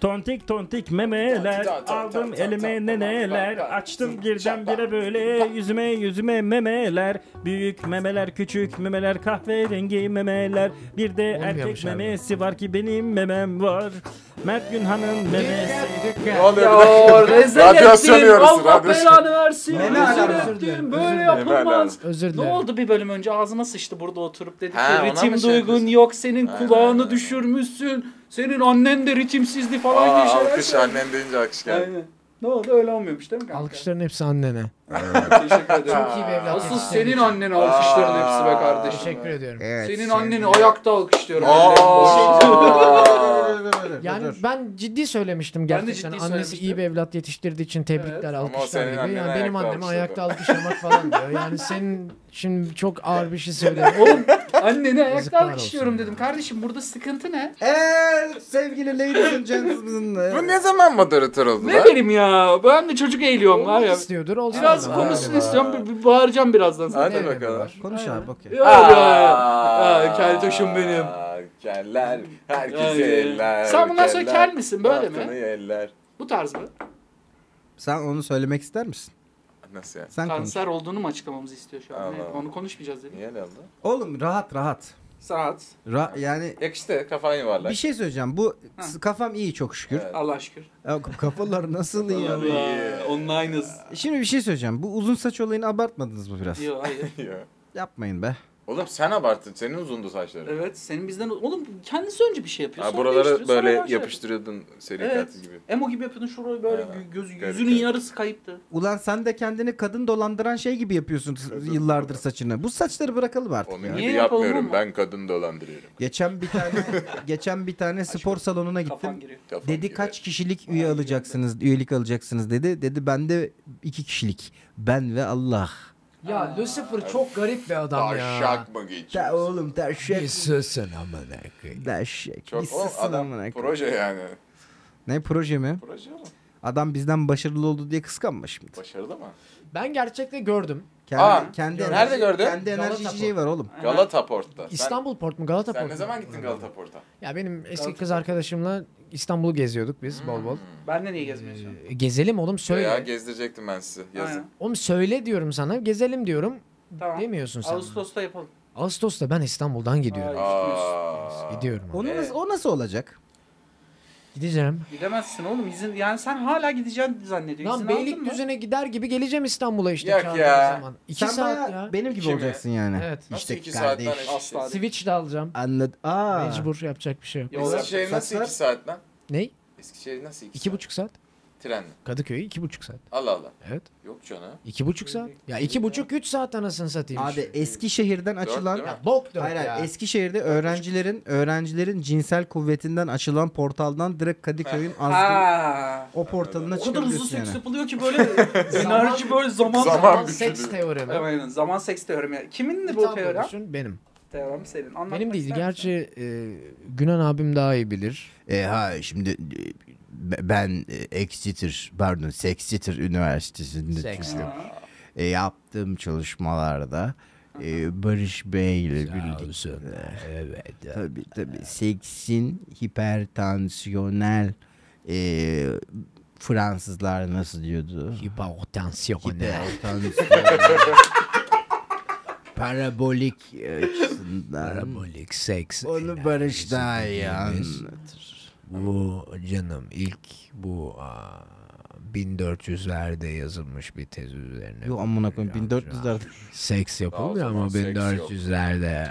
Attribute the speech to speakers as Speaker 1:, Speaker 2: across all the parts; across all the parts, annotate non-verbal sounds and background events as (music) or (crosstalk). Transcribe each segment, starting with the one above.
Speaker 1: Tontik tontik memeler aldım elime neneler açtım girden bire böyle yüzüme yüzüme memeler büyük memeler küçük memeler kahverengi memeler bir de erkek
Speaker 2: abi.
Speaker 1: memesi var ki benim memem var Mert Günhan'ın memesi
Speaker 3: Ne oluyor bir dakika?
Speaker 4: Ya rezil
Speaker 3: Radyasyon
Speaker 4: ettin.
Speaker 3: yiyoruz,
Speaker 4: Allah
Speaker 3: radyasyon.
Speaker 4: belanı versin.
Speaker 5: Meme
Speaker 4: Rezil
Speaker 5: alarmı.
Speaker 4: ettin. Böyle
Speaker 3: Meme alarmı.
Speaker 4: yapılmaz.
Speaker 2: Özür
Speaker 4: Ne
Speaker 2: dilerim.
Speaker 4: oldu bir bölüm önce ağzıma sıçtı burada oturup dedik
Speaker 3: Ha,
Speaker 4: ki
Speaker 3: ona mı
Speaker 4: ritim
Speaker 3: şey
Speaker 4: duygun
Speaker 3: yapıyorsun?
Speaker 4: yok senin
Speaker 3: Ha.
Speaker 4: kulağını düşürmüşsün. Senin annen de ritimsizdi falan
Speaker 3: Aa,
Speaker 4: gibi şeyler.
Speaker 3: alkış
Speaker 4: söyledi.
Speaker 3: annen deyince alkış geldi.
Speaker 4: Aynen. Ne oldu öyle olmuyormuş değil mi kanka?
Speaker 2: Alkışların hepsi annene.
Speaker 4: Teşekkür ederim.
Speaker 2: Çok iyi bir evlat
Speaker 4: Asıl
Speaker 2: yetiştirdin.
Speaker 4: senin annen alkışların
Speaker 3: Aa.
Speaker 4: hepsi be kardeşim.
Speaker 2: Teşekkür ediyorum.
Speaker 5: Evet.
Speaker 4: Senin
Speaker 5: sen-
Speaker 4: anneni ayakta alkışlıyorum.
Speaker 3: Aa.
Speaker 2: Yani
Speaker 5: Dur.
Speaker 2: ben ciddi söylemiştim
Speaker 4: Ben de
Speaker 2: gerçekten.
Speaker 4: ciddi
Speaker 2: Annesi
Speaker 4: söylemiştim.
Speaker 2: iyi bir evlat yetiştirdiği için tebrikler
Speaker 3: Ama o
Speaker 2: alkışlar
Speaker 3: senin
Speaker 2: gibi.
Speaker 3: anneni
Speaker 2: Yani benim
Speaker 3: ayakta
Speaker 2: anneme
Speaker 3: alkışladı.
Speaker 2: ayakta alkışlamak falan diyor. Yani senin şimdi çok ağır bir şey söylüyorsun.
Speaker 4: Oğlum anneni ayakta
Speaker 2: Yazıklar olsun
Speaker 4: alkışlıyorum
Speaker 2: ya.
Speaker 4: dedim. Kardeşim burada sıkıntı ne?
Speaker 5: Evet sevgili ladies and gentlemen.
Speaker 3: Bu ne zaman moderatör oldu
Speaker 4: Ne
Speaker 3: lan?
Speaker 4: bileyim ya. Ben de çocuk eğiliyorum var (laughs) ya.
Speaker 2: istiyordur. Olsun
Speaker 4: Biraz
Speaker 2: ama.
Speaker 4: konuşsun
Speaker 3: Aa.
Speaker 4: istiyorum. Bir, bir bağıracağım birazdan sana.
Speaker 3: Hadi bakalım.
Speaker 5: Konuş abi okey.
Speaker 4: Ya, ya, ya, keltoşum benim.
Speaker 3: Keller, herkes
Speaker 4: Ay.
Speaker 3: eller.
Speaker 4: Sen bundan sonra
Speaker 3: keller.
Speaker 4: kel misin, böyle mi?
Speaker 3: Bahtını Eller.
Speaker 4: Bu tarz mı?
Speaker 5: Sen onu söylemek ister misin?
Speaker 3: Nasıl yani?
Speaker 5: Sen konuş.
Speaker 4: Kanser olduğunu mu açıklamamızı istiyor şu an?
Speaker 3: Aa.
Speaker 4: Ne? Onu konuşmayacağız dedik.
Speaker 3: Niye öyle oldu?
Speaker 5: Oğlum rahat rahat.
Speaker 4: Saat.
Speaker 5: Ra- yani
Speaker 3: Yakıştı, kafan yuvarlak.
Speaker 5: bir şey söyleyeceğim. Bu s- kafam iyi çok şükür.
Speaker 3: Evet.
Speaker 4: Allah şükür.
Speaker 5: Ya, Kafalar nasıl iyi?
Speaker 4: Allah, Online'ız.
Speaker 5: Şimdi bir şey söyleyeceğim. Bu uzun saç olayını abartmadınız mı biraz?
Speaker 4: Yok hayır.
Speaker 3: Yo.
Speaker 5: Yapmayın be.
Speaker 3: Oğlum sen abarttın, senin uzundu saçların.
Speaker 4: Evet senin bizden... Oğlum kendisi önce bir şey yapıyor.
Speaker 3: Ha,
Speaker 4: sonra
Speaker 3: buraları
Speaker 4: değiştiriyor, sonra
Speaker 3: böyle
Speaker 4: başka yapıyor.
Speaker 3: yapıştırıyordun seri
Speaker 4: Evet.
Speaker 3: katil gibi.
Speaker 4: Emo gibi yapıyordun şurayı böyle
Speaker 3: Aynen.
Speaker 4: gö- gözü,
Speaker 3: Garip,
Speaker 4: yüzünün
Speaker 3: garip.
Speaker 4: yarısı kayıptı.
Speaker 5: Ulan sen de kendini kadın dolandıran şey gibi yapıyorsun yıllardır saçını. Bu saçları bırakalım artık.
Speaker 3: Onun
Speaker 5: ya.
Speaker 3: gibi
Speaker 4: Niye yapalım
Speaker 3: yapmıyorum,
Speaker 4: ama?
Speaker 3: ben kadın dolandırıyorum.
Speaker 5: Geçen bir tane geçen bir tane spor salonuna
Speaker 4: Kafan
Speaker 5: gittim.
Speaker 4: giriyor.
Speaker 3: Kafam
Speaker 5: Dedi
Speaker 3: gibi.
Speaker 5: kaç kişilik üye alacaksınız, üyelik alacaksınız dedi. Dedi ben de iki kişilik. Ben ve Allah.
Speaker 2: Ya Lucifer çok garip bir adam ya.
Speaker 3: Taşak mı geçiyor?
Speaker 5: Da oğlum da şey.
Speaker 2: susun amına koyayım.
Speaker 5: Da şey.
Speaker 3: Çok oğlum adam proje yani.
Speaker 5: Ne proje mi?
Speaker 3: Proje oğlum.
Speaker 5: Adam bizden başarılı oldu diye kıskanma şimdi.
Speaker 3: Başarılı mı?
Speaker 2: Ben gerçekte gördüm.
Speaker 5: Kendi,
Speaker 3: Aa,
Speaker 5: kendi
Speaker 3: nerede
Speaker 5: enerji-
Speaker 3: gördün?
Speaker 5: Kendi enerji
Speaker 2: Galata
Speaker 5: içeceği var oğlum.
Speaker 3: Galata Port'ta. Sen,
Speaker 2: İstanbul Port mu Galata
Speaker 3: sen
Speaker 2: Port
Speaker 3: ne
Speaker 2: mu?
Speaker 3: zaman gittin Galata Port'a?
Speaker 2: Ya benim eski kız arkadaşımla İstanbul'u geziyorduk biz bol bol.
Speaker 4: Benden niye gezmiyorsun?
Speaker 2: E, Gezelim oğlum
Speaker 3: Hmm. Ya
Speaker 2: söyle.
Speaker 3: gezdirecektim ben sizi yazın.
Speaker 4: Aynen.
Speaker 2: Oğlum söyle diyorum sana. Gezelim diyorum.
Speaker 4: Tamam.
Speaker 2: Demiyorsun sen.
Speaker 4: Ağustos'ta yapalım.
Speaker 2: Ağustos'ta ben İstanbul'dan gidiyorum.
Speaker 4: Ay.
Speaker 3: Aa.
Speaker 2: Gidiyorum. abi.
Speaker 5: Onu
Speaker 3: Ee?
Speaker 5: nasıl, o nasıl olacak?
Speaker 2: Gideceğim.
Speaker 4: Gidemezsin oğlum izin yani sen hala gideceğini zannediyorsun.
Speaker 2: Lan
Speaker 4: İzin aldın mı?
Speaker 2: Beylikdüzü'ne gider gibi geleceğim İstanbul'a işte
Speaker 3: Yok
Speaker 2: çağırdığın
Speaker 3: ya.
Speaker 2: zaman. İki
Speaker 5: Sen
Speaker 2: saat
Speaker 5: bayağı
Speaker 2: ya.
Speaker 5: benim gibi
Speaker 3: İki mi?
Speaker 5: olacaksın yani.
Speaker 2: Evet.
Speaker 3: Nasıl
Speaker 5: İşte
Speaker 3: iki
Speaker 5: kardeş.
Speaker 3: saatten eşit?
Speaker 4: Asla değil.
Speaker 2: Switch de alacağım.
Speaker 5: Anladım. Aa.
Speaker 2: Mecbur yapacak bir şey yok.
Speaker 4: Yol yap.
Speaker 3: Eskişehir nasıl iki saat lan?
Speaker 2: Ney?
Speaker 3: Eskişehir nasıl iki,
Speaker 2: İki
Speaker 3: saat?
Speaker 2: buçuk saat.
Speaker 3: Trenle.
Speaker 2: Kadıköy'e iki buçuk saat.
Speaker 3: Allah Allah.
Speaker 2: Evet.
Speaker 3: Yok canım.
Speaker 2: İki buçuk saat. Ya iki buçuk üç saat anasını satayım.
Speaker 5: Abi Eskişehir'den açılan
Speaker 3: değil mi?
Speaker 2: Ya bok dört
Speaker 5: Hayır
Speaker 2: ya.
Speaker 5: hayır Eskişehir'de öğrencilerin öğrencilerin cinsel kuvvetinden açılan portaldan direkt Kadıköy'ün azgın
Speaker 4: Ha.
Speaker 5: o portalına
Speaker 4: O kadar hızlı
Speaker 5: çıkabiliyorsun
Speaker 4: seks
Speaker 5: yani.
Speaker 4: yapılıyor ki böyle
Speaker 2: (laughs)
Speaker 4: enerji böyle zaman.
Speaker 3: Zaman.
Speaker 2: Zaman
Speaker 3: güçlü
Speaker 2: seks
Speaker 3: değil.
Speaker 2: teoremi.
Speaker 4: Evet, Aynen zaman seks teoremi. ya. Kimin de bu
Speaker 2: Tablo
Speaker 4: teorem?
Speaker 2: düşün, benim.
Speaker 4: Teorem senin. Anlatmak
Speaker 2: Benim değil.
Speaker 4: ister misin?
Speaker 2: Gerçi e, Günan abim daha iyi bilir.
Speaker 5: E, ha şimdi e, be- ben e, Exeter pardon Sexeter Üniversitesi'nde
Speaker 2: Sex.
Speaker 5: çünkü,
Speaker 4: Ha.
Speaker 5: e, yaptığım çalışmalarda e, Barış Bey ile birlikte
Speaker 2: Evet.
Speaker 5: tabii tabii seksin hipertansiyonel e, Fransızlar nasıl diyordu?
Speaker 2: Hipotansiyon.
Speaker 5: Hipertansiyonel (laughs) parabolik e, açısından
Speaker 2: Parabolik seks.
Speaker 5: onu Barış daha iyi
Speaker 2: dediğimiz-
Speaker 5: anlatır.
Speaker 2: Bu canım ilk bu aa, 1400'lerde yazılmış bir tez üzerine.
Speaker 5: Yo amına koyayım 1400'lerde.
Speaker 2: Seks yapılmıyor
Speaker 3: Daha o
Speaker 2: ama
Speaker 3: zaman seks yok.
Speaker 2: 1400'lerde.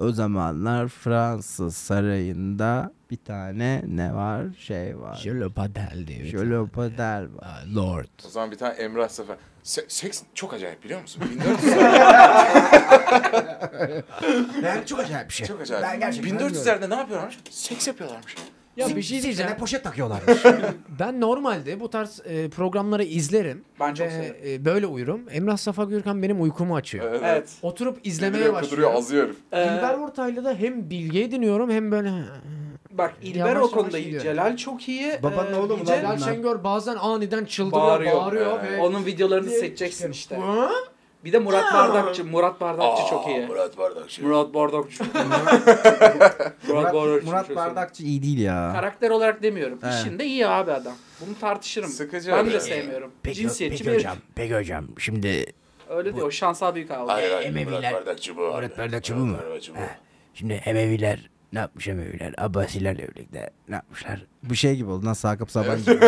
Speaker 5: O zamanlar Fransız sarayında bir tane ne var? Şey var.
Speaker 2: Jöle Padel diye. bir tane.
Speaker 5: Jolopadel var.
Speaker 2: Aa, Lord.
Speaker 3: O zaman bir tane Emrah Sefer. Se- seks çok acayip biliyor musun? 1400
Speaker 5: (laughs) Yani çok acayip bir şey.
Speaker 3: çok acayip.
Speaker 5: Ben gerçekten
Speaker 3: 1400'lerde ne yapıyorlarmış? Seks yapıyorlarmış.
Speaker 2: Ya bir şey diyeceğim.
Speaker 5: poşet takıyorlarmış.
Speaker 2: (laughs) Ben normalde bu tarz e, programları izlerim.
Speaker 4: Ben çok
Speaker 2: ve,
Speaker 4: severim.
Speaker 2: e, böyle uyurum. Emrah Safa Gürkan benim uykumu açıyor.
Speaker 4: Evet.
Speaker 2: Oturup
Speaker 3: Yediriyor,
Speaker 2: izlemeye
Speaker 3: kuduruyor,
Speaker 2: başlıyorum.
Speaker 3: azıyor herif.
Speaker 4: Ee,
Speaker 2: Dilber Ortaylı'da hem bilgi ediniyorum hem böyle...
Speaker 4: bak İlber
Speaker 2: Yavaş
Speaker 4: o
Speaker 2: yavaş
Speaker 4: konuda iyi.
Speaker 2: gidiyor.
Speaker 4: Celal çok iyi.
Speaker 6: Babanın
Speaker 4: Ee,
Speaker 6: oğlu mu
Speaker 4: Yüce
Speaker 6: lan bunlar?
Speaker 2: Şengör bazen aniden çıldırıyor,
Speaker 4: Bağırıyor.
Speaker 2: bağırıyor,
Speaker 4: Ee,
Speaker 2: ve
Speaker 4: Onun videolarını seçeceksin işte. Bir de Murat Bardakçı. Murat Bardakçı çok iyi.
Speaker 3: Murat şey. Bardakçı.
Speaker 2: (laughs)
Speaker 4: Murat Bardakçı. Murat Bardakçı.
Speaker 5: Murat
Speaker 4: çok
Speaker 5: Bardakçı iyi değil ya.
Speaker 4: Karakter olarak demiyorum.
Speaker 5: He.
Speaker 4: İşinde iyi abi adam. Bunu tartışırım.
Speaker 3: Sıkıcı
Speaker 4: ben de
Speaker 3: adam.
Speaker 4: sevmiyorum.
Speaker 2: Peki,
Speaker 4: Cinsiyetçi
Speaker 2: peki
Speaker 4: bir
Speaker 2: hocam,
Speaker 4: herif.
Speaker 2: peki hocam. Şimdi
Speaker 4: Öyle diyor. Şansal büyük abi.
Speaker 3: Hayır hayır
Speaker 2: Emeviler-
Speaker 3: Murat Bardakçı bu.
Speaker 2: Murat Bardakçı bu mu?
Speaker 3: Murat Bardakçı bu.
Speaker 2: He. Şimdi Emeviler ne yapmış Emeviler? Abbasilerle birlikte ne yapmışlar?
Speaker 5: Bu şey gibi oldu. Nasıl Sakıp Sabancı gibi.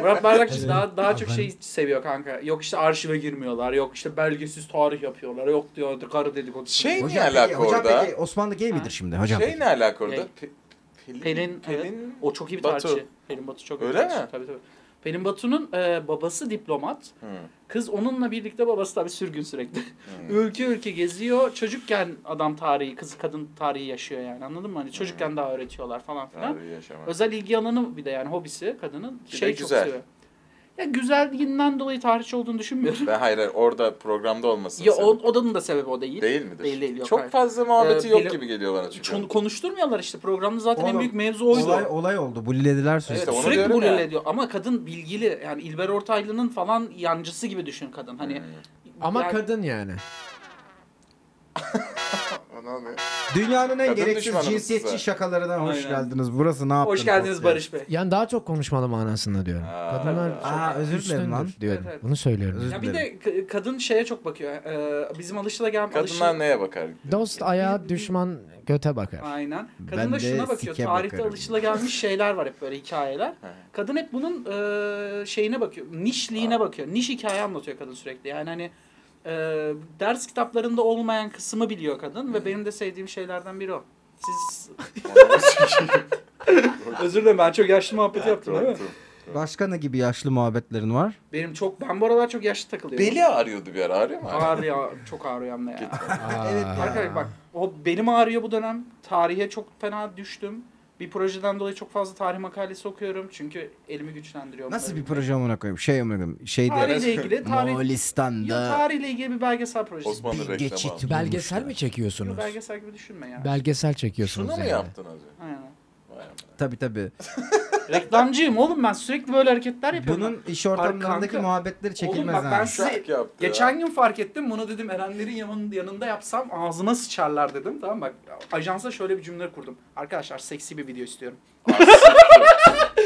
Speaker 4: Murat Bardakçı daha daha çok şey seviyor kanka. Yok işte arşive girmiyorlar. Yok işte belgesiz tarih yapıyorlar. Yok diyor karı dedikodusu.
Speaker 3: Şey ne
Speaker 5: Hocam
Speaker 3: alaka
Speaker 5: peki, hocam
Speaker 3: orada?
Speaker 5: peki Osmanlı gay midir şimdi hocam?
Speaker 3: şey ne alaka orada?
Speaker 4: Ney?
Speaker 3: Pe- Pelin,
Speaker 4: Pelin, evet. O çok iyi bir
Speaker 3: Batu.
Speaker 4: tarihçi. Pelin Batu çok iyi bir
Speaker 3: Öyle
Speaker 4: tarihçi.
Speaker 3: mi?
Speaker 4: Tabii tabii. Pelin Batu'nun e, babası diplomat. Kız onunla birlikte babası tabii sürgün sürekli. (laughs) ülke ülke geziyor. Çocukken adam tarihi, kız kadın tarihi yaşıyor yani. Anladın mı? Hani çocukken daha öğretiyorlar falan filan.
Speaker 3: Abi yaşama.
Speaker 4: Özel ilgi alanı bir de yani hobisi kadının.
Speaker 3: Bir de
Speaker 4: şey
Speaker 3: güzel.
Speaker 4: çok seviyor. Ya güzelliğinden dolayı tarihçi olduğunu düşünmüyorum.
Speaker 3: Ben hayır hayır orada programda olmasın.
Speaker 4: (laughs) ya o, odanın da sebebi o değil.
Speaker 3: Değil midir?
Speaker 4: Değil, değil, yok,
Speaker 3: Çok
Speaker 4: hayır.
Speaker 3: fazla muhabbeti
Speaker 4: Ee,
Speaker 3: yok
Speaker 4: Pelin-
Speaker 3: gibi geliyor bana çünkü.
Speaker 4: Kon- konuşturmuyorlar işte programda zaten en
Speaker 5: Oğlum,
Speaker 4: büyük mevzu oydu.
Speaker 5: Olay, olay oldu. Bullilediler sürekli.
Speaker 3: İşte onu
Speaker 4: Sürekli
Speaker 3: diyorum
Speaker 4: bunu
Speaker 3: ya.
Speaker 4: ediyor ama kadın bilgili yani İlber Ortaylı'nın falan yancısı gibi düşün kadın hani.
Speaker 2: Ama
Speaker 4: yani-
Speaker 2: kadın yani.
Speaker 3: Ana ne?
Speaker 5: Dünyanın en
Speaker 3: Kadın
Speaker 5: gereksiz
Speaker 3: düşmanımız
Speaker 5: cinsiyetçi
Speaker 3: zaten.
Speaker 5: şakalarından hoş
Speaker 4: Aynen.
Speaker 5: geldiniz. Burası ne yaptın?
Speaker 4: Hoş geldiniz
Speaker 5: Podcast.
Speaker 4: Barış Bey.
Speaker 2: Yani daha çok konuşmalı manasında diyorum. Kadınlar
Speaker 4: tabii.
Speaker 5: Aa özür dilerim lan.
Speaker 2: üstündür diyorum.
Speaker 4: Evet, evet.
Speaker 2: Bunu söylüyorum.
Speaker 5: Özür
Speaker 4: Ya bir de k- kadın şeye çok bakıyor. Ee, bizim alışılagelen
Speaker 3: Kadınlar
Speaker 4: alışıla...
Speaker 3: neye bakar?
Speaker 2: Dost ayağa düşman göte bakar.
Speaker 4: Aynen. Kadın
Speaker 5: Ben
Speaker 4: da
Speaker 5: de
Speaker 4: şuna bakıyor.
Speaker 5: sike
Speaker 4: Tarihte
Speaker 5: bakarım.
Speaker 4: alışılagelmiş
Speaker 5: (laughs)
Speaker 4: şeyler var hep böyle hikayeler. Kadın hep bunun e, şeyine bakıyor. Nişliğine bakıyor. Niş hikaye anlatıyor kadın sürekli. Yani hani e, ders kitaplarında olmayan kısmı biliyor kadın ve benim de sevdiğim şeylerden biri o. Siz özür dilerim ben çok yaşlı muhabbeti yaptım değil mi?
Speaker 5: Başkanı gibi yaşlı muhabbetlerin
Speaker 4: (laughs)
Speaker 5: var.
Speaker 4: Benim çok ben bu aralar çok yaşlı takılıyorum.
Speaker 3: Beli ağrıyordu bir ara ağrıyor mu? hala?
Speaker 4: Ağrıyor çok ağrıyor hem de ya.
Speaker 5: Evet.
Speaker 4: Arkadaşlar bak o benim ağrıyor bu dönem. Tarihe çok fena düştüm. Bir projeden dolayı çok fazla tarih makalesi okuyorum. Çünkü elimi güçlendiriyor.
Speaker 5: Nasıl
Speaker 4: bunları.
Speaker 5: bir proje amına koyayım? Şey amına koyayım. Şeyde.
Speaker 4: Tarihle ilgili tarih, Yo,
Speaker 5: Moğolistan'da
Speaker 4: tarihle ilgili bir belgesel projesi.
Speaker 3: Osmanlı
Speaker 5: bir
Speaker 3: reklamı.
Speaker 5: geçit
Speaker 3: Geçit.
Speaker 2: Belgesel mi
Speaker 5: bulmuşlar.
Speaker 4: Yo,
Speaker 2: çekiyorsunuz?
Speaker 4: belgesel gibi düşünme yani.
Speaker 2: Belgesel çekiyorsunuz
Speaker 3: Şunu mu
Speaker 2: yani.
Speaker 3: yaptın az önce?
Speaker 4: Aynen.
Speaker 3: Vay be.
Speaker 5: Tabii tabii.
Speaker 4: Reklamcıyım oğlum ben sürekli böyle hareketler Şey yapıyorum.
Speaker 5: Bunun iş
Speaker 4: Ar-
Speaker 5: ortamlarındaki
Speaker 4: kanka.
Speaker 5: muhabbetleri
Speaker 4: Oğlum
Speaker 5: çekilmez
Speaker 4: bak ben
Speaker 5: ha.
Speaker 4: size
Speaker 3: Şak yaptı ya.
Speaker 4: geçen gün fark ettim. Bunu dedim Erenlerin yanın- yanında yapsam ağzıma sıçarlar dedim. Tamam bak ajansa şöyle bir cümle kurdum. Arkadaşlar seksi bir video istiyorum.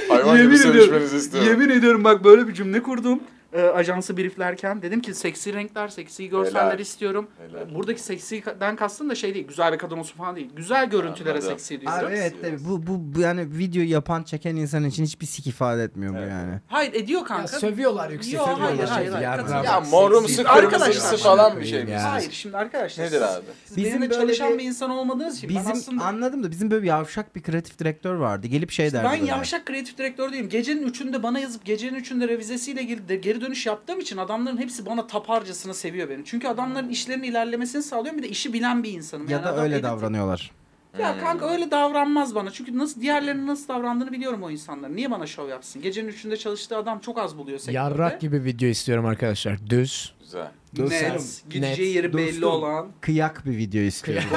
Speaker 3: Hayvan gibi sevişmenizi istiyorum.
Speaker 4: Yemin ediyorum bak böyle bir cümle kurdum. Ee, ajansı brieflerken dedim ki seksi renkler, seksi görseller
Speaker 3: Helal.
Speaker 4: istiyorum.
Speaker 3: Helal.
Speaker 4: Buradaki seksiden kastım da şey değil, güzel bir kadın olsun falan değil. Güzel görüntülere
Speaker 3: Anladım.
Speaker 4: seksi diyorum.
Speaker 5: Abi evet tabii. Bu, bu, bu yani video yapan çeken insan için hiçbir sik ifade etmiyor bu yani.
Speaker 4: Hayır ediyor kanka.
Speaker 2: sövüyorlar
Speaker 4: yüksek Yo, hayır, sesle. hayır, hayır.
Speaker 2: Ya,
Speaker 4: Katılıyorum.
Speaker 3: Ya morumsu
Speaker 4: Arkadaşlar.
Speaker 3: kırmızısı falan bir şey mi?
Speaker 2: Ya.
Speaker 4: Hayır şimdi arkadaşlar.
Speaker 3: Nedir abi?
Speaker 4: Bizim
Speaker 5: Bizim
Speaker 4: benimle
Speaker 5: böyle
Speaker 4: çalışan
Speaker 5: bir-
Speaker 4: bir insan olmadığınız için ben
Speaker 5: Bizim
Speaker 4: aslında...
Speaker 5: anladım da bizim böyle bir yavşak bir kreatif direktör vardı. Gelip şey derdi.
Speaker 4: ben
Speaker 5: böyle.
Speaker 4: yavşak kreatif direktör değilim. Gecenin üçünde bana yazıp gecenin üçünde revizesiyle geri, de- geri dönüş yaptığım için adamların hepsi bana taparcasına seviyor beni. Çünkü adamların işlerinin ilerlemesini sağlıyorum. Bir de işi bilen bir insanım.
Speaker 5: Ya
Speaker 4: Yani
Speaker 5: da
Speaker 4: adam
Speaker 5: öyle
Speaker 4: edit-
Speaker 5: davranıyorlar.
Speaker 4: Ya
Speaker 3: Hmm.
Speaker 4: kanka öyle davranmaz bana. Çünkü nasıl diğerlerinin nasıl davrandığını biliyorum o insanların. Niye bana şov yapsın? Gecenin üçünde çalıştığı adam çok az buluyor sektörde.
Speaker 2: Yarrak gibi video istiyorum arkadaşlar. Düz.
Speaker 3: Güzel.
Speaker 4: Net. Gideceği
Speaker 2: Net.
Speaker 4: yeri belli
Speaker 5: Dostum.
Speaker 4: olan.
Speaker 5: Kıyak bir video istiyorum.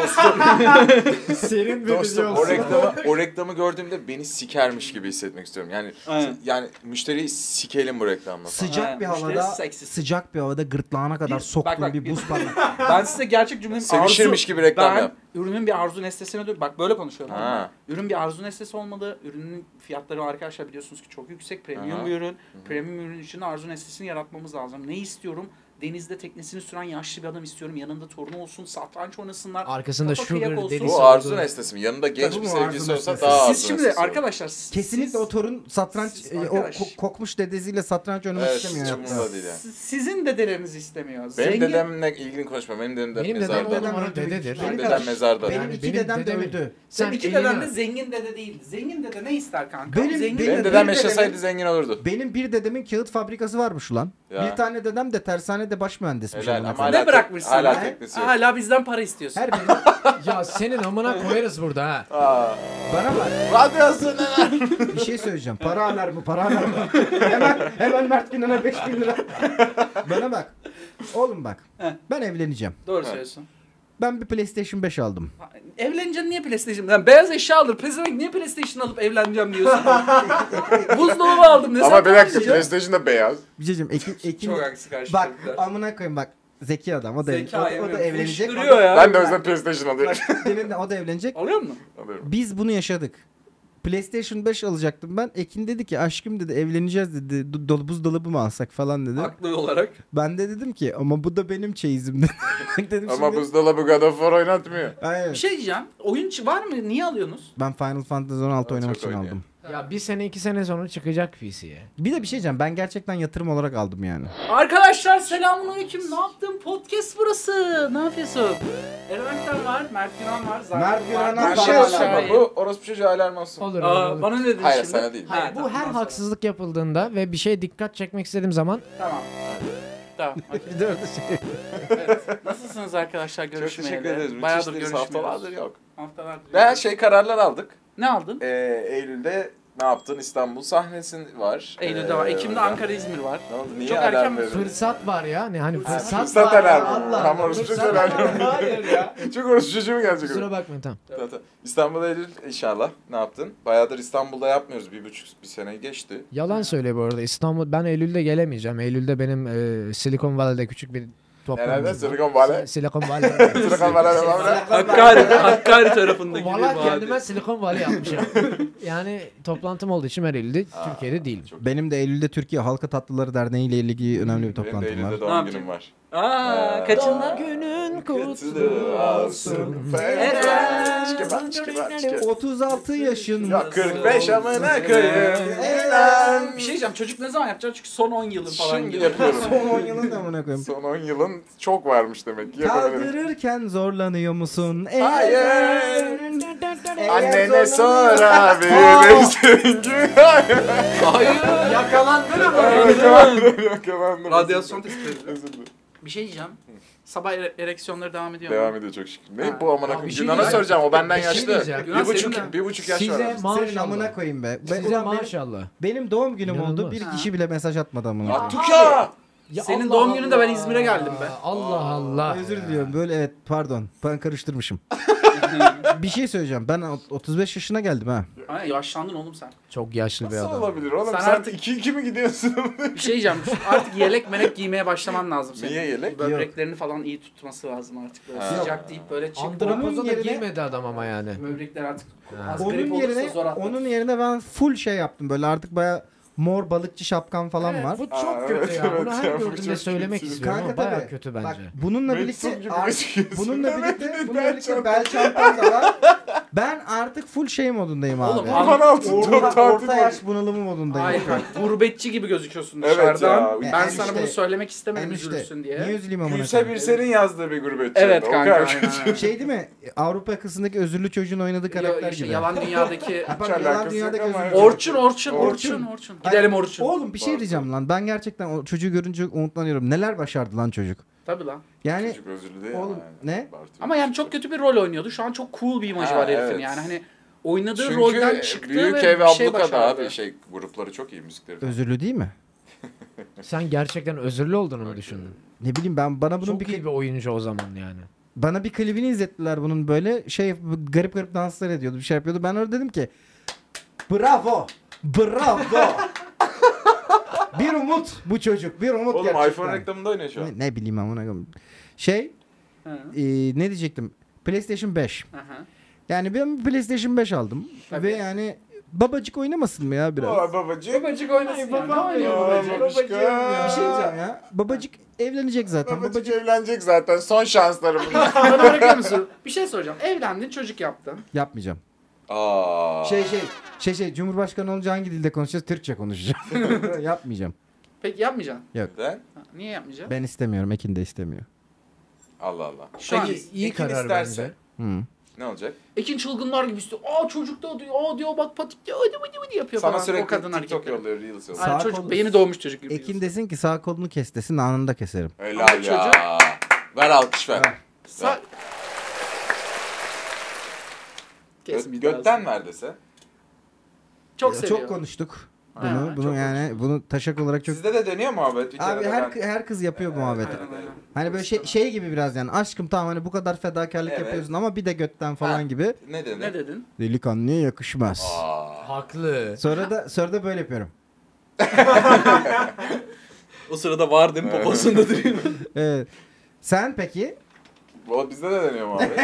Speaker 2: Serin
Speaker 3: Dostum o reklamı, o reklamı gördüğümde beni sikermiş gibi hissetmek istiyorum. Yani
Speaker 4: Aynen.
Speaker 3: yani müşteriyi sikelim bu reklamla. falan.
Speaker 5: (laughs) sıcak
Speaker 4: Ha,
Speaker 5: bir
Speaker 4: müşteri
Speaker 5: havada
Speaker 4: seksist.
Speaker 5: sıcak bir havada gırtlağına kadar
Speaker 4: Bir-
Speaker 5: soktuğun
Speaker 4: bak, bak,
Speaker 5: bir
Speaker 4: bir-
Speaker 5: buz parmağı.
Speaker 4: Ben size gerçek cümlemi
Speaker 3: Sevişirmiş gibi reklam
Speaker 4: ben,
Speaker 3: yap.
Speaker 4: ürünün bir arzu nesnesine dön. Bak böyle konuşuyorum.
Speaker 3: Ha.
Speaker 4: ama Ürün bir arzu nesnesi olmalı. Ürünün fiyatları arkadaşlar biliyorsunuz ki çok yüksek. Premium
Speaker 3: Aha.
Speaker 4: bir ürün. Premium ürün için de arzu nesnesini yaratmamız lazım. Ne istiyorum? Denizde teknesini süren yaşlı bir adam istiyorum. Yanında torunu olsun, satranç oynasınlar.
Speaker 2: Arkasında
Speaker 4: kafa
Speaker 2: sugar
Speaker 4: kıyak olsun.
Speaker 2: derisi
Speaker 3: Bu arzu nesnesi mi? Yanında genç
Speaker 5: Tabii
Speaker 3: bir
Speaker 5: bu arzu
Speaker 3: sevgilisi olsa
Speaker 5: nesnesi.
Speaker 3: daha arzu
Speaker 4: Siz şimdi
Speaker 3: nesnesi olur.
Speaker 4: arkadaşlar (laughs) siz-
Speaker 5: Kesinlikle o torun satranç
Speaker 4: siz
Speaker 5: e, o
Speaker 4: arkadaş.
Speaker 5: ko- kokmuş dedesiyle satranç oynamak
Speaker 3: Evet,
Speaker 5: istemiyor
Speaker 3: hiç
Speaker 5: hayatta.
Speaker 3: umurumda değil yani.
Speaker 4: siz- sizin dedeleriniz istemiyor.
Speaker 3: Benim
Speaker 4: Zengin-
Speaker 3: dedemle ilgili konuşma. Benim dedem
Speaker 2: Benim dedem
Speaker 3: mezarda.
Speaker 2: o
Speaker 3: Benim
Speaker 5: Dedem
Speaker 2: numara
Speaker 5: öldü.
Speaker 2: dededir.
Speaker 5: Benim
Speaker 3: dedem
Speaker 5: kardeş-
Speaker 3: mezarda.
Speaker 5: Benim
Speaker 2: Yani
Speaker 5: iki
Speaker 2: benim
Speaker 5: dedem de
Speaker 2: dedem-
Speaker 5: öldü.
Speaker 4: Sen iki
Speaker 2: elini-
Speaker 4: deden de zengin dede değil. Zengin dede ne ister kanka?
Speaker 5: Benim-
Speaker 4: zengin
Speaker 5: benim
Speaker 3: dedem
Speaker 5: dedem-
Speaker 3: yaşasaydı zengin olurdu.
Speaker 5: Benim bir dedemin kağıt fabrikası varmış ulan.
Speaker 3: Ya.
Speaker 5: Bir tane dedem de tersanede baş mühendismiş.
Speaker 3: Helal
Speaker 5: amına
Speaker 3: ama
Speaker 5: koyayım.
Speaker 3: hala,
Speaker 4: Ne bırakmışsın?
Speaker 3: hala
Speaker 4: ha?
Speaker 3: teknesi yok.
Speaker 4: Hala bizden para istiyorsun.
Speaker 5: Her biri
Speaker 2: Ya senin amına koyarız burada ha.
Speaker 5: bana bak.
Speaker 3: Radyosun
Speaker 5: Bir şey söyleyeceğim. Para alarmı, para alarmı. hemen, hemen Mert Günan'a 5 bin lira. Bana bak. Oğlum bak. Ben evleneceğim.
Speaker 4: Doğru söylüyorsun.
Speaker 5: ben bir PlayStation 5 aldım.
Speaker 4: Evleneceksin niye PlayStation? Yani beyaz eşya alır. Pezevenk niye PlayStation alıp evleneceğim diyorsun. (laughs) Buzdolabı aldım desen.
Speaker 3: Ama bir dakika
Speaker 4: tamam diyeceğim.
Speaker 3: PlayStation da beyaz.
Speaker 5: Bir şey diyeyim, Ekin, Ekin,
Speaker 4: Çok haksız karşılıklar.
Speaker 5: bak amına koyayım bak zeki adam o da,
Speaker 4: Zeka
Speaker 5: o, o da
Speaker 4: yemiyor.
Speaker 5: evlenecek. O
Speaker 4: Fışkırıyor
Speaker 5: da,
Speaker 4: ya.
Speaker 3: Ben de o yüzden PlayStation alıyorum.
Speaker 5: bak, benim de o da evlenecek.
Speaker 4: Alıyor musun?
Speaker 3: Alıyorum.
Speaker 5: Biz bunu yaşadık. PlayStation 5 alacaktım ben. Ekin dedi ki aşkım dedi evleneceğiz dedi. Du- Dol buzdolabı mı alsak falan dedi.
Speaker 4: Haklı olarak.
Speaker 5: Ben de dedim ki ama bu da benim çeyizim (laughs) dedi. dedim
Speaker 3: Ama
Speaker 5: şimdi.
Speaker 3: buzdolabı God of War oynatmıyor.
Speaker 5: Aynen.
Speaker 4: Bir şey diyeceğim. Oyun ç- var mı? Niye alıyorsunuz?
Speaker 5: Ben Final Fantasy 16 oynamak için
Speaker 3: oynuyor.
Speaker 5: aldım.
Speaker 2: Ya bir sene iki sene sonra çıkacak PC'ye.
Speaker 5: Bir de bir şey diyeceğim. Ben gerçekten yatırım olarak aldım
Speaker 4: (laughs)
Speaker 5: yani.
Speaker 4: Arkadaşlar selamünaleyküm. Ne yaptın? Podcast burası. Ne yapıyorsun? Eren Aktan var. Mert Günan var. Zaten
Speaker 5: Mert Günan'a
Speaker 3: Ben
Speaker 5: Ben
Speaker 3: bir şey
Speaker 5: bana-
Speaker 3: söyleyeyim. Bu orospu çocuğu alarm olsun.
Speaker 2: Olur olur.
Speaker 4: Aa,
Speaker 2: olur.
Speaker 4: bana ne dedin
Speaker 3: Hayır,
Speaker 4: şimdi?
Speaker 3: sana değil.
Speaker 4: Ha,
Speaker 2: Bu
Speaker 4: tamam,
Speaker 2: her
Speaker 4: bana sana.
Speaker 2: haksızlık yapıldığında ve bir şeye dikkat çekmek istediğim zaman
Speaker 4: Tamam.
Speaker 5: (laughs)
Speaker 4: Tamam.
Speaker 5: Bir de öyle şey.
Speaker 4: Nasılsınız arkadaşlar
Speaker 3: Çok
Speaker 4: görüşmeyeli?
Speaker 3: teşekkür ederiz.
Speaker 4: Bayağıdır
Speaker 3: Bayağıdır
Speaker 4: görüşmüyoruz.
Speaker 3: haftalardır yok.
Speaker 4: Haftalardır.
Speaker 3: Ve şey kararlar aldık.
Speaker 4: Ne aldın?
Speaker 3: Ee, Eylül'de ne yaptın? İstanbul sahnesi var.
Speaker 4: Eylül'de
Speaker 3: Ee,
Speaker 4: var. Ekim'de Ankara, İzmir var.
Speaker 3: Ne oldu? Niye
Speaker 4: Çok
Speaker 3: alarm
Speaker 4: erken mi?
Speaker 3: verdin?
Speaker 2: fırsat var ya. Ne hani fırsat.
Speaker 3: Fırsat
Speaker 2: var
Speaker 3: alarmı.
Speaker 2: ya, Allah
Speaker 3: Tam
Speaker 2: Allah,
Speaker 3: orospu
Speaker 2: fırsat
Speaker 3: çocuğu
Speaker 2: var.
Speaker 3: alarmı. (laughs)
Speaker 4: şey Hayır ya.
Speaker 3: Çok orospu çocuğu mu gelecek?
Speaker 2: Kusura bakmayın tamam.
Speaker 3: Tamam, tamam. İstanbul'da Eylül inşallah. Ne yaptın? Bayağıdır İstanbul'da yapmıyoruz. Bir buçuk bir sene
Speaker 4: (laughs)
Speaker 3: geçti.
Speaker 2: Yalan söyle bu arada. İstanbul ben Eylül'de gelemeyeceğim. Eylül'de benim e, Silikon Valley'de küçük bir toplantım.
Speaker 3: Nerede?
Speaker 2: var.
Speaker 3: Silikon Valley.
Speaker 2: Si- Silikon Valley.
Speaker 3: Silikon Valley. Valley.
Speaker 4: Hakkari, Hakkari tarafındaki bir
Speaker 2: Valla kendime
Speaker 4: vadi.
Speaker 2: Silikon Valley yapmışım. yani toplantım olduğu için ben Eylül'de Türkiye'de değilim.
Speaker 5: Benim de Eylül'de Türkiye Halka Tatlıları Derneği ile ilgili önemli bir
Speaker 3: Benim de
Speaker 5: toplantım var.
Speaker 3: Eylül'de
Speaker 4: Ne
Speaker 3: doğum
Speaker 4: yapacaksın?
Speaker 3: günüm var.
Speaker 4: Aa,
Speaker 3: Ee,
Speaker 4: kaçında?
Speaker 2: Günün
Speaker 3: Kutlu olsun.
Speaker 4: Eren.
Speaker 3: Çıkıma, çıkıma, çıkıma.
Speaker 5: 36 yaşında.
Speaker 3: Ya 45 amına koyayım.
Speaker 4: Bir şey diyeceğim. Çocuk ne zaman yapacak? Çünkü son 10 yılın falan.
Speaker 3: Şimdi
Speaker 4: gibi.
Speaker 5: Son
Speaker 4: (laughs)
Speaker 3: yapıyorum.
Speaker 5: 10 yılın amına koyayım.
Speaker 3: Son 10 yılın çok varmış demek ki yapabilirim.
Speaker 5: Kaldırırken zorlanıyor musun? Eğer-
Speaker 3: Hayır.
Speaker 5: Eğer
Speaker 3: Annene
Speaker 5: zorlanıyor-
Speaker 3: sor abi. Benim (laughs) gibi.
Speaker 4: Hayır. Yakalandın
Speaker 3: Yakalandım.
Speaker 4: Radyasyon testi.
Speaker 3: Özür dilerim.
Speaker 4: Bir şey diyeceğim. Sabah ere- ereksiyonları devam ediyor
Speaker 3: Devam
Speaker 4: mu?
Speaker 3: ediyor çok şükür. Ne bu amına
Speaker 2: Abi
Speaker 3: koyayım?
Speaker 2: bir şey
Speaker 3: Yunan'a
Speaker 2: diyeceğim.
Speaker 3: soracağım o benden
Speaker 2: Bir şey
Speaker 3: yaşlı.
Speaker 2: diyeceğim.
Speaker 3: Bir
Speaker 4: Yunan
Speaker 3: buçuk,
Speaker 4: senin de.
Speaker 3: bir buçuk yaş var.
Speaker 2: Size
Speaker 3: aramızda.
Speaker 5: Senin amına
Speaker 2: maşallah.
Speaker 5: koyayım be. Ben-
Speaker 2: Size
Speaker 5: ulan benim-
Speaker 2: maşallah.
Speaker 5: Benim doğum günüm oldu.
Speaker 2: İnanılmaz.
Speaker 5: Bir
Speaker 4: Ha.
Speaker 5: kişi bile mesaj atmadı amına. koyayım.
Speaker 3: Attık ya.
Speaker 2: Ya
Speaker 4: Senin
Speaker 2: Allah
Speaker 4: doğum gününde ben
Speaker 2: Allah.
Speaker 4: İzmir'e geldim be.
Speaker 2: Allah Allah.
Speaker 5: Özür diliyorum. Böyle evet pardon. Ben karıştırmışım.
Speaker 4: (laughs)
Speaker 5: bir şey söyleyeceğim. Ben ot- 35 yaşına geldim ha.
Speaker 4: Ay, yaşlandın oğlum sen.
Speaker 2: Çok yaşlı bir
Speaker 3: Nasıl
Speaker 2: adam.
Speaker 3: olabilir oğlum? Sen,
Speaker 4: Sen
Speaker 3: artık
Speaker 4: artık-
Speaker 3: 2-2 mi gidiyorsun?
Speaker 4: Bir şey diyeceğim. Artık yelek melek giymeye başlaman lazım senin.
Speaker 3: Niye yelek?
Speaker 4: Böbreklerini falan iyi tutması lazım artık. Böyle
Speaker 3: Ha.
Speaker 4: sıcak deyip böyle çık.
Speaker 2: Antrepoza
Speaker 5: Onun
Speaker 2: da
Speaker 5: yerine-
Speaker 2: girmedi adam ama yani.
Speaker 4: Böbrekler artık
Speaker 2: Ha.
Speaker 4: az grip
Speaker 5: Onun
Speaker 4: olursa
Speaker 5: yerine
Speaker 4: zor atlatır.
Speaker 5: onun yerine ben full şey yaptım. Böyle artık baya mor balıkçı şapkam falan
Speaker 2: Evet,
Speaker 5: var.
Speaker 2: Bu
Speaker 3: Aa,
Speaker 2: çok kötü
Speaker 3: evet,
Speaker 2: ya.
Speaker 3: evet
Speaker 2: Bunu her
Speaker 3: ya, bu
Speaker 2: gördüğümde
Speaker 3: çok
Speaker 2: söylemek
Speaker 3: kötü. şey.
Speaker 2: istiyorum ama
Speaker 5: tabii.
Speaker 2: baya kötü
Speaker 5: Bak,
Speaker 2: bence.
Speaker 5: bununla
Speaker 3: Mektup
Speaker 5: birlikte
Speaker 3: gibi
Speaker 5: ar-
Speaker 3: gözüküyorsun.
Speaker 5: bununla
Speaker 3: Demek
Speaker 5: birlikte
Speaker 3: ki
Speaker 5: bununla
Speaker 3: ben
Speaker 5: birlikte bel çantam da var. Ben artık full şey modundayım abi.
Speaker 4: Oğlum,
Speaker 3: Orhan Altın
Speaker 5: orta,
Speaker 3: çok tatil
Speaker 5: orta
Speaker 3: oldu.
Speaker 5: yaş bunalımı modundayım.
Speaker 4: Hayır (laughs) bak gurbetçi gibi gözüküyorsun
Speaker 3: Evet
Speaker 4: dışarıdan.
Speaker 3: ya, şey
Speaker 4: ben
Speaker 5: enişte.
Speaker 4: sana bunu söylemek istemedim
Speaker 5: Enişte,
Speaker 4: üzülürsün diye.
Speaker 5: Niye üzüleyim amına
Speaker 3: Gülse
Speaker 5: koyayım?
Speaker 3: Birsel'in yazdığı bir gurbetçi.
Speaker 4: Evet
Speaker 3: O
Speaker 4: kanka.
Speaker 3: kadar
Speaker 4: aynen,
Speaker 3: kötü.
Speaker 4: aynen.
Speaker 5: Şey değil mi? Avrupa kısındaki özürlü çocuğun oynadığı
Speaker 4: Ya-
Speaker 5: karakter
Speaker 4: işte
Speaker 5: gibi.
Speaker 4: Yalan
Speaker 5: (laughs)
Speaker 4: dünyadaki
Speaker 5: Bak,
Speaker 3: Hiç
Speaker 5: yalan
Speaker 3: alakası
Speaker 5: dünyada
Speaker 3: yok ama
Speaker 5: gözüküyor.
Speaker 4: Orçun, Orçun,
Speaker 5: Orçun.
Speaker 4: Orçun, Orçun. Gidelim
Speaker 5: Hayır,
Speaker 4: Orçun.
Speaker 5: Oğlum bir şey
Speaker 3: Pardon.
Speaker 5: diyeceğim lan. Ben gerçekten o çocuğu görünce umutlanıyorum. Neler başardı lan çocuk?
Speaker 4: Tabii lan.
Speaker 5: Yani
Speaker 3: Çocuk özürlü değil
Speaker 5: Oğlum,
Speaker 3: ama yani.
Speaker 5: ne?
Speaker 3: Abartıyor.
Speaker 4: Ama yani çok kötü bir rol oynuyordu. Şu an çok cool bir imajı
Speaker 3: Ha,
Speaker 4: var herifin
Speaker 3: evet.
Speaker 4: yani. Hani oynadığı
Speaker 3: Çünkü
Speaker 4: rolden çıktı
Speaker 3: büyük
Speaker 4: ve
Speaker 3: ev
Speaker 4: bir şey
Speaker 3: abluka da
Speaker 4: başardı.
Speaker 3: abi şey grupları çok iyi müzikleri. falan.
Speaker 5: özürlü değil mi?
Speaker 2: Sen gerçekten özürlü olduğunu mu düşündün?
Speaker 5: Ne bileyim ben bana bunun
Speaker 2: Çok
Speaker 5: bir
Speaker 2: iyi bir oyuncu o zaman yani.
Speaker 5: bana bir klibini izlettiler bunun böyle şey garip garip danslar ediyordu bir şey yapıyordu. Ben orada dedim ki bravo
Speaker 2: (laughs)
Speaker 5: bravo bir umut bu çocuk bir umut
Speaker 3: Oğlum
Speaker 5: gerçekten.
Speaker 3: iPhone reklamında oynuyor şu an.
Speaker 5: ne, ne bileyim amına koyayım. Şey
Speaker 4: Hı,
Speaker 5: e, ne diyecektim PlayStation 5
Speaker 4: aha.
Speaker 5: yani ben PlayStation 5 aldım
Speaker 4: Tabii.
Speaker 5: ve yani babacık oynamasın mı ya biraz?
Speaker 3: Aa, babacık.
Speaker 4: Babacık oynasın
Speaker 5: babam
Speaker 4: yani. Ne
Speaker 5: ya,
Speaker 4: oynuyor
Speaker 3: babacık.
Speaker 4: babacık?
Speaker 5: Bir şey diyeceğim ya babacık evlenecek zaten
Speaker 3: Babacık
Speaker 5: babacık
Speaker 3: evlenecek zaten. Son şansları (laughs) bunlar.
Speaker 4: Bana bırakır mısın? Bir şey soracağım. Evlendin, çocuk yaptın.
Speaker 5: yapmayacağım.
Speaker 3: Aa.
Speaker 5: Şey şey şey şey Cumhurbaşkanı olunca hangi dilde konuşacağız? Türkçe konuşacağım. (laughs)
Speaker 3: (laughs)
Speaker 5: Yapmayacağım.
Speaker 4: Peki yapmayacaksın.
Speaker 3: Neden?
Speaker 4: Ha, Niye yapmayacaksın?
Speaker 5: Ben istemiyorum. Ekin de istemiyor.
Speaker 3: Allah Allah.
Speaker 4: Şu an
Speaker 2: Peki, iyi
Speaker 3: Ekin
Speaker 2: karar
Speaker 3: isterse.
Speaker 2: bence.
Speaker 5: Hı.
Speaker 3: Ne olacak?
Speaker 4: Ekin çılgınlar gibi istiyor. Aa çocuk da diyor. Aa diyor bak patik diyor. Hadi hadi hadi yapıyor
Speaker 3: Sana
Speaker 4: falan.
Speaker 3: sürekli
Speaker 4: o kadın
Speaker 3: TikTok
Speaker 4: hareketleri.
Speaker 3: yolluyor, Reels yolluyor.
Speaker 4: Aynen
Speaker 5: Sağ
Speaker 4: çocuk
Speaker 5: kol-
Speaker 4: yeni doğmuş çocuk gibi.
Speaker 5: Ekin desin ki sağ kolunu kes desin anında keserim.
Speaker 3: Helal
Speaker 4: Ama
Speaker 3: ya. Ver alkış ver.
Speaker 4: Sa-
Speaker 3: Gö-
Speaker 4: Kesin bir daha
Speaker 3: götten
Speaker 4: söyle.
Speaker 3: ver dese.
Speaker 4: Çok
Speaker 5: Ya,
Speaker 4: seviyor.
Speaker 5: konuştuk. Bunu
Speaker 4: Ha, çok
Speaker 5: bunu yani bunu taşak olarak çok
Speaker 3: Sizde de dönüyor muhabbet. Bir kere
Speaker 5: Abi
Speaker 3: de
Speaker 5: her
Speaker 3: ben- Ee,
Speaker 5: her kız yapıyor bu muhabbeti.
Speaker 4: Aynen, aynen.
Speaker 5: Hani böyle şey, şey gibi biraz yani aşkım tamam hani bu kadar fedakarlık
Speaker 3: Evet.
Speaker 5: yapıyorsun ama bir de götten falan
Speaker 3: Ha.
Speaker 5: gibi.
Speaker 3: Ne dedin?
Speaker 4: Ne dedin?
Speaker 5: Delikanlıya yakışmaz.
Speaker 3: Aa.
Speaker 2: Haklı.
Speaker 5: Sonra da sonra da böyle yapıyorum.
Speaker 4: (laughs) O sırada var değil mi poposunda duruyor.
Speaker 5: Ee, sen peki?
Speaker 3: Valla bizde de dönüyor muhabbet.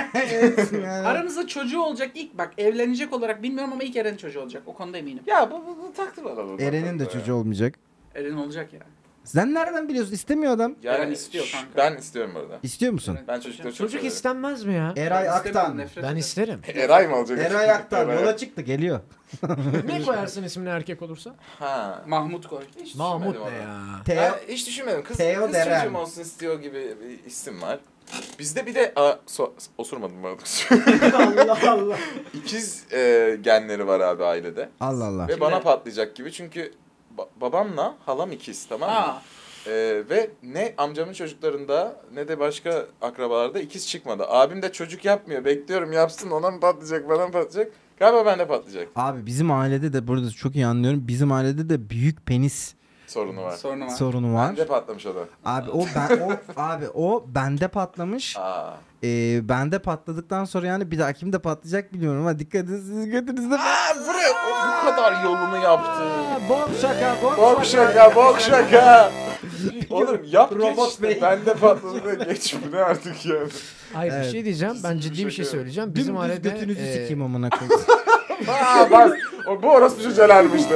Speaker 5: Yani,
Speaker 4: Aranızda çocuğu olacak ilk bak evlenecek olarak bilmiyorum ama ilk Eren çocuğu olacak. O konuda eminim.
Speaker 3: (laughs) ya bu, bu, bu takdir alalım.
Speaker 5: Eren'in de çocuğu olmayacak.
Speaker 4: Eren olacak yani.
Speaker 5: Sen nereden biliyorsun? İstemiyor adam.
Speaker 3: Yani
Speaker 4: Eren istiyor
Speaker 3: şş,
Speaker 4: kanka.
Speaker 3: Ben istiyorum orada.
Speaker 5: İstiyor musun?
Speaker 3: Ben çocukları çok
Speaker 2: Çocuk
Speaker 3: severim.
Speaker 2: istenmez mi ya?
Speaker 5: Eray
Speaker 4: Ben istemem,
Speaker 5: Aktan.
Speaker 4: nefret
Speaker 2: Ben
Speaker 4: ederim.
Speaker 3: (laughs)
Speaker 2: isterim.
Speaker 3: Eray mı olacak?
Speaker 5: Eray Aktan
Speaker 3: Eray-
Speaker 5: yola çıktı geliyor.
Speaker 2: ne koyarsın ismini erkek olursa?
Speaker 3: Ha.
Speaker 4: Mahmut koy.
Speaker 3: Hiç
Speaker 2: Mahmut
Speaker 3: düşünmedim
Speaker 2: ne
Speaker 3: onu.
Speaker 2: ya?
Speaker 5: Teo
Speaker 4: (laughs)
Speaker 3: Ben hiç düşünmedim. Kız,
Speaker 5: Teo
Speaker 3: kız
Speaker 5: Deren.
Speaker 3: çocuğum olsun istiyor gibi bir isim var. Bizde bir de... Aa, so, osurmadım bu arada.
Speaker 5: Allah Allah.
Speaker 3: (laughs) İkiz e, genleri var abi ailede.
Speaker 5: Allah Allah.
Speaker 3: Ve
Speaker 4: Kimde?
Speaker 3: bana patlayacak gibi çünkü ba- babamla halam ikiz tamam mı?
Speaker 4: Ha.
Speaker 3: E, ve ne amcamın çocuklarında ne de başka akrabalarda ikiz çıkmadı. Abim de çocuk yapmıyor. Bekliyorum yapsın ona mı patlayacak bana mı patlayacak? Galiba bende patlayacak
Speaker 5: Abi bizim ailede de burada çok iyi anlıyorum. Bizim ailede de büyük penis
Speaker 3: sorunu var.
Speaker 4: Sorunu var.
Speaker 5: sorunu var.
Speaker 3: Bende patlamış o da.
Speaker 5: Abi o ben o abi o bende patlamış.
Speaker 3: Aa.
Speaker 5: Ee, bende patladıktan sonra yani bir daha kimde patlayacak bilmiyorum ama dikkat edin siz götünüzde.
Speaker 3: Aa, buraya o bu kadar yolunu yaptı.
Speaker 5: Bok şaka bok.
Speaker 3: Bok şaka, bok şaka. Oğlum yap
Speaker 5: Robot
Speaker 3: geç işte.
Speaker 5: bey.
Speaker 3: Bende patladı geç bu ne artık yani.
Speaker 2: Hayır
Speaker 5: Evet.
Speaker 2: bir şey diyeceğim. Ben ciddi bir şey
Speaker 3: şaka.
Speaker 2: söyleyeceğim. Bizim
Speaker 5: Bizim
Speaker 2: ailede...
Speaker 5: götünüzü
Speaker 2: e,
Speaker 5: sikeyim amına
Speaker 4: (laughs)
Speaker 5: koyayım.
Speaker 3: Aa bak o, bu orası cücelermişti.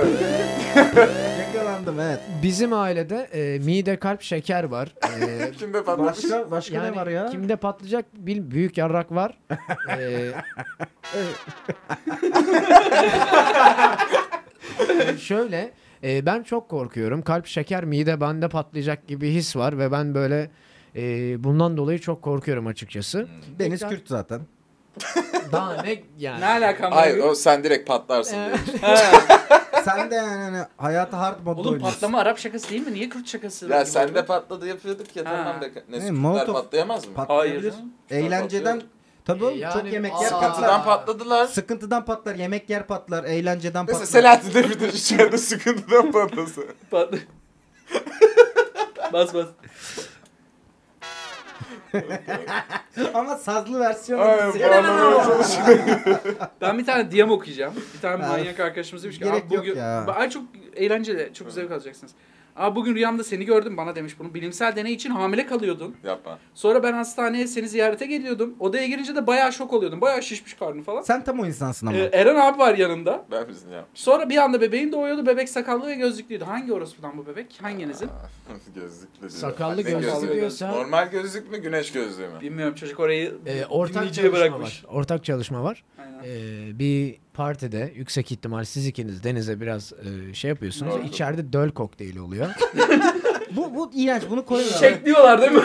Speaker 5: Yakalandım evet.
Speaker 2: Bizim ailede e, mide, kalp, şeker var.
Speaker 3: (laughs)
Speaker 2: E,
Speaker 3: Kimde patlamış?
Speaker 5: Başka başka ne var ya?
Speaker 2: Kimde patlayacak bil büyük
Speaker 5: (laughs)
Speaker 2: yarrak var. Ee, e, şöyle e, ben çok korkuyorum. Kalp şeker mide bende patlayacak gibi his var ve ben böyle e, bundan dolayı çok korkuyorum açıkçası.
Speaker 5: Deniz Kürt zaten.
Speaker 2: Daha ne yani?
Speaker 4: Ne alakam var?
Speaker 3: Hayır o sen direkt patlarsın diye.
Speaker 5: Sen de yani hani hayatı hard modda
Speaker 4: Oğlum
Speaker 5: oynuyorsun.
Speaker 4: patlama Arap şakası değil mi? Niye Kürt şakası?
Speaker 3: Ya
Speaker 4: gibi
Speaker 3: sen de
Speaker 4: oldu?
Speaker 3: patladı yapıyorduk ya
Speaker 4: Ha.
Speaker 3: tamam da ne
Speaker 5: Ne,
Speaker 3: Türkler
Speaker 5: Molotov-
Speaker 3: patlayamaz mı?
Speaker 5: Patlayabilir.
Speaker 4: Hayır.
Speaker 5: Eğlenceden
Speaker 3: Patlıyor.
Speaker 5: tabii
Speaker 4: Ee,
Speaker 5: oğlum,
Speaker 2: Yani-
Speaker 5: çok yemek yer
Speaker 2: Aa.
Speaker 5: patlar.
Speaker 3: Sıkıntıdan patladılar.
Speaker 5: Sıkıntıdan patlar, yemek yer patlar, eğlenceden patlar.
Speaker 3: Mesela Selahattin Demirtaş içeride sıkıntıdan patlasa.
Speaker 4: Patla. (laughs) bas bas.
Speaker 5: (laughs) Ama sazlı versiyonu.
Speaker 3: Ay
Speaker 5: bizi-
Speaker 3: bağlamaya çalışıyor.
Speaker 4: Ben bir tane diyem okuyacağım. Bir tane
Speaker 5: Ben-
Speaker 4: manyak arkadaşımız demiş ki
Speaker 5: Gerek
Speaker 4: "Abi
Speaker 5: yok
Speaker 4: bugün
Speaker 5: ya."
Speaker 4: Ay çok eğlenceli, çok zevk alacaksınız. Aa bugün rüyamda seni gördüm bana demiş bunu. Bilimsel deney için hamile kalıyordun.
Speaker 3: Yapma.
Speaker 4: Sonra ben hastaneye seni ziyarete geliyordum. Odaya girince de bayağı şok oluyordum. Bayağı şişmiş karnı falan.
Speaker 5: Sen tam o insansın
Speaker 4: (laughs)
Speaker 5: ama.
Speaker 4: Ee, Eren abi var yanında.
Speaker 3: Ben bizim (laughs) yapmış.
Speaker 4: Sonra bir anda bebeğin doğuyordu. Bebek sakallı ve gözlüklüydü. Hangi orospudan bu bebek? Hanginizin?
Speaker 3: gözlüklü diyor.
Speaker 2: Sakallı
Speaker 3: Ne
Speaker 2: gözlü
Speaker 4: gözlüğü?
Speaker 2: diyorsa
Speaker 3: Normal gözlük mü güneş gözlüğü mü?
Speaker 4: Bilmiyorum çocuk orayı
Speaker 5: Ee,
Speaker 2: e, ortak
Speaker 4: dinleyiciye
Speaker 2: çalışma
Speaker 4: bırakmış.
Speaker 2: var. Ortak çalışma var.
Speaker 4: Aynen.
Speaker 2: Ee, bir partide yüksek ihtimal siz ikiniz denize biraz e, şey yapıyorsunuz.
Speaker 3: Doğru.
Speaker 2: İçeride döl kokteyli oluyor.
Speaker 5: Bu bu iğrenç bunu koyuyorlar.
Speaker 4: Şek diyorlar değil mi?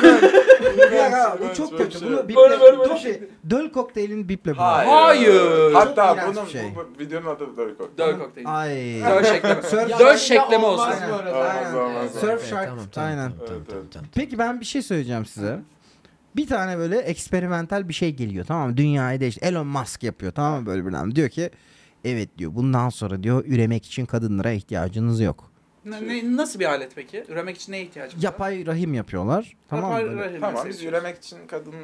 Speaker 5: Bir dakika, bu
Speaker 3: iğrenç,
Speaker 5: çok
Speaker 3: böyle
Speaker 5: kötü.
Speaker 3: bir şey
Speaker 5: Bunu
Speaker 3: yok.
Speaker 5: biple.
Speaker 4: Böyle, böyle, böyle
Speaker 5: Dofi,
Speaker 4: şey.
Speaker 5: Döl kokteylin biple bunu.
Speaker 4: Hayır.
Speaker 5: Çok
Speaker 3: Hatta
Speaker 5: iğrenç
Speaker 3: bunun
Speaker 5: bir şey.
Speaker 3: bu, bu videonun adı Dörkok.
Speaker 4: (laughs) Dört kokteyl.
Speaker 5: Ay.
Speaker 4: Dört şey.
Speaker 5: (laughs)
Speaker 4: şekleme.
Speaker 5: Surf
Speaker 4: Ya- Dört şekleme olsun.
Speaker 5: Aynen, aynen.
Speaker 3: olmaz.
Speaker 5: Surf Shark. aynen.
Speaker 2: Tamam, tamam,
Speaker 3: Evet, evet.
Speaker 2: tamam, tamam.
Speaker 5: Peki ben bir şey söyleyeceğim size. Bir tane böyle eksperimental bir şey geliyor tamam mı? Dünyayı değişti. Elon Musk yapıyor tamam mı böyle bir adam. Diyor ki evet diyor bundan sonra diyor üremek için kadınlara ihtiyacınız yok.
Speaker 4: Ne- ne- nasıl bir alet peki? Üremek için neye ihtiyacımız var?
Speaker 5: Yapay rahim yapıyorlar. Tamam mı?
Speaker 4: Yapay
Speaker 5: böyle?
Speaker 4: rahim
Speaker 3: Tamam biz
Speaker 4: meselesi.
Speaker 3: yürümek için kadın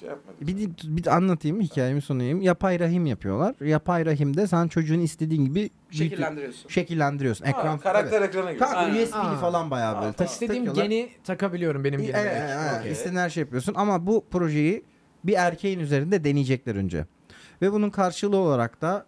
Speaker 3: şey yapmadık.
Speaker 5: Bir, bir anlatayım hikayemi sunayım. Yapay rahim yapıyorlar. Yapay rahimde sen çocuğun istediğin gibi
Speaker 4: Şekillendiriyorsun.
Speaker 5: şekillendiriyorsun.
Speaker 3: Ha,
Speaker 5: Ekran
Speaker 3: karakter ekrana giriyor.
Speaker 5: Kanka
Speaker 4: Aynen.
Speaker 5: USB'li
Speaker 2: Aa.
Speaker 5: falan bayağı böyle.
Speaker 3: Aa,
Speaker 5: tak-
Speaker 2: İstediğim
Speaker 5: takıyorlar.
Speaker 2: geni takabiliyorum benim
Speaker 5: İyi,
Speaker 2: genime.
Speaker 5: e, e, e,
Speaker 2: Okey.
Speaker 5: istediğin her şey yapıyorsun ama bu projeyi bir erkeğin üzerinde deneyecekler önce. Ve bunun karşılığı olarak da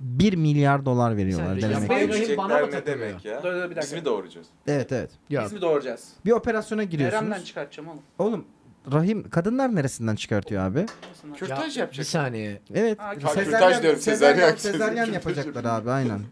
Speaker 5: 1 milyar dolar veriyorlar
Speaker 2: Sen de
Speaker 5: denemek.
Speaker 2: yapay-
Speaker 3: Yapay
Speaker 2: Benim rahim bana mı
Speaker 3: çiçekler ne
Speaker 2: takılıyor?
Speaker 3: demek ya?
Speaker 4: Dur, dur, bir
Speaker 3: Biz
Speaker 4: dakika.
Speaker 3: mi doğuracağız?
Speaker 5: Evet evet.
Speaker 2: Ya,
Speaker 4: Biz mi doğuracağız?
Speaker 5: Bir operasyona
Speaker 4: Erem'den
Speaker 5: giriyorsunuz.
Speaker 4: çıkartacağım oğlum.
Speaker 5: Oğlum rahim kadınlar neresinden çıkartıyor abi?
Speaker 4: Olsun abi.
Speaker 2: ya,
Speaker 3: Kürtaj
Speaker 2: bir
Speaker 3: yapacak.
Speaker 2: saniye.
Speaker 5: Evet.
Speaker 4: Ha,
Speaker 3: kürtaj diyorum,
Speaker 5: sezaryen,
Speaker 3: sezaryen.
Speaker 5: sezaryen yapacaklar abi
Speaker 4: (laughs)
Speaker 5: aynen.
Speaker 4: Sezaryen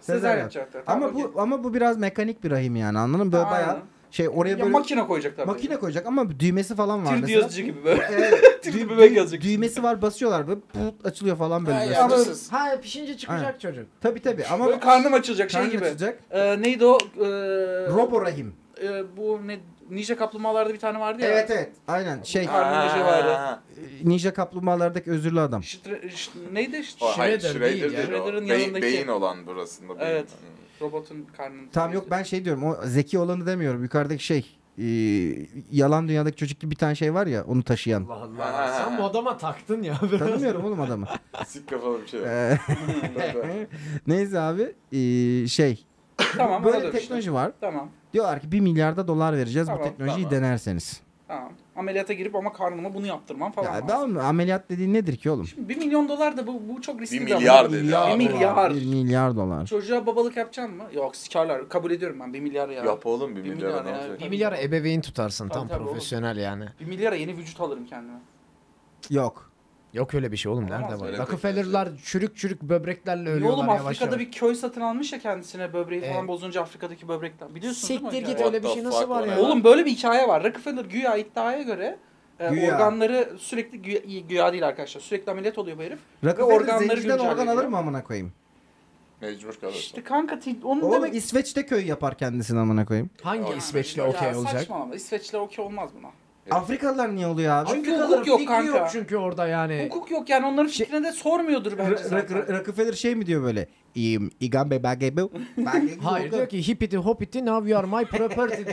Speaker 5: Sezaryen.
Speaker 4: yapacaklar. Tamam,
Speaker 5: Ama
Speaker 4: okey.
Speaker 5: bu ama bu biraz mekanik bir rahim yani anladın mı? Böyle
Speaker 4: Aynen.
Speaker 5: bayağı şey oraya
Speaker 4: ya
Speaker 5: böyle
Speaker 4: makine koyacaklar.
Speaker 5: makine koyacak ama düğmesi falan var
Speaker 4: Tir
Speaker 5: mesela.
Speaker 4: yazıcı gibi böyle. (laughs)
Speaker 5: Evet.
Speaker 4: Tir
Speaker 5: Dü-
Speaker 4: bebek
Speaker 5: dü-
Speaker 4: yazacak.
Speaker 5: Düğmesi var basıyorlar böyle pıt açılıyor falan böyle.
Speaker 3: Ha,
Speaker 5: biraz.
Speaker 3: ya.
Speaker 2: Ama,
Speaker 3: Anlarsız.
Speaker 2: ha pişince çıkacak çocuk.
Speaker 5: Tabii tabii (laughs) ama
Speaker 4: Böyle karnım açılacak şey
Speaker 5: karnın
Speaker 4: gibi.
Speaker 5: açılacak.
Speaker 4: Ee, neydi o? Ee,
Speaker 5: Robo rahim.
Speaker 4: e, bu ne Ninja Kaplumbağalarda bir tane vardı ya.
Speaker 5: Evet evet. Aynen şey.
Speaker 4: Ha. Karnımacı vardı.
Speaker 5: Ninja kaplumbağalardaki özürlü adam.
Speaker 4: Ştre- ş- neydi? Ş-
Speaker 3: O, hayır,
Speaker 2: Shredder değil
Speaker 3: Shredder değil,
Speaker 2: ya.
Speaker 3: o.
Speaker 4: Shredder'ın
Speaker 3: Beyin-
Speaker 4: yanındaki-
Speaker 3: Beyin olan burasında. beyin.
Speaker 4: Evet.
Speaker 3: Hı.
Speaker 4: Robotun karnını.
Speaker 5: Tamam yok ben şey diyorum. O zeki olanı demiyorum. Yukarıdaki şey. e, yalan dünyadaki çocuk gibi bir tane şey var ya onu taşıyan.
Speaker 2: Allah
Speaker 3: Ha.
Speaker 2: Allah. Sen bu adama taktın ya. biraz.
Speaker 5: Tanımıyorum oğlum
Speaker 4: (laughs)
Speaker 5: adamı.
Speaker 3: Sik kafalı bir şey. var.
Speaker 5: Ee, Neyse abi e, şey.
Speaker 4: Tamam
Speaker 5: Böyle
Speaker 4: ona dönüştüm.
Speaker 5: teknoloji var.
Speaker 4: Tamam.
Speaker 5: Diyorlar ki 1 milyarda dolar vereceğiz bu
Speaker 4: şey. Tamam,
Speaker 5: teknolojiyi
Speaker 3: tamam.
Speaker 5: denerseniz.
Speaker 4: Tamam. Ameliyata girip ama karnıma bunu yaptırmam falan.
Speaker 5: Ya,
Speaker 4: lazım.
Speaker 5: tamam mı? ameliyat dediğin nedir ki oğlum?
Speaker 4: Şimdi 1 milyon dolar da bu, bu çok riskli.
Speaker 3: Bir
Speaker 4: de ama.
Speaker 3: milyar dedi abi.
Speaker 4: Bir milyar.
Speaker 5: 1 milyar dolar.
Speaker 4: Çocuğa babalık yapacaksın mı? Yok sikarlar. Kabul ediyorum ben 1 milyar ya.
Speaker 3: Yap oğlum bir
Speaker 4: Bir
Speaker 3: milyara
Speaker 4: milyar
Speaker 3: ne
Speaker 4: ya.
Speaker 3: olacak?
Speaker 2: (laughs) Bir milyara ebeveyn tutarsın
Speaker 4: Tabii,
Speaker 2: tam
Speaker 4: tabii oğlum.
Speaker 2: profesyonel yani.
Speaker 4: 1 milyara yeni vücut alırım kendime.
Speaker 5: Yok.
Speaker 2: Yok öyle bir şey oğlum nerede
Speaker 4: Olamaz
Speaker 2: var?
Speaker 3: öyle bir şey.
Speaker 2: Rockefeller'lar çürük çürük böbreklerle
Speaker 4: Ne
Speaker 2: ölüyorlar
Speaker 4: oğlum
Speaker 2: yavaş
Speaker 4: Afrika'da
Speaker 2: yavaş.
Speaker 4: bir köy satın almış ya kendisine böbreği
Speaker 2: Evet.
Speaker 4: falan bozunca Afrika'daki böbrekten. Biliyorsun
Speaker 2: Siktir
Speaker 4: değil mi?
Speaker 2: git
Speaker 4: hikayeyi?
Speaker 2: öyle bir
Speaker 3: What
Speaker 2: şey
Speaker 3: the
Speaker 2: nasıl
Speaker 3: fuck
Speaker 2: var
Speaker 3: oğlum?
Speaker 2: ya?
Speaker 4: Oğlum böyle bir hikaye var. Rockefeller güya iddiaya göre e,
Speaker 5: Güya.
Speaker 4: organları sürekli güya, güya değil arkadaşlar. Sürekli ameliyat oluyor bu herif.
Speaker 5: Rockefeller
Speaker 4: organları
Speaker 5: zenciden organ
Speaker 4: güncelliyor.
Speaker 5: alır mı amına koyayım?
Speaker 3: Mecbur kalırsın.
Speaker 4: İşte kanka ti- onun
Speaker 5: Oğlum
Speaker 4: demek
Speaker 5: İsveç'te köy yapar kendisini amına koyayım.
Speaker 2: Hangi
Speaker 3: Ya,
Speaker 2: İsveçli
Speaker 4: Ya
Speaker 2: okey olacak?
Speaker 4: Saçmalama. İsveçliler okey olmaz buna.
Speaker 3: Evet.
Speaker 5: Afrikalılar niye oluyor abi?
Speaker 4: Çünkü
Speaker 2: Afrikalıların
Speaker 4: hukuk yok
Speaker 2: fikri
Speaker 4: kanka.
Speaker 2: Yok çünkü Şey- orada yani.
Speaker 4: Hukuk yok yani onların fikrine de sormuyordur
Speaker 5: Ra-
Speaker 4: bence
Speaker 5: Ra-
Speaker 4: zaten.
Speaker 5: Ra- Rockefeller şey mi diyor böyle? "İm, Igambe bagebe.
Speaker 4: (laughs)
Speaker 2: Hayır diyor ki hippity hoppity now you are my property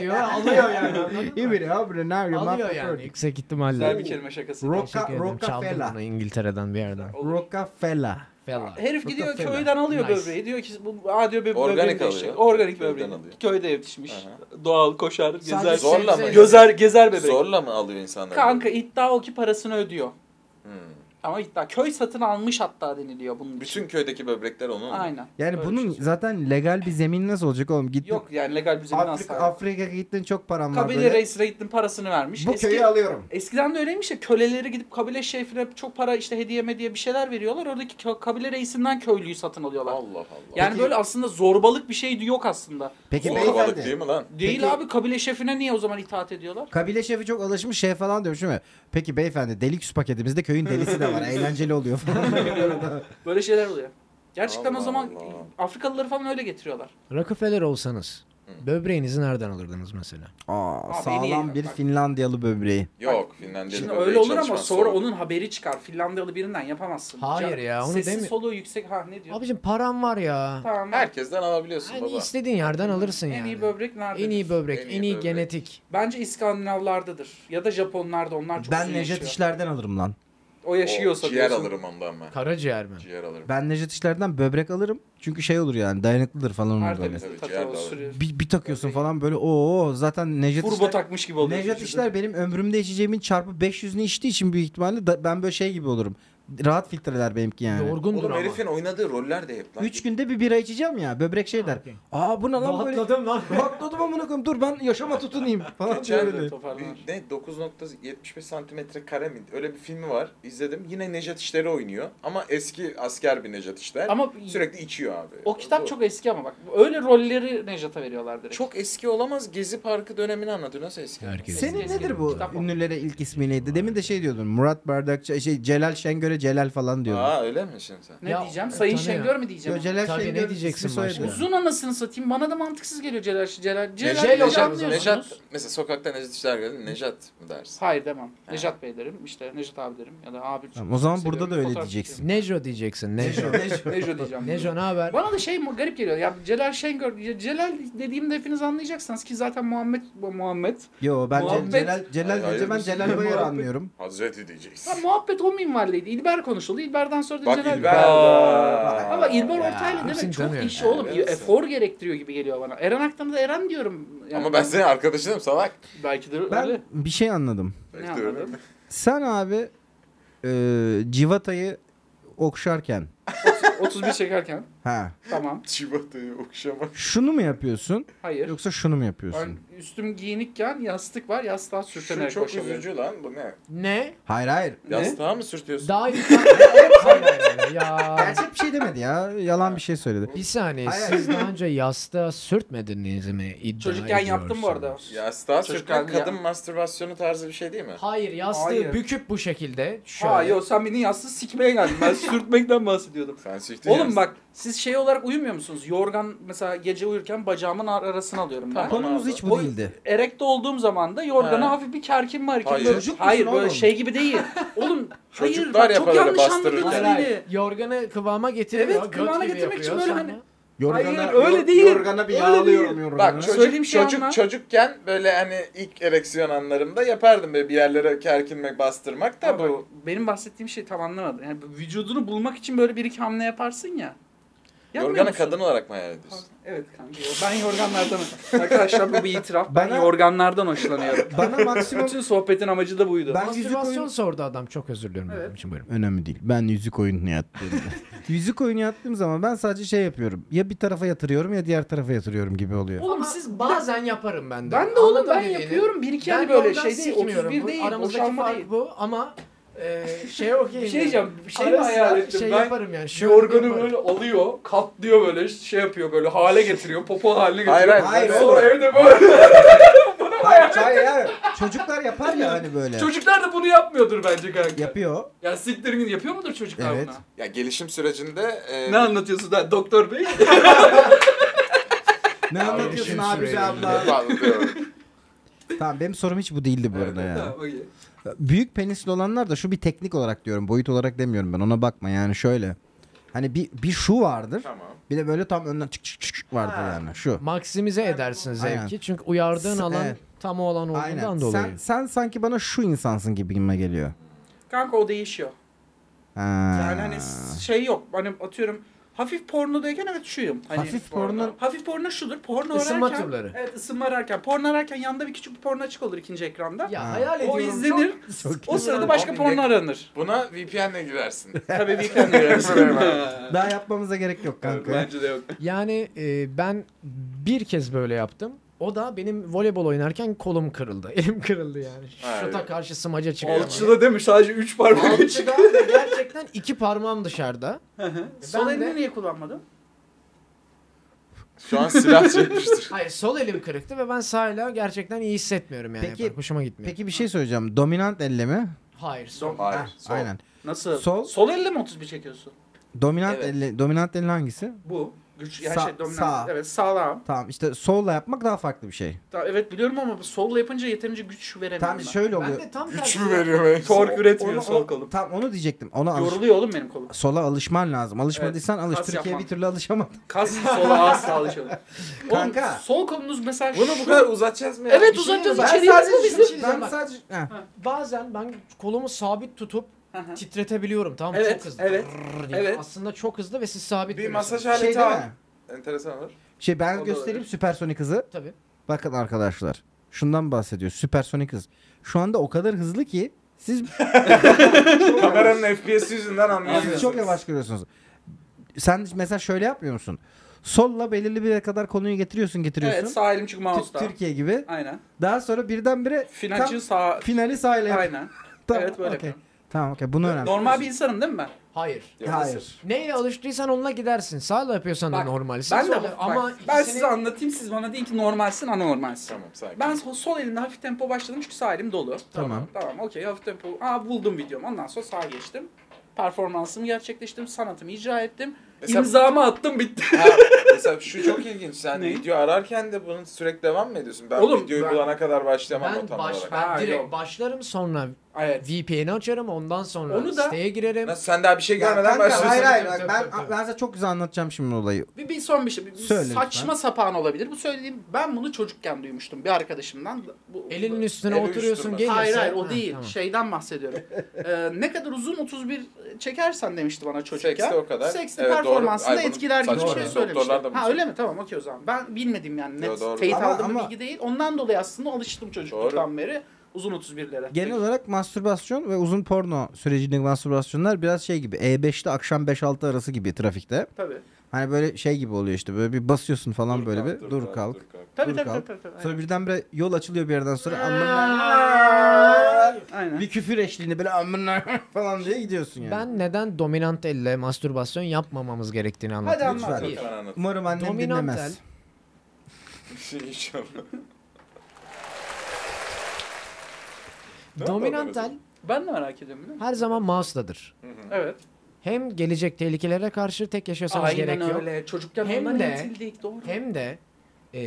Speaker 5: (laughs)
Speaker 2: diyor. Alıyor yani. anladın mı?
Speaker 5: İbiri abi ne yapıyor?
Speaker 2: Alıyor yani yüksek ihtimalle.
Speaker 4: Güzel bir kelime şakası.
Speaker 5: Rock-
Speaker 2: Teşekkür ederim.
Speaker 5: Rockefeller.
Speaker 2: Çaldım bunu İngiltere'den bir yerden.
Speaker 5: Rockefeller.
Speaker 2: Fella.
Speaker 4: Herif gidiyor
Speaker 5: Rockefeller.
Speaker 4: köyden alıyor
Speaker 2: Nice.
Speaker 4: böbreği. Diyor ki bu aa diyor böb-
Speaker 3: Organik
Speaker 4: böbreğim
Speaker 3: alıyor.
Speaker 4: değişecek. Organik
Speaker 3: Köyden
Speaker 4: böbreği.
Speaker 3: alıyor.
Speaker 4: Köyde yetişmiş.
Speaker 3: Aha.
Speaker 4: Doğal koşar, gezer.
Speaker 2: Sadece
Speaker 3: Zorla
Speaker 2: sebze-
Speaker 3: mı?
Speaker 4: Gezer gezer bebek.
Speaker 3: Zorla mı alıyor insanlar?
Speaker 4: Kanka iddia o ki parasını ödüyor.
Speaker 3: Hmm.
Speaker 4: Ama iddia köy satın almış hatta deniliyor bunun için.
Speaker 3: Bütün köydeki böbrekler onun mu?
Speaker 4: Aynen.
Speaker 5: Yani
Speaker 4: Öyle
Speaker 5: bunun
Speaker 4: bir şey.
Speaker 5: zaten legal bir zemin nasıl olacak oğlum? Gittin
Speaker 4: yok yani legal bir zemin
Speaker 5: Afrika,
Speaker 4: asla.
Speaker 5: Afrika gittin çok param var
Speaker 4: Kabile
Speaker 5: böyle.
Speaker 4: reisine gittin parasını vermiş.
Speaker 5: Bu
Speaker 4: Eski-
Speaker 5: köyü alıyorum.
Speaker 4: Eskiden de öyleymiş ya köleleri gidip kabile şefine çok para işte hediye mediye bir şeyler veriyorlar. Oradaki kö- kabile reisinden köylüyü satın alıyorlar.
Speaker 3: Allah Allah.
Speaker 4: Yani böyle aslında zorbalık bir şey yok aslında.
Speaker 5: Peki
Speaker 3: Zorbalık
Speaker 5: beyefendi.
Speaker 3: değil mi lan?
Speaker 4: Değil
Speaker 5: Peki-
Speaker 4: abi kabile şefine niye o zaman itaat ediyorlar?
Speaker 5: Kabile şefi çok alışmış şey falan diyor şimdi. Peki beyefendi deluxe paketimizde köyün delisi de var. Eğlenceli oluyor
Speaker 4: (laughs)
Speaker 5: falan.
Speaker 4: Böyle şeyler oluyor. Gerçekten o
Speaker 3: Allah
Speaker 4: zaman
Speaker 3: Allah.
Speaker 4: Afrikalıları falan öyle getiriyorlar.
Speaker 2: Rockefeller olsanız böbreğinizi nereden alırdınız mesela?
Speaker 5: Aa,
Speaker 4: Abi,
Speaker 5: sağlam
Speaker 4: yeni-
Speaker 5: bir
Speaker 4: bak.
Speaker 5: Finlandiyalı böbreği.
Speaker 3: Yok Finlandiya'da
Speaker 4: Şimdi
Speaker 3: böbreği
Speaker 4: öyle olur ama
Speaker 3: çalışmaz,
Speaker 4: sonra
Speaker 3: sorun.
Speaker 4: onun haberi çıkar. Finlandiyalı birinden yapamazsın.
Speaker 2: Hayır
Speaker 4: Can-
Speaker 2: ya, onu
Speaker 4: Sesi
Speaker 2: demi-
Speaker 4: soluğu yüksek. Ha ne diyor?
Speaker 2: Abicim param var ya.
Speaker 4: tamam.
Speaker 3: Herkesten alabiliyorsun
Speaker 4: Hani
Speaker 2: Yani
Speaker 3: baba.
Speaker 2: istediğin yerden alırsın
Speaker 4: en
Speaker 2: yani.
Speaker 4: iyi böbrek nerede?
Speaker 2: En iyi böbrek, en iyi,
Speaker 3: En iyi böbrek.
Speaker 2: genetik.
Speaker 4: Bence İskandinavlardadır. Ya da Japonlarda onlar çok
Speaker 5: Ben
Speaker 4: uzun
Speaker 5: Necdet
Speaker 4: yaşıyor.
Speaker 5: İşler'den alırım lan.
Speaker 4: O yaşıyorsa
Speaker 3: O, ciğer
Speaker 4: diyorsun.
Speaker 3: alırım ondan ben.
Speaker 2: Karaciğer mi?
Speaker 3: Ciğer alırım.
Speaker 5: Ben Necdet İşler'den böbrek alırım. Çünkü şey olur yani dayanıklıdır falan olur böyle.
Speaker 4: Tertemiz
Speaker 3: Tabii,
Speaker 4: tata
Speaker 3: ciğer
Speaker 4: o
Speaker 3: de alırım.
Speaker 4: sürüyor.
Speaker 5: Bir, bir takıyorsun falan böyle o zaten Necdet
Speaker 4: Turbo
Speaker 5: İşler.
Speaker 4: takmış gibi oluyor.
Speaker 5: Necdet
Speaker 4: vücudu.
Speaker 5: İşler benim ömrümde içeceğimin çarpı 500'ünü içtiği için büyük ihtimalle da- ben böyle şey gibi olurum. Rahat filtreler benimki yani.
Speaker 2: Yorgundur
Speaker 3: Oğlum
Speaker 2: ama.
Speaker 3: herifin oynadığı roller de hep lan.
Speaker 5: 3 günde bir bira içeceğim ya. Böbrek şey der.
Speaker 2: Okey.
Speaker 5: Aa bu ne lan böyle?
Speaker 2: Rahatladım lan.
Speaker 5: Rahatladım amına koyayım. Dur ben yaşama tutunayım falan diyor
Speaker 3: Geçen
Speaker 5: böyle.
Speaker 3: bir-
Speaker 4: toparlanır.
Speaker 3: ne 9.75 santimetre kare mi? Öyle bir filmi var. İzledim. Yine Nejat İşler'i oynuyor. Ama eski asker bir Nejat İşler.
Speaker 4: Ama
Speaker 3: Sürekli içiyor abi.
Speaker 4: o kitap
Speaker 3: Doğru.
Speaker 4: çok eski ama bak. Öyle rolleri Necdet'e veriyorlar direkt.
Speaker 3: Çok eski olamaz. Gezi Parkı dönemini anlatıyor. Nasıl eski?
Speaker 2: Herkes.
Speaker 5: Senin
Speaker 4: Eski
Speaker 5: nedir
Speaker 4: eski
Speaker 5: bu
Speaker 4: kitap o.
Speaker 5: ünlülere ilk ismi neydi? Demin de şey diyordun. Murat Bardakçı, şey Celal Şengör'e Celal falan diyordun.
Speaker 3: Aa öyle mi şimdi sen?
Speaker 4: Ne
Speaker 2: Ya,
Speaker 4: diyeceğim?
Speaker 2: e,
Speaker 4: Sayın
Speaker 2: tanıyor.
Speaker 4: Şengör mü
Speaker 5: Yo,
Speaker 4: diyeceğim?
Speaker 5: Celal
Speaker 2: Tabii, ne
Speaker 5: Şengör
Speaker 2: diyeceksin
Speaker 5: ismi soyadı.
Speaker 2: başka?
Speaker 4: Uzun anasını satayım. Bana da mantıksız geliyor Celal. Celal. Celal,
Speaker 2: Celal
Speaker 4: Celal
Speaker 2: hocam,
Speaker 3: Nejat, mesela sokakta Nejat İşler gördün. Nejat mı dersin?
Speaker 4: Hayır demem. Nejat Bey derim. işte Nejat abi derim. Ya da abi.
Speaker 5: Tamam, o zaman
Speaker 4: seviyorum,
Speaker 5: burada da öyle
Speaker 4: fotoğraf
Speaker 5: diyeceksin.
Speaker 2: Nejo diyeceksin Nejo.
Speaker 4: çekiyorum.
Speaker 5: (laughs)
Speaker 4: Nejo diyeceğim.
Speaker 2: Nejo ne haber?
Speaker 4: Bana da şey mu- garip geliyor. Ya Celal Şengör. Ya Celal dediğimde hepiniz anlayacaksınız ki zaten Muhammed Muhammed.
Speaker 5: Yo ben
Speaker 4: Muhabbet.
Speaker 5: Celal Celal
Speaker 3: Hayır,
Speaker 5: deyince ben
Speaker 3: hayırlısı.
Speaker 5: Celal Bayar
Speaker 3: Muhabbet.
Speaker 5: anlıyorum.
Speaker 3: Hazreti diyeceksin.
Speaker 4: Ha, muhabbet o minvalleydi. İlber konuşuldu. İlber'den sonra da
Speaker 3: Bak
Speaker 4: Celal.
Speaker 3: İlber.
Speaker 4: Ama İlber
Speaker 2: Ya,
Speaker 4: Ortaylı değil
Speaker 2: hepsini
Speaker 4: mi? Çok
Speaker 2: tanıyorum.
Speaker 4: iş oğlum.
Speaker 3: Evet.
Speaker 4: Efor gerektiriyor gibi geliyor bana. Eren Aktan'a da Eren diyorum. Yani
Speaker 3: Ama ben senin arkadaşınım salak.
Speaker 4: Belki de öyle.
Speaker 5: Ben bir şey anladım.
Speaker 4: Ne
Speaker 3: Bekliyorum.
Speaker 4: anladım?
Speaker 3: (laughs)
Speaker 5: Sen abi e, Civata'yı okşarken
Speaker 4: 31 çekerken.
Speaker 5: ha
Speaker 4: Tamam.
Speaker 3: Çivatayı okşamak.
Speaker 5: şunu mu yapıyorsun
Speaker 4: Hayır.
Speaker 5: yoksa şunu mu yapıyorsun?
Speaker 4: Ben üstüm giyinikken yastık var. Yastığa
Speaker 3: Şu
Speaker 4: sürtenerek
Speaker 3: çok
Speaker 4: koşuyorum.
Speaker 3: üzücü lan bu ne?
Speaker 2: Ne?
Speaker 5: Hayır hayır.
Speaker 3: Yastığa mı sürtüyorsun?
Speaker 2: Daha iyi. Hayır, hayır, hayır. ya.
Speaker 5: Gerçek bir şey demedi ya. Yalan bir şey söyledi.
Speaker 2: Bir saniye
Speaker 5: Hayır.
Speaker 2: siz daha önce yastığa sürtmediniz mi iddia
Speaker 4: Çocukken yaptım bu arada.
Speaker 2: ediyorsunuz?
Speaker 3: Yastığa sürtmek
Speaker 4: Çocukken ya-
Speaker 3: kadın mastürbasyonu tarzı bir şey değil mi?
Speaker 2: Hayır yastığı
Speaker 4: Hayır.
Speaker 2: büküp bu şekilde şöyle.
Speaker 4: Ha yok sen beni yastığı sikmeye geldin. Ben sürtmekten bahsediyordum.
Speaker 3: Sen siktin
Speaker 4: Oğlum
Speaker 3: yastığı.
Speaker 4: bak Siz şey olarak uyumuyor musunuz? Yorgan mesela gece uyurken bacağımın ar- arasına alıyorum ben.
Speaker 3: Tamam.
Speaker 5: Konumuz hiç bu
Speaker 4: O-
Speaker 5: değildi.
Speaker 4: Erekte olduğum zaman da yorgana
Speaker 3: He.
Speaker 4: hafif bir kerkim var.
Speaker 3: Hayır.
Speaker 4: Hayır,
Speaker 5: Çocuk musun
Speaker 4: hayır böyle
Speaker 5: oğlum?
Speaker 4: şey gibi değil. Oğlum hayır
Speaker 3: Çocuklar
Speaker 4: bak, çok
Speaker 3: yapar öyle
Speaker 4: yanlış
Speaker 3: bastırırken.
Speaker 4: anladınız
Speaker 2: Hayır,
Speaker 3: Hayır,
Speaker 4: beni.
Speaker 2: hayır. Yorganı kıvama getiriyor.
Speaker 4: Evet,
Speaker 2: göt
Speaker 4: kıvama
Speaker 2: gibi
Speaker 4: getirmek için
Speaker 2: yapıyor,
Speaker 4: böyle
Speaker 2: sonra-
Speaker 4: hani-
Speaker 5: Yorgana,
Speaker 4: Hayır, öyle
Speaker 5: yor-
Speaker 4: değil.
Speaker 5: Yorgana bir
Speaker 4: Öyle
Speaker 5: yağlıyorum yorganı.
Speaker 3: Bak
Speaker 4: Söyleyeyim
Speaker 3: çocuk,
Speaker 4: şey
Speaker 3: çocuk
Speaker 4: anla.
Speaker 3: çocukken böyle hani ilk ereksiyon anlarımda yapardım böyle bir yerlere kerkinmek, bastırmak da
Speaker 4: Ama
Speaker 3: bu.
Speaker 4: bak, benim bahsettiğim şey tam anlamadım. Yani vücudunu bulmak için böyle bir iki hamle yaparsın ya. Yapmıyor
Speaker 3: Yorganı
Speaker 4: musun?
Speaker 3: kadın olarak mı hayal ediyorsun?
Speaker 4: Evet kanka. Ben yorganlardan Arkadaşlar bu bir itiraf. Ben
Speaker 5: Bana-
Speaker 4: yorganlardan hoşlanıyorum.
Speaker 5: Bana
Speaker 4: (laughs)
Speaker 5: maksimum
Speaker 4: Bütün sohbetin amacı da buydu.
Speaker 5: Ben- yüzük
Speaker 2: Mastürbasyon
Speaker 5: oyun-
Speaker 2: sordu adam. Çok özür diliyorum
Speaker 4: Evet.
Speaker 2: benim için buyurun.
Speaker 5: Önemli değil. Ben yüzük oyununu yattım. yüzük oyunu yattığım zaman ben sadece şey yapıyorum. Ya bir tarafa yatırıyorum ya diğer tarafa yatırıyorum gibi oluyor.
Speaker 4: Oğlum
Speaker 2: Ama
Speaker 4: siz
Speaker 2: bazen yaparım ben de.
Speaker 4: Ben de oğlum
Speaker 2: Anladın
Speaker 4: ben
Speaker 2: dediğini.
Speaker 4: yapıyorum. Bir iki
Speaker 2: Ben
Speaker 4: hani böyle
Speaker 2: yoldan
Speaker 4: şey değil.
Speaker 2: sikmiyorum.
Speaker 4: 31
Speaker 2: Bu
Speaker 4: değil.
Speaker 2: Aramızdaki
Speaker 4: boşanma
Speaker 2: fark
Speaker 4: değil.
Speaker 2: bu ama e, şey okey.
Speaker 4: Bir şey diyeceğim. Bir şey mi
Speaker 2: Arasında
Speaker 4: hayal ettim?
Speaker 2: Şey
Speaker 4: ben
Speaker 2: yaparım yani. şöyle
Speaker 4: yorganı
Speaker 2: yaparım.
Speaker 4: böyle alıyor, katlıyor böyle şey yapıyor böyle hale getiriyor, popo haline getiriyor.
Speaker 3: Hayır,
Speaker 5: Hayır,
Speaker 3: hayır, hayır.
Speaker 4: Sonra evde böyle.
Speaker 5: Hayır, hayır, hayır. Çocuklar yapar ya hani böyle.
Speaker 4: Çocuklar da bunu yapmıyordur bence kanka.
Speaker 5: Yapıyor.
Speaker 4: Ya siktirin gidin. yapıyor mudur çocuklar
Speaker 5: Evet.
Speaker 4: bunu?
Speaker 3: Ya gelişim sürecinde e,
Speaker 4: Ne anlatıyorsun lan doktor bey?
Speaker 5: Ne anlatıyorsun
Speaker 2: işin
Speaker 5: abi
Speaker 2: süreyi
Speaker 5: abla?
Speaker 3: ne anlatıyorum?
Speaker 5: Tamam benim sorum hiç bu değildi bu arada ya.
Speaker 4: (laughs) Tamam, okey.
Speaker 5: Büyük penisli olanlar da şu bir teknik olarak diyorum. Boyut olarak demiyorum ben. Ona bakma yani şöyle. Hani bir bir şu vardır.
Speaker 3: (laughs) tamam.
Speaker 5: Bir de böyle tam önden çık çık çık çık vardır yani şu.
Speaker 2: Maksimize edersin zevki.
Speaker 5: Aynen.
Speaker 2: Çünkü uyardığın
Speaker 5: S-
Speaker 2: alan
Speaker 5: evet.
Speaker 2: tam o alan olduğundan
Speaker 5: Aynen.
Speaker 2: dolayı.
Speaker 5: Sen sen sanki bana şu insansın gibime geliyor.
Speaker 4: Kanka o değişiyor.
Speaker 5: Ha.
Speaker 4: Yani hani şey yok. Hani atıyorum hafif pornodayken evet şuyum. Hani
Speaker 5: hafif porno
Speaker 4: Hafif porno şudur. Porno
Speaker 2: Isınma
Speaker 4: ararken.
Speaker 2: turları.
Speaker 4: Evet ısınma ararken. Porno ararken yanında bir küçük bir porno açık olur ikinci ekranda.
Speaker 2: Ya
Speaker 5: Ha.
Speaker 2: hayal ediyorum.
Speaker 4: o izlenir. o sırada başka
Speaker 3: Abi,
Speaker 4: porno
Speaker 5: (laughs)
Speaker 3: ne-
Speaker 4: aranır.
Speaker 3: Buna VPN'le girersin.
Speaker 4: Tabii bir kendi
Speaker 5: daha yapmamıza gerek yok
Speaker 4: (laughs)
Speaker 5: kanka.
Speaker 4: Bence de yok.
Speaker 2: Yani e, ben bir kez böyle yaptım. O da benim voleybol oynarken kolum kırıldı. (laughs) Elim kırıldı yani.
Speaker 3: Hayır.
Speaker 2: Şuta karşı smaca çıkıyor.
Speaker 4: Alçıda demiş sadece 3 parmak için.
Speaker 2: Alçıda ve (laughs) gerçekten iki parmağım dışarıda.
Speaker 4: Sol
Speaker 2: Ben de-
Speaker 4: elini niye kullanmadın?
Speaker 3: Şu an silah çekmiştir.
Speaker 2: Hayır sol elim kırıktı ve ben sahile gerçekten iyi hissetmiyorum yani.
Speaker 5: Peki-
Speaker 2: Yaparım. hoşuma gitmiyor.
Speaker 5: Peki bir şey söyleyeceğim. Dominant elle mi?
Speaker 2: Hayır sol.
Speaker 3: Hayır.
Speaker 5: Heh,
Speaker 3: sol.
Speaker 5: Aynen.
Speaker 4: Nasıl?
Speaker 5: Sol.
Speaker 4: Sol elle mi 31 çekiyorsun?
Speaker 5: Dominant
Speaker 3: Evet.
Speaker 5: elle dominant elle hangisi?
Speaker 4: Bu. Güç yani
Speaker 5: Sağ-
Speaker 4: şey dominant.
Speaker 5: sağ.
Speaker 4: Evet sağlam.
Speaker 5: Tamam işte solla yapmak daha farklı bir şey.
Speaker 4: Ta- Evet biliyorum ama solla yapınca yeterince güç veremiyorum.
Speaker 5: Tamam
Speaker 4: E, ben.
Speaker 5: şöyle şey oluyor.
Speaker 4: (laughs)
Speaker 2: Ben de tam
Speaker 3: Güç
Speaker 2: tersi.
Speaker 3: mü veriyor benim?
Speaker 4: Tork üretmiyor
Speaker 5: Onu-
Speaker 4: sol
Speaker 5: o-
Speaker 4: kolum.
Speaker 5: Tam onu diyecektim. Ona alış,
Speaker 4: Yoruluyor oğlum benim kolum.
Speaker 5: sola alışman lazım. Alışmadıysan
Speaker 4: Evet,
Speaker 5: alış.
Speaker 4: kas
Speaker 5: Türkiye
Speaker 4: yapmam.
Speaker 5: bir türlü alışamadı.
Speaker 4: Kas sola az sağlaşıyor.
Speaker 5: Kanka.
Speaker 4: Oğlum sol kolunuz mesela
Speaker 3: Bunu
Speaker 4: şu-
Speaker 3: bu kadar uzatacağız mı? ya?
Speaker 4: Evet,
Speaker 3: Bir
Speaker 4: uzat-
Speaker 3: şey-
Speaker 4: Uzatacağız,
Speaker 2: Ben
Speaker 4: içeriye
Speaker 2: sadece
Speaker 4: yazıyor
Speaker 2: bir
Speaker 4: bizim.
Speaker 2: şey diyeceğim
Speaker 5: ben
Speaker 2: bak.
Speaker 5: sadece Heh.
Speaker 2: Bazen ben kolumu sabit tutup
Speaker 4: Hı hı.
Speaker 2: titretebiliyorum tamam mı?
Speaker 4: Evet,
Speaker 2: çok hızlı.
Speaker 4: evet,
Speaker 2: Rrrr
Speaker 4: evet.
Speaker 2: Aslında çok hızlı ve siz sabit
Speaker 3: Bir
Speaker 2: duruyorsunuz.
Speaker 3: masaj
Speaker 5: şey
Speaker 3: aleti
Speaker 5: değil
Speaker 3: al.
Speaker 5: mi?
Speaker 3: Enteresan olur.
Speaker 5: Şey ben
Speaker 4: O da
Speaker 5: göstereyim
Speaker 4: öyle.
Speaker 5: süpersonik hızı.
Speaker 2: Tabii.
Speaker 5: Bakın arkadaşlar. Şundan bahsediyor. Süpersonik hız. Şu anda o kadar hızlı ki siz
Speaker 3: Kameranın FPS yüzünden
Speaker 5: Siz
Speaker 3: anlayamıyorsunuz.
Speaker 5: çok yavaş görüyorsunuz. Sen mesela şöyle yapmıyor musun? Solla belirli bir yere kadar konuyu getiriyorsun getiriyorsun.
Speaker 4: Evet sağ elim çünkü
Speaker 5: Tü-
Speaker 4: mouse'da.
Speaker 5: Türkiye gibi.
Speaker 4: Aynen.
Speaker 5: Daha sonra birdenbire
Speaker 4: Finacı
Speaker 5: tam
Speaker 4: sağ.
Speaker 5: finali sahile yap.
Speaker 4: Aynen.
Speaker 5: Tamam,
Speaker 4: evet, böyle
Speaker 5: okey.
Speaker 4: yapıyorum.
Speaker 5: Tamam okey bunu önemli.
Speaker 4: Normal bir insanım değil mi ben?
Speaker 2: Hayır.
Speaker 5: Hayır.
Speaker 2: Neyle alıştıysan onunla gidersin. Sağla yapıyorsan da
Speaker 4: Bak,
Speaker 2: normalsin.
Speaker 4: Ben de
Speaker 2: Sola-
Speaker 4: bak,
Speaker 2: ama
Speaker 4: ben
Speaker 2: ikisini-
Speaker 4: size anlatayım siz bana deyin ki normalsin anormalsin.
Speaker 3: Tamam sakin.
Speaker 4: Ben so- sol elimle hafif tempo başladım çünkü sağ elim dolu.
Speaker 5: Tamam.
Speaker 4: Tamam okey hafif tempo. Aa buldum videomu. Ondan sonra sağa geçtim. Performansımı gerçekleştirdim. Sanatımı icra ettim.
Speaker 3: Mesela-
Speaker 4: İmzamı attım bitti. (laughs)
Speaker 3: Ha, mesela şu çok ilginç. Sen
Speaker 4: Ne?
Speaker 3: video ararken de bunu sürekli devam mı ediyorsun? Ben
Speaker 4: Oğlum,
Speaker 3: videoyu
Speaker 4: ben-
Speaker 3: bulana kadar başlayamam o
Speaker 2: ben
Speaker 3: tam
Speaker 2: baş,
Speaker 3: olarak.
Speaker 2: ben
Speaker 4: Ha,
Speaker 2: direkt
Speaker 4: yok.
Speaker 2: başlarım sonra
Speaker 4: Evet.
Speaker 2: VPN'i açarım ondan sonra
Speaker 4: Onu da-
Speaker 2: siteye girerim.
Speaker 3: Nasıl sen daha bir şey
Speaker 5: Ya
Speaker 3: görmeden
Speaker 5: kanka,
Speaker 3: başlıyorsun?
Speaker 5: hayır hayır
Speaker 2: Tabii,
Speaker 5: bak
Speaker 2: tabii,
Speaker 5: ben,
Speaker 2: tabii.
Speaker 5: ben size çok güzel anlatacağım şimdi olayı.
Speaker 4: Bir, bir son bir şey. Bir- bir
Speaker 5: Söyle lütfen.
Speaker 4: saçma sapan olabilir. Bu söylediğim ben bunu çocukken duymuştum bir arkadaşımdan. Bu,
Speaker 2: Elinin
Speaker 4: bu-
Speaker 2: üstüne
Speaker 3: Eli
Speaker 2: oturuyorsun
Speaker 3: üstüne.
Speaker 2: gelirse.
Speaker 4: Hayır hayır o
Speaker 2: Ha,
Speaker 4: değil. Şey,
Speaker 2: tamam.
Speaker 5: (laughs)
Speaker 4: Şeyden bahsediyorum. Ee, ne kadar uzun 31 çekersen demişti bana çocukken.
Speaker 3: Sekste o kadar.
Speaker 4: Sekste
Speaker 3: Evet, doğru.
Speaker 4: performansını
Speaker 3: Ay, bunu
Speaker 4: etkiler gibi bir
Speaker 3: saçma
Speaker 4: şey
Speaker 3: ya.
Speaker 4: söylemişti.
Speaker 3: Doktorlar da bunu
Speaker 4: Ha
Speaker 3: söylüyor.
Speaker 4: öyle mi? Tamam okey o zaman. Ben bilmedim yani.
Speaker 3: Yo,
Speaker 4: Net
Speaker 3: doğru.
Speaker 4: teyit
Speaker 5: Ama-
Speaker 4: aldığım bir
Speaker 5: ama-
Speaker 4: bilgi değil. Ondan dolayı aslında alıştım çocukluktan
Speaker 3: Doğru.
Speaker 4: beri uzun 31'lere.
Speaker 5: Genel olarak mastürbasyon ve uzun porno sürecindeki mastürbasyonlar biraz şey gibi. E5'te akşam 5-6 arası gibi trafikte.
Speaker 4: Tabii.
Speaker 5: Hani böyle şey gibi oluyor işte. Böyle bir basıyorsun falan
Speaker 3: Dur
Speaker 5: böyle
Speaker 3: kalk,
Speaker 5: bir dur, kalk.
Speaker 4: Tabii
Speaker 5: Dur
Speaker 4: tabii tabii.
Speaker 5: kalk.
Speaker 4: tabii, tabii.
Speaker 5: Sonra birdenbire yol açılıyor bir yerden sonra.
Speaker 4: Aynen.
Speaker 5: bir küfür eşliğinde böyle amına falan diye gidiyorsun yani.
Speaker 2: Ben neden dominant elle mastürbasyon yapmamamız gerektiğini
Speaker 4: Hadi
Speaker 2: anlatayım.
Speaker 4: anlat.
Speaker 3: Dur
Speaker 2: İyi.
Speaker 3: ben anlatayım.
Speaker 5: Umarım annem
Speaker 2: Dominant
Speaker 5: dinlemez.
Speaker 3: Bir şey inşallah. Ne
Speaker 2: Dominant
Speaker 3: yapalım
Speaker 2: el
Speaker 4: Ben de merak ediyorum biliyor musun?
Speaker 2: her zaman mouse'dadır.
Speaker 4: Evet.
Speaker 2: hem gelecek tehlikelere karşı tek yaşasanız
Speaker 4: Aynen
Speaker 2: gerek yok.
Speaker 4: öyle. Çocukken
Speaker 2: Hem
Speaker 4: ondan
Speaker 2: de-
Speaker 4: eğitildik doğru.
Speaker 2: Hem de e,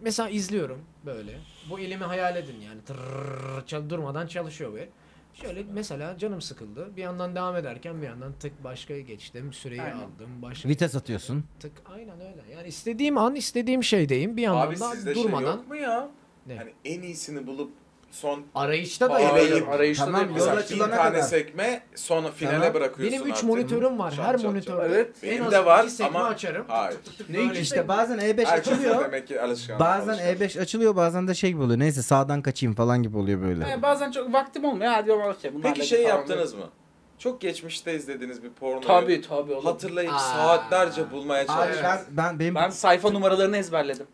Speaker 2: mesela izliyorum böyle. Bu ilimi hayal edin yani. Tırrrr, çal- durmadan çalışıyor ve şöyle mesela canım sıkıldı. Bir yandan devam ederken bir yandan tık başkaya geçtim. Süreyi
Speaker 4: Aynen.
Speaker 2: aldım. Başka
Speaker 5: Vites atıyorsun.
Speaker 2: tık aynen öyle. Yani istediğim an istediğim şeydeyim. Bir yandan
Speaker 3: Abi
Speaker 2: da
Speaker 3: sizde şey
Speaker 2: durmadan
Speaker 3: yok mu ya?
Speaker 2: Ne?
Speaker 3: Hani en iyisini bulup son
Speaker 2: arayışta da
Speaker 3: Aa,
Speaker 2: yapıyorum.
Speaker 3: arayıp-
Speaker 4: arayışta
Speaker 5: Tamam,
Speaker 4: da-
Speaker 5: yol
Speaker 3: mesela bin
Speaker 5: açılana
Speaker 3: tane
Speaker 5: kadar.
Speaker 3: sekme sonra finale
Speaker 5: Tamam.
Speaker 3: bırakıyorsun
Speaker 2: Benim 3
Speaker 3: artık.
Speaker 2: monitörüm var.
Speaker 3: Çal,
Speaker 2: Her
Speaker 3: çal, çal.
Speaker 2: monitörde
Speaker 4: Evet.
Speaker 2: en
Speaker 3: Benim
Speaker 2: az
Speaker 3: de var
Speaker 2: iki sekme
Speaker 3: ama
Speaker 2: açarım.
Speaker 3: hayır.
Speaker 4: Ne
Speaker 5: İşte bazen E5
Speaker 3: Herkes de
Speaker 5: açılıyor.
Speaker 3: demek ki alışkanlık.
Speaker 5: Bazen E E5 açılıyor bazen de şey gibi oluyor. Neyse sağdan kaçayım falan gibi oluyor böyle.
Speaker 4: Yani bazen çok vaktim olmuyor. Hadi ama okey. bunlarla
Speaker 3: Peki şey
Speaker 4: falan
Speaker 3: yaptınız mı? Çok geçmişte izlediğiniz bir pornoyu
Speaker 4: Tabii tabii oğlum.
Speaker 3: hatırlayıp
Speaker 2: Aa.
Speaker 3: saatlerce bulmaya
Speaker 5: Abi
Speaker 3: çalıştınız.
Speaker 5: ben, ben benim
Speaker 4: Ben sayfa numaralarını ezberledim.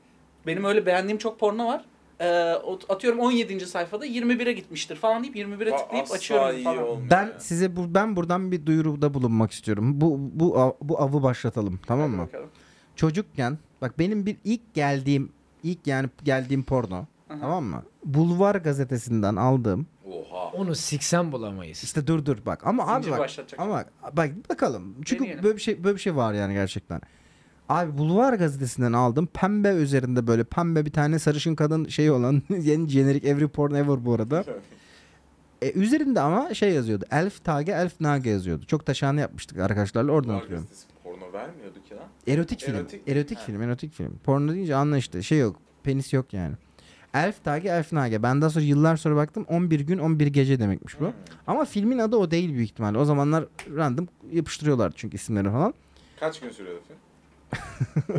Speaker 4: Benim öyle beğendiğim çok porno var. Ee, ot- atıyorum 17. sayfada 21'e gitmiştir falan deyip 21'e
Speaker 3: Va-
Speaker 4: tıklayıp
Speaker 3: asla
Speaker 4: açıyorum
Speaker 3: iyi
Speaker 4: falan.
Speaker 3: olmuyor
Speaker 5: ben
Speaker 3: ya.
Speaker 5: size bu, ben buradan bir duyuruda bulunmak istiyorum. Bu bu av- bu avı başlatalım tamam mı?
Speaker 4: Bakalım.
Speaker 5: Çocukken bak benim bir ilk geldiğim ilk yani geldiğim porno
Speaker 4: Aha.
Speaker 5: tamam mı? Bulvar gazetesinden aldığım.
Speaker 3: Oha.
Speaker 2: Onu
Speaker 5: (laughs)
Speaker 2: siksen bulamayız.
Speaker 5: İşte dur dur bak ama abi
Speaker 4: Zincir
Speaker 5: bak
Speaker 4: başlatacak.
Speaker 5: Ama bak bakalım. Çünkü
Speaker 4: Deneyelim.
Speaker 5: böyle bir şey böyle bir şey var yani gerçekten. Abi Bulvar gazetesinden aldım. Pembe üzerinde böyle pembe bir tane sarışın kadın şey olan (laughs) yeni jenerik every porn ever bu arada. E, üzerinde ama şey yazıyordu. Elf Tage Elf Nage yazıyordu. Çok da şahane yapmıştık arkadaşlarla oradan
Speaker 3: Porno
Speaker 5: hatırlıyorum.
Speaker 3: gazetesi porno vermiyordu ki lan.
Speaker 5: Erotik film. Erotik,
Speaker 3: Erotik- Ha.
Speaker 5: film, erotik film. Porno deyince anla işte. Şey yok. Penis yok yani. Elf Tage Elf Nage. Ben daha sonra yıllar sonra baktım 11 gün 11 gece demekmiş bu. Ama filmin adı o değil büyük ihtimalle. O zamanlar random yapıştırıyorlar çünkü isimleri falan.
Speaker 3: Kaç gün sürüyordu film?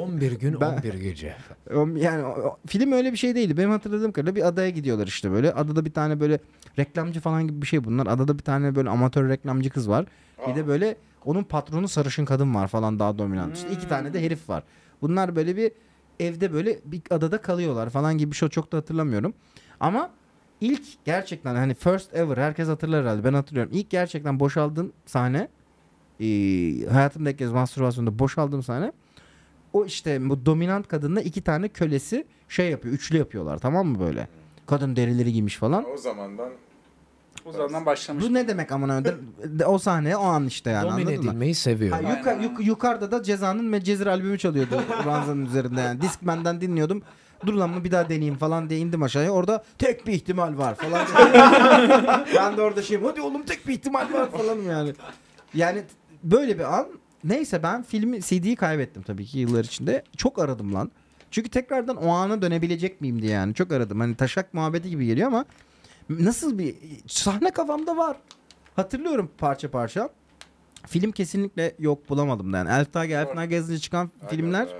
Speaker 2: 11 gün
Speaker 5: Ben-
Speaker 2: 11 gece.
Speaker 5: O- Yani o- o- film öyle bir şey değildi. Benim hatırladığım kadarıyla bir adaya gidiyorlar işte böyle. Adada bir tane böyle reklamcı falan gibi bir şey bunlar. Adada bir tane böyle amatör reklamcı kız var. Bir de böyle onun patronu sarışın kadın var falan daha dominant. İşte iki tane de herif var. Bunlar böyle bir evde böyle bir adada kalıyorlar falan gibi bir şey çok da hatırlamıyorum. Ama ilk gerçekten hani first ever herkes hatırlar herhalde ben hatırlıyorum. İlk gerçekten boşaldığım sahne e, hayatımda ilk kez mastürbasyonda boşaldığım sahne o işte bu dominant kadınla iki tane kölesi şey yapıyor üçlü yapıyorlar tamam mı böyle. Kadın derileri giymiş falan.
Speaker 3: O zamandan
Speaker 4: O zamandan başlamış.
Speaker 5: Bu ne demek amına koyayım? o sahne o an işte yani
Speaker 2: Domine
Speaker 5: anladın mı?
Speaker 2: edilmeyi seviyorum.
Speaker 5: Ha, yuka-
Speaker 4: Aynen.
Speaker 5: yuk- yukarıda da Ceza'nın Medcezir albümü çalıyordu ranzanın üzerinde yani. Discman'dan dinliyordum. Dur lan bunu bir daha deneyeyim falan diye indim aşağıya. Orada tek bir ihtimal var falan. diye. ben de orada şeyim hadi oğlum tek bir ihtimal var falan yani. Yani t- böyle bir an. Neyse ben filmi CD'yi kaybettim tabii ki yıllar içinde. Çok aradım lan. Çünkü tekrardan o ana dönebilecek miyim diye yani. Çok aradım. Hani taşak muhabbeti gibi geliyor ama nasıl bir sahne kafamda var. Hatırlıyorum parça parça. Film kesinlikle yok bulamadım da yani. Elf Tage, Elf
Speaker 3: Var.
Speaker 5: Nage yazınca çıkan
Speaker 3: Aynen
Speaker 5: filmler
Speaker 3: be.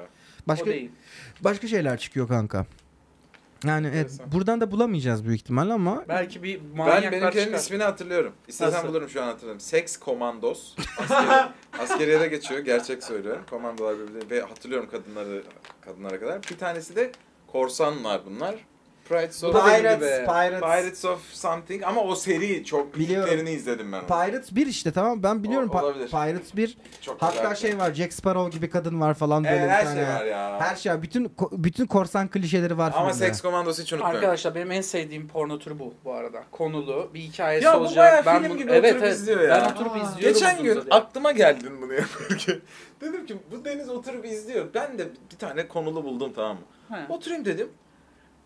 Speaker 4: O
Speaker 5: başka
Speaker 4: değil.
Speaker 5: başka şeyler çıkıyor kanka. Yani evet,
Speaker 3: Enteresan.
Speaker 5: buradan da bulamayacağız büyük ihtimalle ama
Speaker 4: Belki bir
Speaker 3: Ben
Speaker 4: manyaklar
Speaker 3: benimkinin
Speaker 4: çıkar.
Speaker 3: ismini hatırlıyorum. İstersen
Speaker 4: Nasıl?
Speaker 3: bulurum şu an hatırladım. Seks Komandos.
Speaker 5: (laughs)
Speaker 3: Askeri, askeriye de geçiyor. Gerçek söylüyorum. Komandolar birbirine ve hatırlıyorum kadınları kadınlara kadar. Bir tanesi de korsanlar bunlar. Pirates of
Speaker 5: Pirates,
Speaker 3: Be.
Speaker 5: Pirates.
Speaker 3: Pirates of something ama o seri çok
Speaker 5: Biliyorum.
Speaker 3: ilklerini izledim ben. onu.
Speaker 5: Pirates 1 işte tamam ben biliyorum Pa-
Speaker 3: olabilir.
Speaker 5: Pirates 1.
Speaker 3: çok
Speaker 5: Hatta
Speaker 3: güzel.
Speaker 5: şey var Jack Sparrow gibi kadın var falan böyle
Speaker 3: Evet,
Speaker 5: bir
Speaker 3: her
Speaker 5: tane.
Speaker 3: şey var ya.
Speaker 5: Her şey var. bütün ko- bütün korsan klişeleri var
Speaker 3: ama
Speaker 5: filmde.
Speaker 3: Seks Komandosu hiç unutmuyorum.
Speaker 4: Arkadaşlar benim en sevdiğim porno türü bu bu arada. Konulu, bir hikayesi
Speaker 3: Ya bu
Speaker 4: olacak.
Speaker 3: bayağı
Speaker 4: ben
Speaker 3: film
Speaker 4: bunu-
Speaker 3: gibi
Speaker 4: evet,
Speaker 3: oturup
Speaker 4: evet.
Speaker 3: izliyor ya.
Speaker 4: Ben oturup
Speaker 2: Aa.
Speaker 4: izliyorum.
Speaker 3: Geçen
Speaker 4: uzun
Speaker 3: gün
Speaker 4: uzadıya.
Speaker 3: aklıma geldin bunu yaparken. (laughs) dedim ki bu Deniz oturup izliyor. Ben de bir tane konulu buldum tamam mı?
Speaker 4: He.
Speaker 3: Oturayım dedim.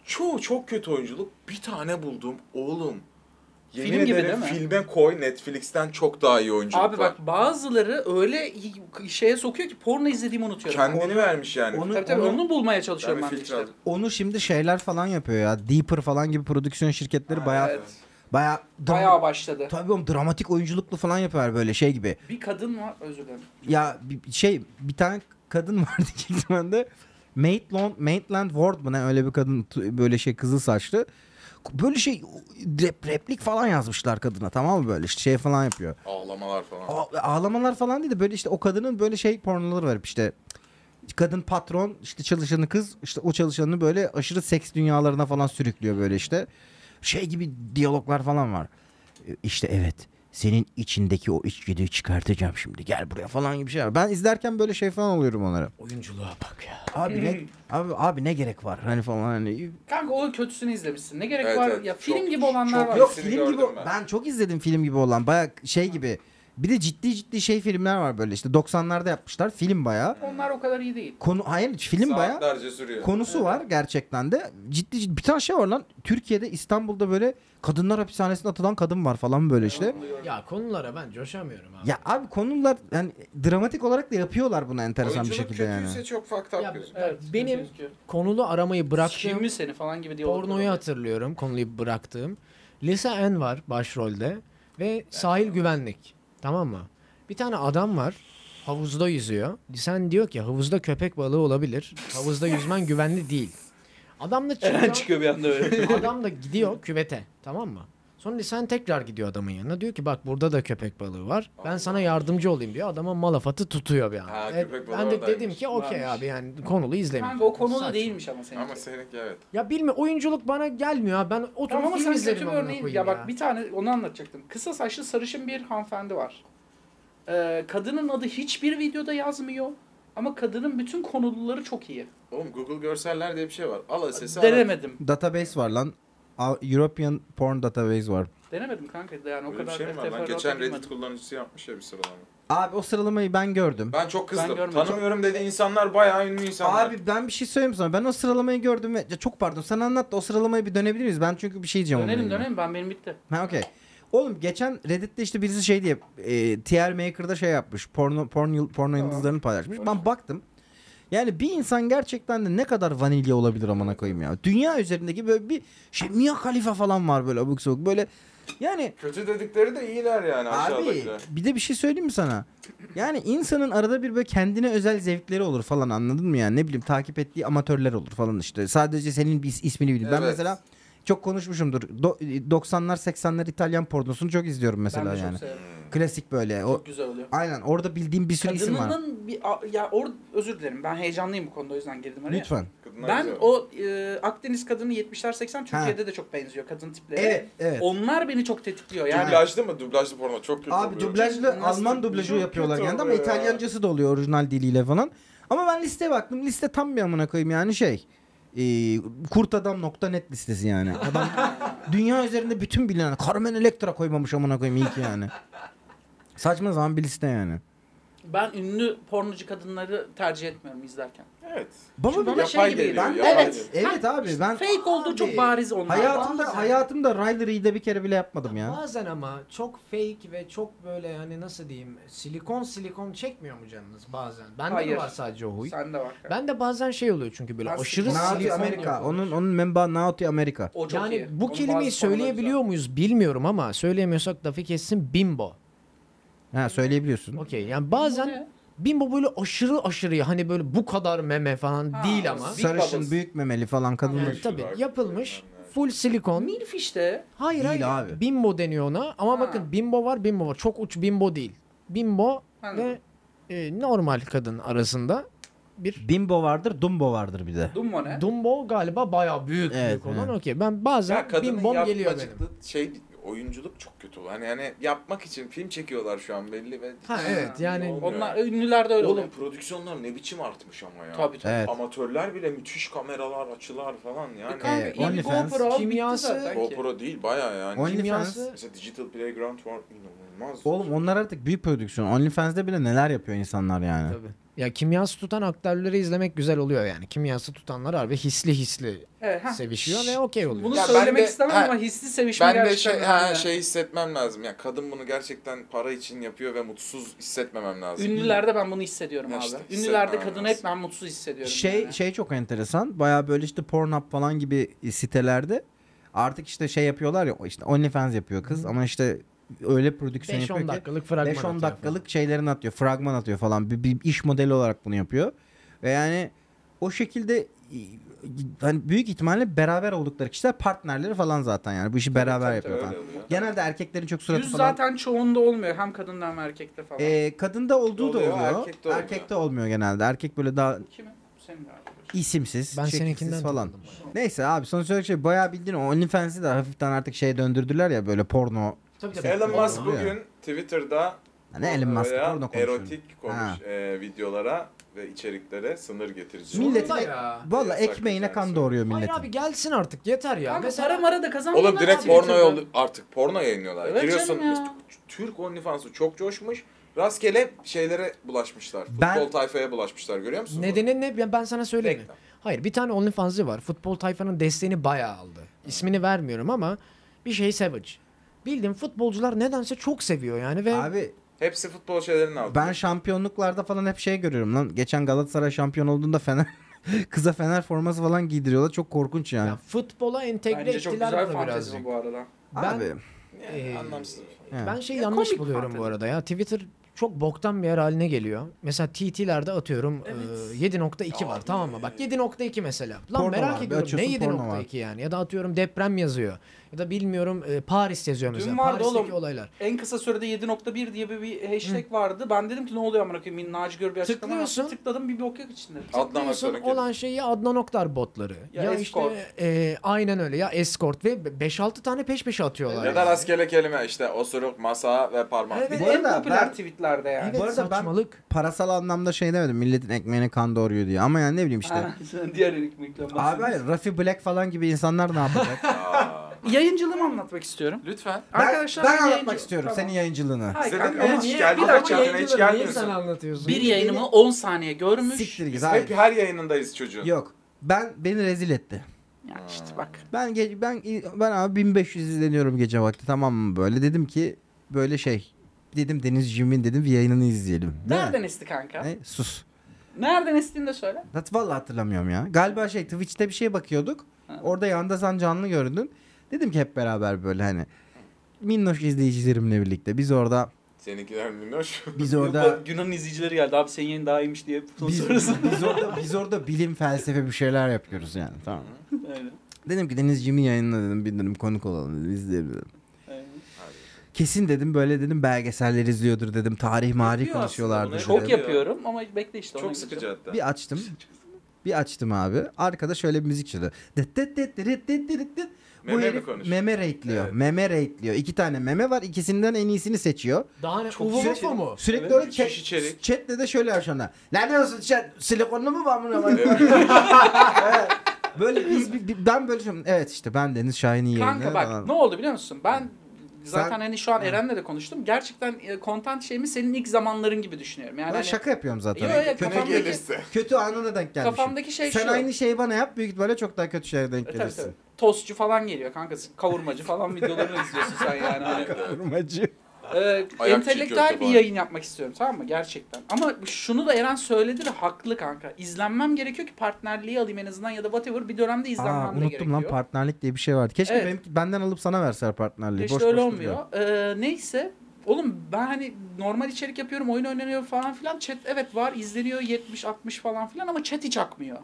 Speaker 3: Çoğu çok kötü oyunculuk. Bir tane buldum. Oğlum. Yemin
Speaker 4: Film gibi
Speaker 3: ederim
Speaker 4: değil mi?
Speaker 3: filme koy Netflix'ten çok daha iyi oyunculuk
Speaker 4: Abi
Speaker 3: var.
Speaker 4: bak bazıları öyle y- şeye sokuyor ki porno izlediğimi unutuyorum.
Speaker 3: Kendini vermiş yani.
Speaker 5: onu-
Speaker 4: Tabii tabii
Speaker 5: Onu-
Speaker 4: onu bulmaya
Speaker 3: Ben
Speaker 4: çalışıyorum
Speaker 3: bir
Speaker 4: ben de
Speaker 3: filtre
Speaker 4: işte.
Speaker 3: aldım.
Speaker 5: Onu şimdi şeyler falan yapıyor ya. Deeper falan gibi prodüksiyon şirketleri bayağı
Speaker 4: Evet.
Speaker 5: bayağı dram-
Speaker 4: Bayağı başladı.
Speaker 5: Tabii oğlum dramatik oyunculuklu falan yapar böyle şey gibi.
Speaker 4: Bir kadın var özür dilerim.
Speaker 5: Ya bir- şey bir tane kadın (laughs) vardı ilk de Maitland, Maitland Ward mı ne öyle bir kadın tu- böyle şey kızıl saçlı. Böyle şey rep- replik falan yazmışlar kadına tamam mı böyle işte şey falan yapıyor.
Speaker 3: Ağlamalar falan.
Speaker 5: A- ağlamalar falan değil de böyle işte o kadının böyle şey pornoları var işte. Kadın patron işte çalışanı kız işte o çalışanını böyle aşırı seks dünyalarına falan sürüklüyor böyle işte. Şey gibi diyaloglar falan var. E, İşte evet senin içindeki o içgüdüyü çıkartacağım şimdi gel buraya falan gibi şeyler. Ben izlerken böyle şey falan oluyorum onlara.
Speaker 2: Oyunculuğa bak ya.
Speaker 5: Abi ne abi, abi ne gerek var hani falan hani.
Speaker 4: Kanka o kötüsünü izlemişsin. Ne gerek
Speaker 3: Evet,
Speaker 4: var?
Speaker 3: evet.
Speaker 4: Ya
Speaker 3: Çok-
Speaker 4: film gibi olanlar
Speaker 3: çok-
Speaker 4: var.
Speaker 5: Yok
Speaker 3: Hepsini
Speaker 5: film gibi
Speaker 3: gördüm ben.
Speaker 5: ben çok izledim film gibi olan baya şey gibi Bir de ciddi ciddi şey filmler var böyle işte 90'larda yapmışlar film bayağı.
Speaker 4: Onlar o kadar iyi değil.
Speaker 5: Konu hayır film bayağı
Speaker 3: Saatlerce sürüyor.
Speaker 5: konusu var gerçekten de. Ciddi ciddi bir tane şey var lan. Türkiye'de İstanbul'da böyle kadınlar hapishanesine atılan kadın var falan böyle işte.
Speaker 2: Ya konulara ben coşamıyorum abi.
Speaker 5: Ya abi konular yani dramatik olarak da yapıyorlar bunu enteresan bir
Speaker 3: Oyunculuk
Speaker 5: şekilde yani.
Speaker 3: kötüyse çok fucked up
Speaker 2: Ya,
Speaker 3: gözüküyor.
Speaker 4: Evet,
Speaker 2: Benim-
Speaker 4: gözüküyor.
Speaker 2: Konulu aramayı bıraktığım
Speaker 4: Şimdi seni falan gibi diye
Speaker 2: pornoyu hatırlıyorum. Konuyu bıraktığım. Lisa Ann var başrolde ve sahil güvenlik. Tamam mı? Bir tane adam var. Havuzda yüzüyor. Lisa Ann diyor ki havuzda köpek balığı olabilir. Havuzda yüzmen güvenli değil. Adam da
Speaker 4: Eren
Speaker 2: çıkıyor.
Speaker 4: (laughs) çıkıyor bir anda öyle.
Speaker 3: (laughs)
Speaker 2: (laughs) Adam da gidiyor küvete tamam mı? Sonra Lisan tekrar gidiyor adamın yanına. Diyor ki bak burada da köpek balığı var. Ben
Speaker 3: Allah.
Speaker 2: sana yardımcı olayım diyor. Adama malafatı tutuyor bir anda.
Speaker 3: Ha,
Speaker 2: Evet,
Speaker 3: köpek balığı
Speaker 2: ben de
Speaker 3: oradaymış.
Speaker 2: dedim ki okey
Speaker 4: Varmış.
Speaker 2: abi yani konulu izlemeyeyim.
Speaker 4: Kanka o konu da
Speaker 2: Saçma.
Speaker 4: değilmiş ama senin.
Speaker 3: Ama seninki evet.
Speaker 2: Ya bilme oyunculuk bana gelmiyor abi. Ben oturup
Speaker 4: Tamam ama
Speaker 2: film
Speaker 4: sen
Speaker 2: izlerim
Speaker 4: kötü bir
Speaker 2: amına
Speaker 4: örneğin.
Speaker 2: koyayım
Speaker 4: Ya bak bir tane onu anlatacaktım. Kısa saçlı sarışın bir hanımefendi var. Ee, kadının adı hiçbir videoda yazmıyor. Ama kadının bütün konuluları çok iyi.
Speaker 3: Oğlum Google görseller diye bir şey var. Al sesi
Speaker 4: Denemedim.
Speaker 5: Database var lan. A- European Porn Database var.
Speaker 4: Denemedim kanka. Yani o
Speaker 3: Böyle bir
Speaker 4: kadar
Speaker 3: şey mi var lan?
Speaker 4: teferruata
Speaker 3: Geçen
Speaker 4: girmedim.
Speaker 3: Reddit kullanıcısı yapmış ya bir sıralama.
Speaker 5: Abi o sıralamayı ben gördüm.
Speaker 3: Ben çok
Speaker 4: Ben
Speaker 3: kızdım.
Speaker 4: görmedim.
Speaker 3: Tanımıyorum dedi insanlar bayağı ünlü insanlar.
Speaker 5: Abi ben bir şey söyleyeyim sana. Ben o sıralamayı gördüm ve ya çok pardon sen anlat da o sıralamayı bir dönebilir miyiz? Ben çünkü bir şey diyeceğim. onunla
Speaker 4: Dönelim
Speaker 5: ilgili.
Speaker 4: dönelim. Ben benim bitti.
Speaker 5: Ha okey. Oğlum geçen Reddit'te işte birisi şey diye e, TR Maker'da şey yapmış. Porno porno, yıl- porno yıldızlarını paylaşmış. Ben baktım. Yani bir insan gerçekten de ne kadar vanilya olabilir amına koyayım ya. Dünya üzerindeki böyle bir şey Mia Khalifa falan var böyle abuk sabuk böyle. Yani
Speaker 3: Kötü dedikleri de iyiler yani
Speaker 5: abi
Speaker 3: aşağıdakiler.
Speaker 5: bir de bir şey söyleyeyim mi sana? Yani insanın arada bir böyle kendine özel zevkleri olur falan anladın mı yani? Ne bileyim takip ettiği amatörler olur falan işte. Sadece senin bir is- ismini bilir. Ben
Speaker 3: Evet.
Speaker 5: mesela çok konuşmuşumdur. Do- 90'lar 80'ler İtalyan pornosunu çok izliyorum mesela
Speaker 4: ben de
Speaker 5: yani.
Speaker 4: çok severim.
Speaker 5: Klasik böyle. O
Speaker 4: Çok güzel oluyor.
Speaker 5: aynen orada bildiğim bir sürü isim var.
Speaker 4: Kadının bir a- ya or özür dilerim. Ben heyecanlıyım bu konuda o yüzden girdim araya.
Speaker 5: Lütfen.
Speaker 3: Kadınlar
Speaker 4: Ben
Speaker 3: güzel.
Speaker 4: o e, Akdeniz kadını 70'ler 80 Türkiye'de de çok benziyor kadın tipleri.
Speaker 5: Evet, evet.
Speaker 4: Onlar beni çok tetikliyor. Yani
Speaker 3: Dublajlı mı? Dublajlı porno çok kötü
Speaker 5: Abi
Speaker 3: oluyor.
Speaker 5: dublajlı
Speaker 4: Nasıl-
Speaker 5: Alman dublajı
Speaker 3: Çok
Speaker 5: yapıyorlar
Speaker 3: kötü
Speaker 5: genelde ama
Speaker 3: oluyor ya.
Speaker 5: İtalyancası da oluyor orijinal diliyle falan. Ama ben listeye baktım. Liste tam bir amına koyayım yani şey. E, kurtadam.net listesi yani. Adam dünya üzerinde bütün bilinen Carmen Electra koymamış amına koyayım iyi ki yani. Saçma zaman bir liste yani.
Speaker 4: ben ünlü pornocu kadınları tercih etmiyorum izlerken.
Speaker 3: Evet.
Speaker 5: Baba
Speaker 4: bana
Speaker 5: bir-
Speaker 4: şey gibi geliyor,
Speaker 5: ben-
Speaker 3: yapay
Speaker 5: evet, evet abi ben
Speaker 4: Fake olduğu çok bariz onlar.
Speaker 5: hayatımda hayatımda Riley'i de bir kere bile yapmadım ya.
Speaker 2: Bazen ama çok fake ve çok böyle yani nasıl diyeyim silikon silikon çekmiyor mu canınız bazen? Bende
Speaker 4: Hayır.
Speaker 2: mi var sadece o huy?
Speaker 4: Sen de var. kanka.
Speaker 2: Ben de bazen şey oluyor çünkü böyle
Speaker 4: Ben
Speaker 2: aşırı
Speaker 4: silikon-
Speaker 5: Now
Speaker 2: silikon
Speaker 5: to America. Onun onun memba Now to America.
Speaker 4: o çok
Speaker 2: Yani
Speaker 4: iyi.
Speaker 2: bu
Speaker 4: Onun
Speaker 2: kelimeyi
Speaker 4: bazı konuları
Speaker 2: söyleyebiliyor muyuz bilmiyorum ama söyleyemiyorsak lafı kessin bimbo.
Speaker 5: Ha söyleyebiliyorsun.
Speaker 2: Okey yani
Speaker 4: güzel.
Speaker 2: bazen bimbo böyle aşırı aşırı ya, hani böyle bu kadar meme falan
Speaker 4: Ha,
Speaker 2: değil ama.
Speaker 4: Big
Speaker 5: Sarışın
Speaker 4: Bubbles.
Speaker 5: büyük memeli falan kadınlar.
Speaker 2: Yani tabii yapılmış full silikon.
Speaker 4: Milf işte.
Speaker 2: Hayır
Speaker 5: Değil
Speaker 2: hayır
Speaker 5: abi.
Speaker 2: bimbo deniyor ona ama
Speaker 4: Ha.
Speaker 2: bakın bimbo var bimbo var çok uç bimbo değil. Bimbo
Speaker 4: Anladım.
Speaker 2: ve e, normal kadın arasında bir
Speaker 5: Bimbo vardır, Dumbo vardır bir de.
Speaker 4: Dumbo ne?
Speaker 2: Dumbo galiba bayağı büyük
Speaker 5: Evet,
Speaker 2: büyük olan
Speaker 5: evet.
Speaker 2: okey. Ben bazen
Speaker 3: Ya kadının
Speaker 2: bimbom geliyor benim.
Speaker 3: yapmacıklı şey oyunculuk çok kötü. Hani yani yapmak için film çekiyorlar şu an belli ve
Speaker 2: Ha evet yani
Speaker 3: Olmuyor.
Speaker 4: Onlar ünlüler de öyle
Speaker 3: Oğlum
Speaker 4: oluyor.
Speaker 3: prodüksiyonlar ne biçim artmış ama ya.
Speaker 4: Tabii tabii.
Speaker 5: Evet.
Speaker 3: Amatörler bile müthiş kameralar, açılar falan yani.
Speaker 4: Kanka
Speaker 5: Ee,
Speaker 4: iyi bir
Speaker 5: OnlyFans.
Speaker 4: GoPro al, bitti
Speaker 2: Kimyası-
Speaker 4: zaten ki.
Speaker 3: GoPro değil bayağı yani.
Speaker 5: Only-
Speaker 2: kimyası
Speaker 3: Mesela Digital Playground var inanılmaz.
Speaker 5: Oğlum onlar artık büyük prodüksiyon. OnlyFans'de bile neler yapıyor insanlar yani.
Speaker 2: Tabii. Ya kimyası tutan aktörleri izlemek güzel oluyor yani. Kimyası tutanlar harbi hisli hisli
Speaker 4: Evet, ha.
Speaker 2: sevişiyor ve okey oluyor.
Speaker 4: Bunu
Speaker 3: Ya ben
Speaker 4: söylemek
Speaker 3: de-
Speaker 4: istemem
Speaker 3: ha.
Speaker 4: ama hisli sevişme
Speaker 3: Ben de
Speaker 4: gerçekten
Speaker 3: şey, ha,
Speaker 4: önemli.
Speaker 3: şey hissetmem lazım. Ya kadın bunu gerçekten para için yapıyor ve mutsuz hissetmemem lazım.
Speaker 4: Ünlülerde ben bunu hissediyorum
Speaker 3: Ya
Speaker 4: abi.
Speaker 3: işte,
Speaker 4: Ünlülerde
Speaker 3: hissetmem
Speaker 4: kadını
Speaker 3: lazım.
Speaker 4: hep ben mutsuz hissediyorum.
Speaker 5: Şey
Speaker 4: yani.
Speaker 5: şey çok enteresan. Baya böyle işte Pornhub falan gibi sitelerde artık işte şey yapıyorlar ya işte OnlyFans yapıyor kız ama işte öyle prodüksiyon
Speaker 2: 5-10
Speaker 5: yapıyor ki
Speaker 2: dakikalık fragman
Speaker 5: 5-10
Speaker 2: atıyor
Speaker 5: dakikalık şeylerini atıyor. Fragman atıyor falan. Bir, bir iş modeli olarak bunu yapıyor. Ve yani o şekilde hani büyük ihtimalle beraber oldukları kişiler partnerleri falan zaten yani. Bu işi beraber
Speaker 4: tabii,
Speaker 5: yapıyor
Speaker 3: Öyle
Speaker 5: falan.
Speaker 3: oluyor.
Speaker 5: Genelde erkeklerin çok suratı
Speaker 4: Yüz
Speaker 5: falan.
Speaker 4: zaten çoğunda olmuyor. Hem kadında hem erkekte falan.
Speaker 5: Ee, kadında olduğu
Speaker 3: Oluyor,
Speaker 5: da oluyor.
Speaker 3: erkekte olmuyor.
Speaker 5: Erkekte olmuyor genelde. Erkek böyle daha
Speaker 4: Kimi? Senin de abi.
Speaker 5: isimsiz,
Speaker 2: Ben
Speaker 5: ben
Speaker 2: seninkinden
Speaker 5: falan.
Speaker 2: takıldım bayağı.
Speaker 5: Neyse abi sonuç olarak şey bayağı bildiğin o OnlyFans'i de hafiften artık şeye döndürdüler ya böyle porno.
Speaker 2: Tabii tabii.
Speaker 3: Elon
Speaker 5: Olmuyor.
Speaker 3: Musk bugün Twitter'da
Speaker 5: Hani Elon Musk
Speaker 3: oraya
Speaker 5: porno konuşuyor.
Speaker 3: erotik konuş
Speaker 5: Ha.
Speaker 3: e, videolara ve içeriklere sınır getirici.
Speaker 5: Millet-
Speaker 2: Zorunda ya.
Speaker 5: Valla
Speaker 3: Yasak bir
Speaker 5: ekmeğine kan
Speaker 3: tanesi.
Speaker 5: doğuruyor
Speaker 2: Hayır
Speaker 5: milletin.
Speaker 2: abi gelsin artık yeter ya.
Speaker 4: Kanka
Speaker 2: Mesela
Speaker 4: para mara da kazanmıyor.
Speaker 3: Oğlum direkt porno yoldu. Artık porno yayınlıyorlar.
Speaker 4: Evet
Speaker 3: Giriyorsun.
Speaker 4: canım ya.
Speaker 3: Türk OnlyFans'ı çok coşmuş. Rastgele şeylere bulaşmışlar.
Speaker 5: Ben-
Speaker 3: Futbol tayfaya bulaşmışlar görüyor musun?
Speaker 2: nedeni ne? Ben- Ben sana söyleyeyim. mi?
Speaker 3: Reklam.
Speaker 2: Hayır bir tane OnlyFans'cı var. Futbol tayfanın desteğini bayağı aldı. İsmini vermiyorum ama bir şey Savage. Bildiğim futbolcular nedense çok seviyor yani ve
Speaker 5: Abi
Speaker 3: Hepsi futbol şeylerini aldı.
Speaker 5: ben şey- şampiyonluklarda falan hep şey görüyorum lan. Geçen Galatasaray şampiyon olduğunda Fener (laughs) kıza Fener forması falan giydiriyorlar. Çok korkunç yani.
Speaker 2: ya futbola entegre
Speaker 4: Bence çok
Speaker 2: ettiler
Speaker 4: güzel
Speaker 2: bunu
Speaker 4: fantezi
Speaker 2: birazcık.
Speaker 4: bu bu arada.
Speaker 2: Ben-
Speaker 5: Abi
Speaker 3: Yani
Speaker 2: Ee,
Speaker 3: anlamsız.
Speaker 5: Evet.
Speaker 2: Ben şey
Speaker 4: Ya
Speaker 2: yanlış
Speaker 4: komik
Speaker 2: buluyorum bu
Speaker 4: fantezi.
Speaker 2: arada ya. Twitter çok boktan bir yer haline geliyor. Mesela TT'lerde atıyorum e, 7.2 var tamam mı? Bak 7.2 mesela. Lan
Speaker 5: Porno var,
Speaker 2: merak
Speaker 5: bir
Speaker 2: ediyorum ne
Speaker 5: açıyorsun, porno var.
Speaker 2: 7.2 yani? Ya da atıyorum deprem yazıyor. Ya da bilmiyorum e, Paris yazıyor
Speaker 4: Dün
Speaker 2: mesela.
Speaker 4: vardı
Speaker 2: Paris'teki
Speaker 4: oğlum.
Speaker 2: olaylar.
Speaker 4: En kısa sürede 7.1 diye bir, bir hashtag vardı. Ben dedim ki ne oluyor amına koyayım Naci Gör bir açıklama yaptı.
Speaker 2: Tıklıyorsun.
Speaker 4: Tıkladım bir bok yok içinde.
Speaker 3: Adnan
Speaker 2: Biliyorsun
Speaker 3: Aksar'ın
Speaker 2: olan şey ya Adnan Oktar botları. Ya,
Speaker 4: Ya
Speaker 2: işte
Speaker 4: escort.
Speaker 2: e, aynen öyle ya escort ve 5-6 tane peş peşe atıyorlar.
Speaker 3: Ya da rastgele kelime işte osuruk, masa ve parmak.
Speaker 4: Evet,
Speaker 5: Bu
Speaker 4: en
Speaker 5: arada
Speaker 4: popüler
Speaker 5: ben-
Speaker 4: tweetlerde yani.
Speaker 2: Evet,
Speaker 5: Bu arada ben-
Speaker 2: saçmalık.
Speaker 5: parasal anlamda şey demedim. Milletin ekmeğine kan doğuruyor diye. Ama yani ne bileyim işte.
Speaker 4: (laughs) Aynen, Diğer erikmekten
Speaker 5: Abi hayır Rafi Black falan gibi insanlar ne yapacak? (laughs) Ben-
Speaker 3: Aa.
Speaker 4: Yayıncılığımı anlatmak istiyorum.
Speaker 3: Lütfen.
Speaker 4: Arkadaşlar
Speaker 5: ben
Speaker 4: yayıncı-
Speaker 5: anlatmak istiyorum
Speaker 4: Tamam.
Speaker 5: senin yayıncılığını.
Speaker 4: Hayır
Speaker 3: Senin
Speaker 4: kanka,
Speaker 3: en
Speaker 4: ama
Speaker 3: iyi
Speaker 4: niye-
Speaker 3: geldi
Speaker 4: bir
Speaker 3: bak
Speaker 4: dakika.
Speaker 3: çatına hiç gelmiyorsun.
Speaker 2: Niye sen anlatıyorsun?
Speaker 4: Bir yayınımı 10 saniye görmüş.
Speaker 5: Siktir git.
Speaker 3: Biz
Speaker 5: hayır.
Speaker 3: hep her yayınındayız çocuğun.
Speaker 5: Yok. Ben beni rezil etti.
Speaker 4: Ya işte bak.
Speaker 5: Ben ge- ben ben abi 1500 izleniyorum gece vakti tamam mı böyle dedim ki böyle şey dedim Deniz Jim'in dedim bir yayınını izleyelim. Ne?
Speaker 4: Nereden esti kanka?
Speaker 5: Ne? Sus.
Speaker 4: Nereden estiğini de söyle.
Speaker 5: Hat vallahi hatırlamıyorum ya. Galiba şey Twitch'te bir şey bakıyorduk.
Speaker 4: Ha.
Speaker 5: Orada yanda sen canlı göründün. Dedim ki hep beraber böyle hani minnoş izleyicilerimle birlikte biz orada
Speaker 3: Seninkiler (laughs) minnoş.
Speaker 5: biz orada
Speaker 4: Bak, Yunan izleyicileri geldi abi senin yayın daha iyiymiş diye
Speaker 5: biz,
Speaker 4: (laughs) sonrası.
Speaker 5: biz orada biz orada bilim felsefe bir şeyler yapıyoruz yani tamam.
Speaker 4: Aynen,
Speaker 5: Dedim ki Deniz Jim'in yayınına dedim bir dedim konuk olalım dedim izleyelim dedim.
Speaker 4: aynen.
Speaker 5: Kesin dedim böyle dedim belgeseller izliyordur dedim. Tarih marih
Speaker 3: Yapıyor
Speaker 5: konuşuyorlardı.
Speaker 3: aslında bunu,
Speaker 5: dedim.
Speaker 4: Çok yapıyorum ama bekle işte. ona
Speaker 3: Çok
Speaker 4: geleceğim.
Speaker 3: sıkıcı hatta.
Speaker 5: Bir açtım. Bir açtım abi. Arkada şöyle bir müzik çalıyor. Dıt dıt dıt dırıt dıt dırıt dıt. Bu
Speaker 3: Meme mi
Speaker 5: herif
Speaker 3: konuşuyor?
Speaker 5: meme rate'liyor.
Speaker 3: Evet.
Speaker 5: Meme rate'liyor. İki tane meme var. ikisinden en iyisini seçiyor.
Speaker 2: Daha ne?
Speaker 3: Çok
Speaker 2: Ufo
Speaker 3: güzel
Speaker 2: Mufo
Speaker 3: şey.
Speaker 2: mu?
Speaker 5: Sürekli
Speaker 3: Evet,
Speaker 5: orada
Speaker 3: müthiş
Speaker 5: chat-
Speaker 3: içerik.
Speaker 5: chatle de şöyle aşağına. Nerede olsun chat? Silikonlu mu var mı? (laughs) böyle biz, bi- bi- ben böyle diyorum. Evet işte ben Deniz Şahin'in yerine.
Speaker 4: Kanka bak
Speaker 5: falan.
Speaker 4: ne oldu biliyor musun? Ben zaten
Speaker 5: Sen-
Speaker 4: hani şu an Eren'le de konuştum. Gerçekten e, content şeyimi senin ilk zamanların gibi düşünüyorum. Yani
Speaker 5: Ben
Speaker 4: hani
Speaker 5: şaka yapıyorum zaten.
Speaker 4: Yo, yo,
Speaker 5: Kötü-
Speaker 3: Ne (laughs)
Speaker 4: kafamdaki-
Speaker 3: gelirse.
Speaker 5: Kötü anına denk gelmişim.
Speaker 4: kafamdaki şey
Speaker 5: Sen
Speaker 4: şu.
Speaker 5: aynı şeyi bana yap büyük ihtimalle çok daha kötü şeylere denk
Speaker 4: E, tabii,
Speaker 5: gelirsin.
Speaker 4: tabii. Tostçu falan geliyor kanka. Kavurmacı falan videolarını izliyorsun sen yani. Hani,
Speaker 5: Kurmacı.
Speaker 4: e,
Speaker 3: Ayak çekiyor
Speaker 4: entelektüel bir
Speaker 3: tabii.
Speaker 4: yayın yapmak istiyorum tamam mı? Gerçekten. Ama şunu da Eren söyledi de haklı kanka. İzlenmem gerekiyor ki partnerliği alayım en azından ya da whatever bir dönemde izlenmem
Speaker 5: Aa,
Speaker 4: de
Speaker 5: unuttum
Speaker 4: gerekiyor.
Speaker 5: lan partnerlik diye bir şey vardı. Keşke
Speaker 4: Evet.
Speaker 5: benimki- benden alıp sana verseler partnerliği.
Speaker 4: İşte
Speaker 5: boş
Speaker 4: öyle
Speaker 5: boş
Speaker 4: olmuyor. Ee, neyse. Oğlum ben hani normal içerik yapıyorum, oyun oynanıyor falan filan. Chat evet var, izleniyor 70-60 falan filan ama chat hiç akmıyor.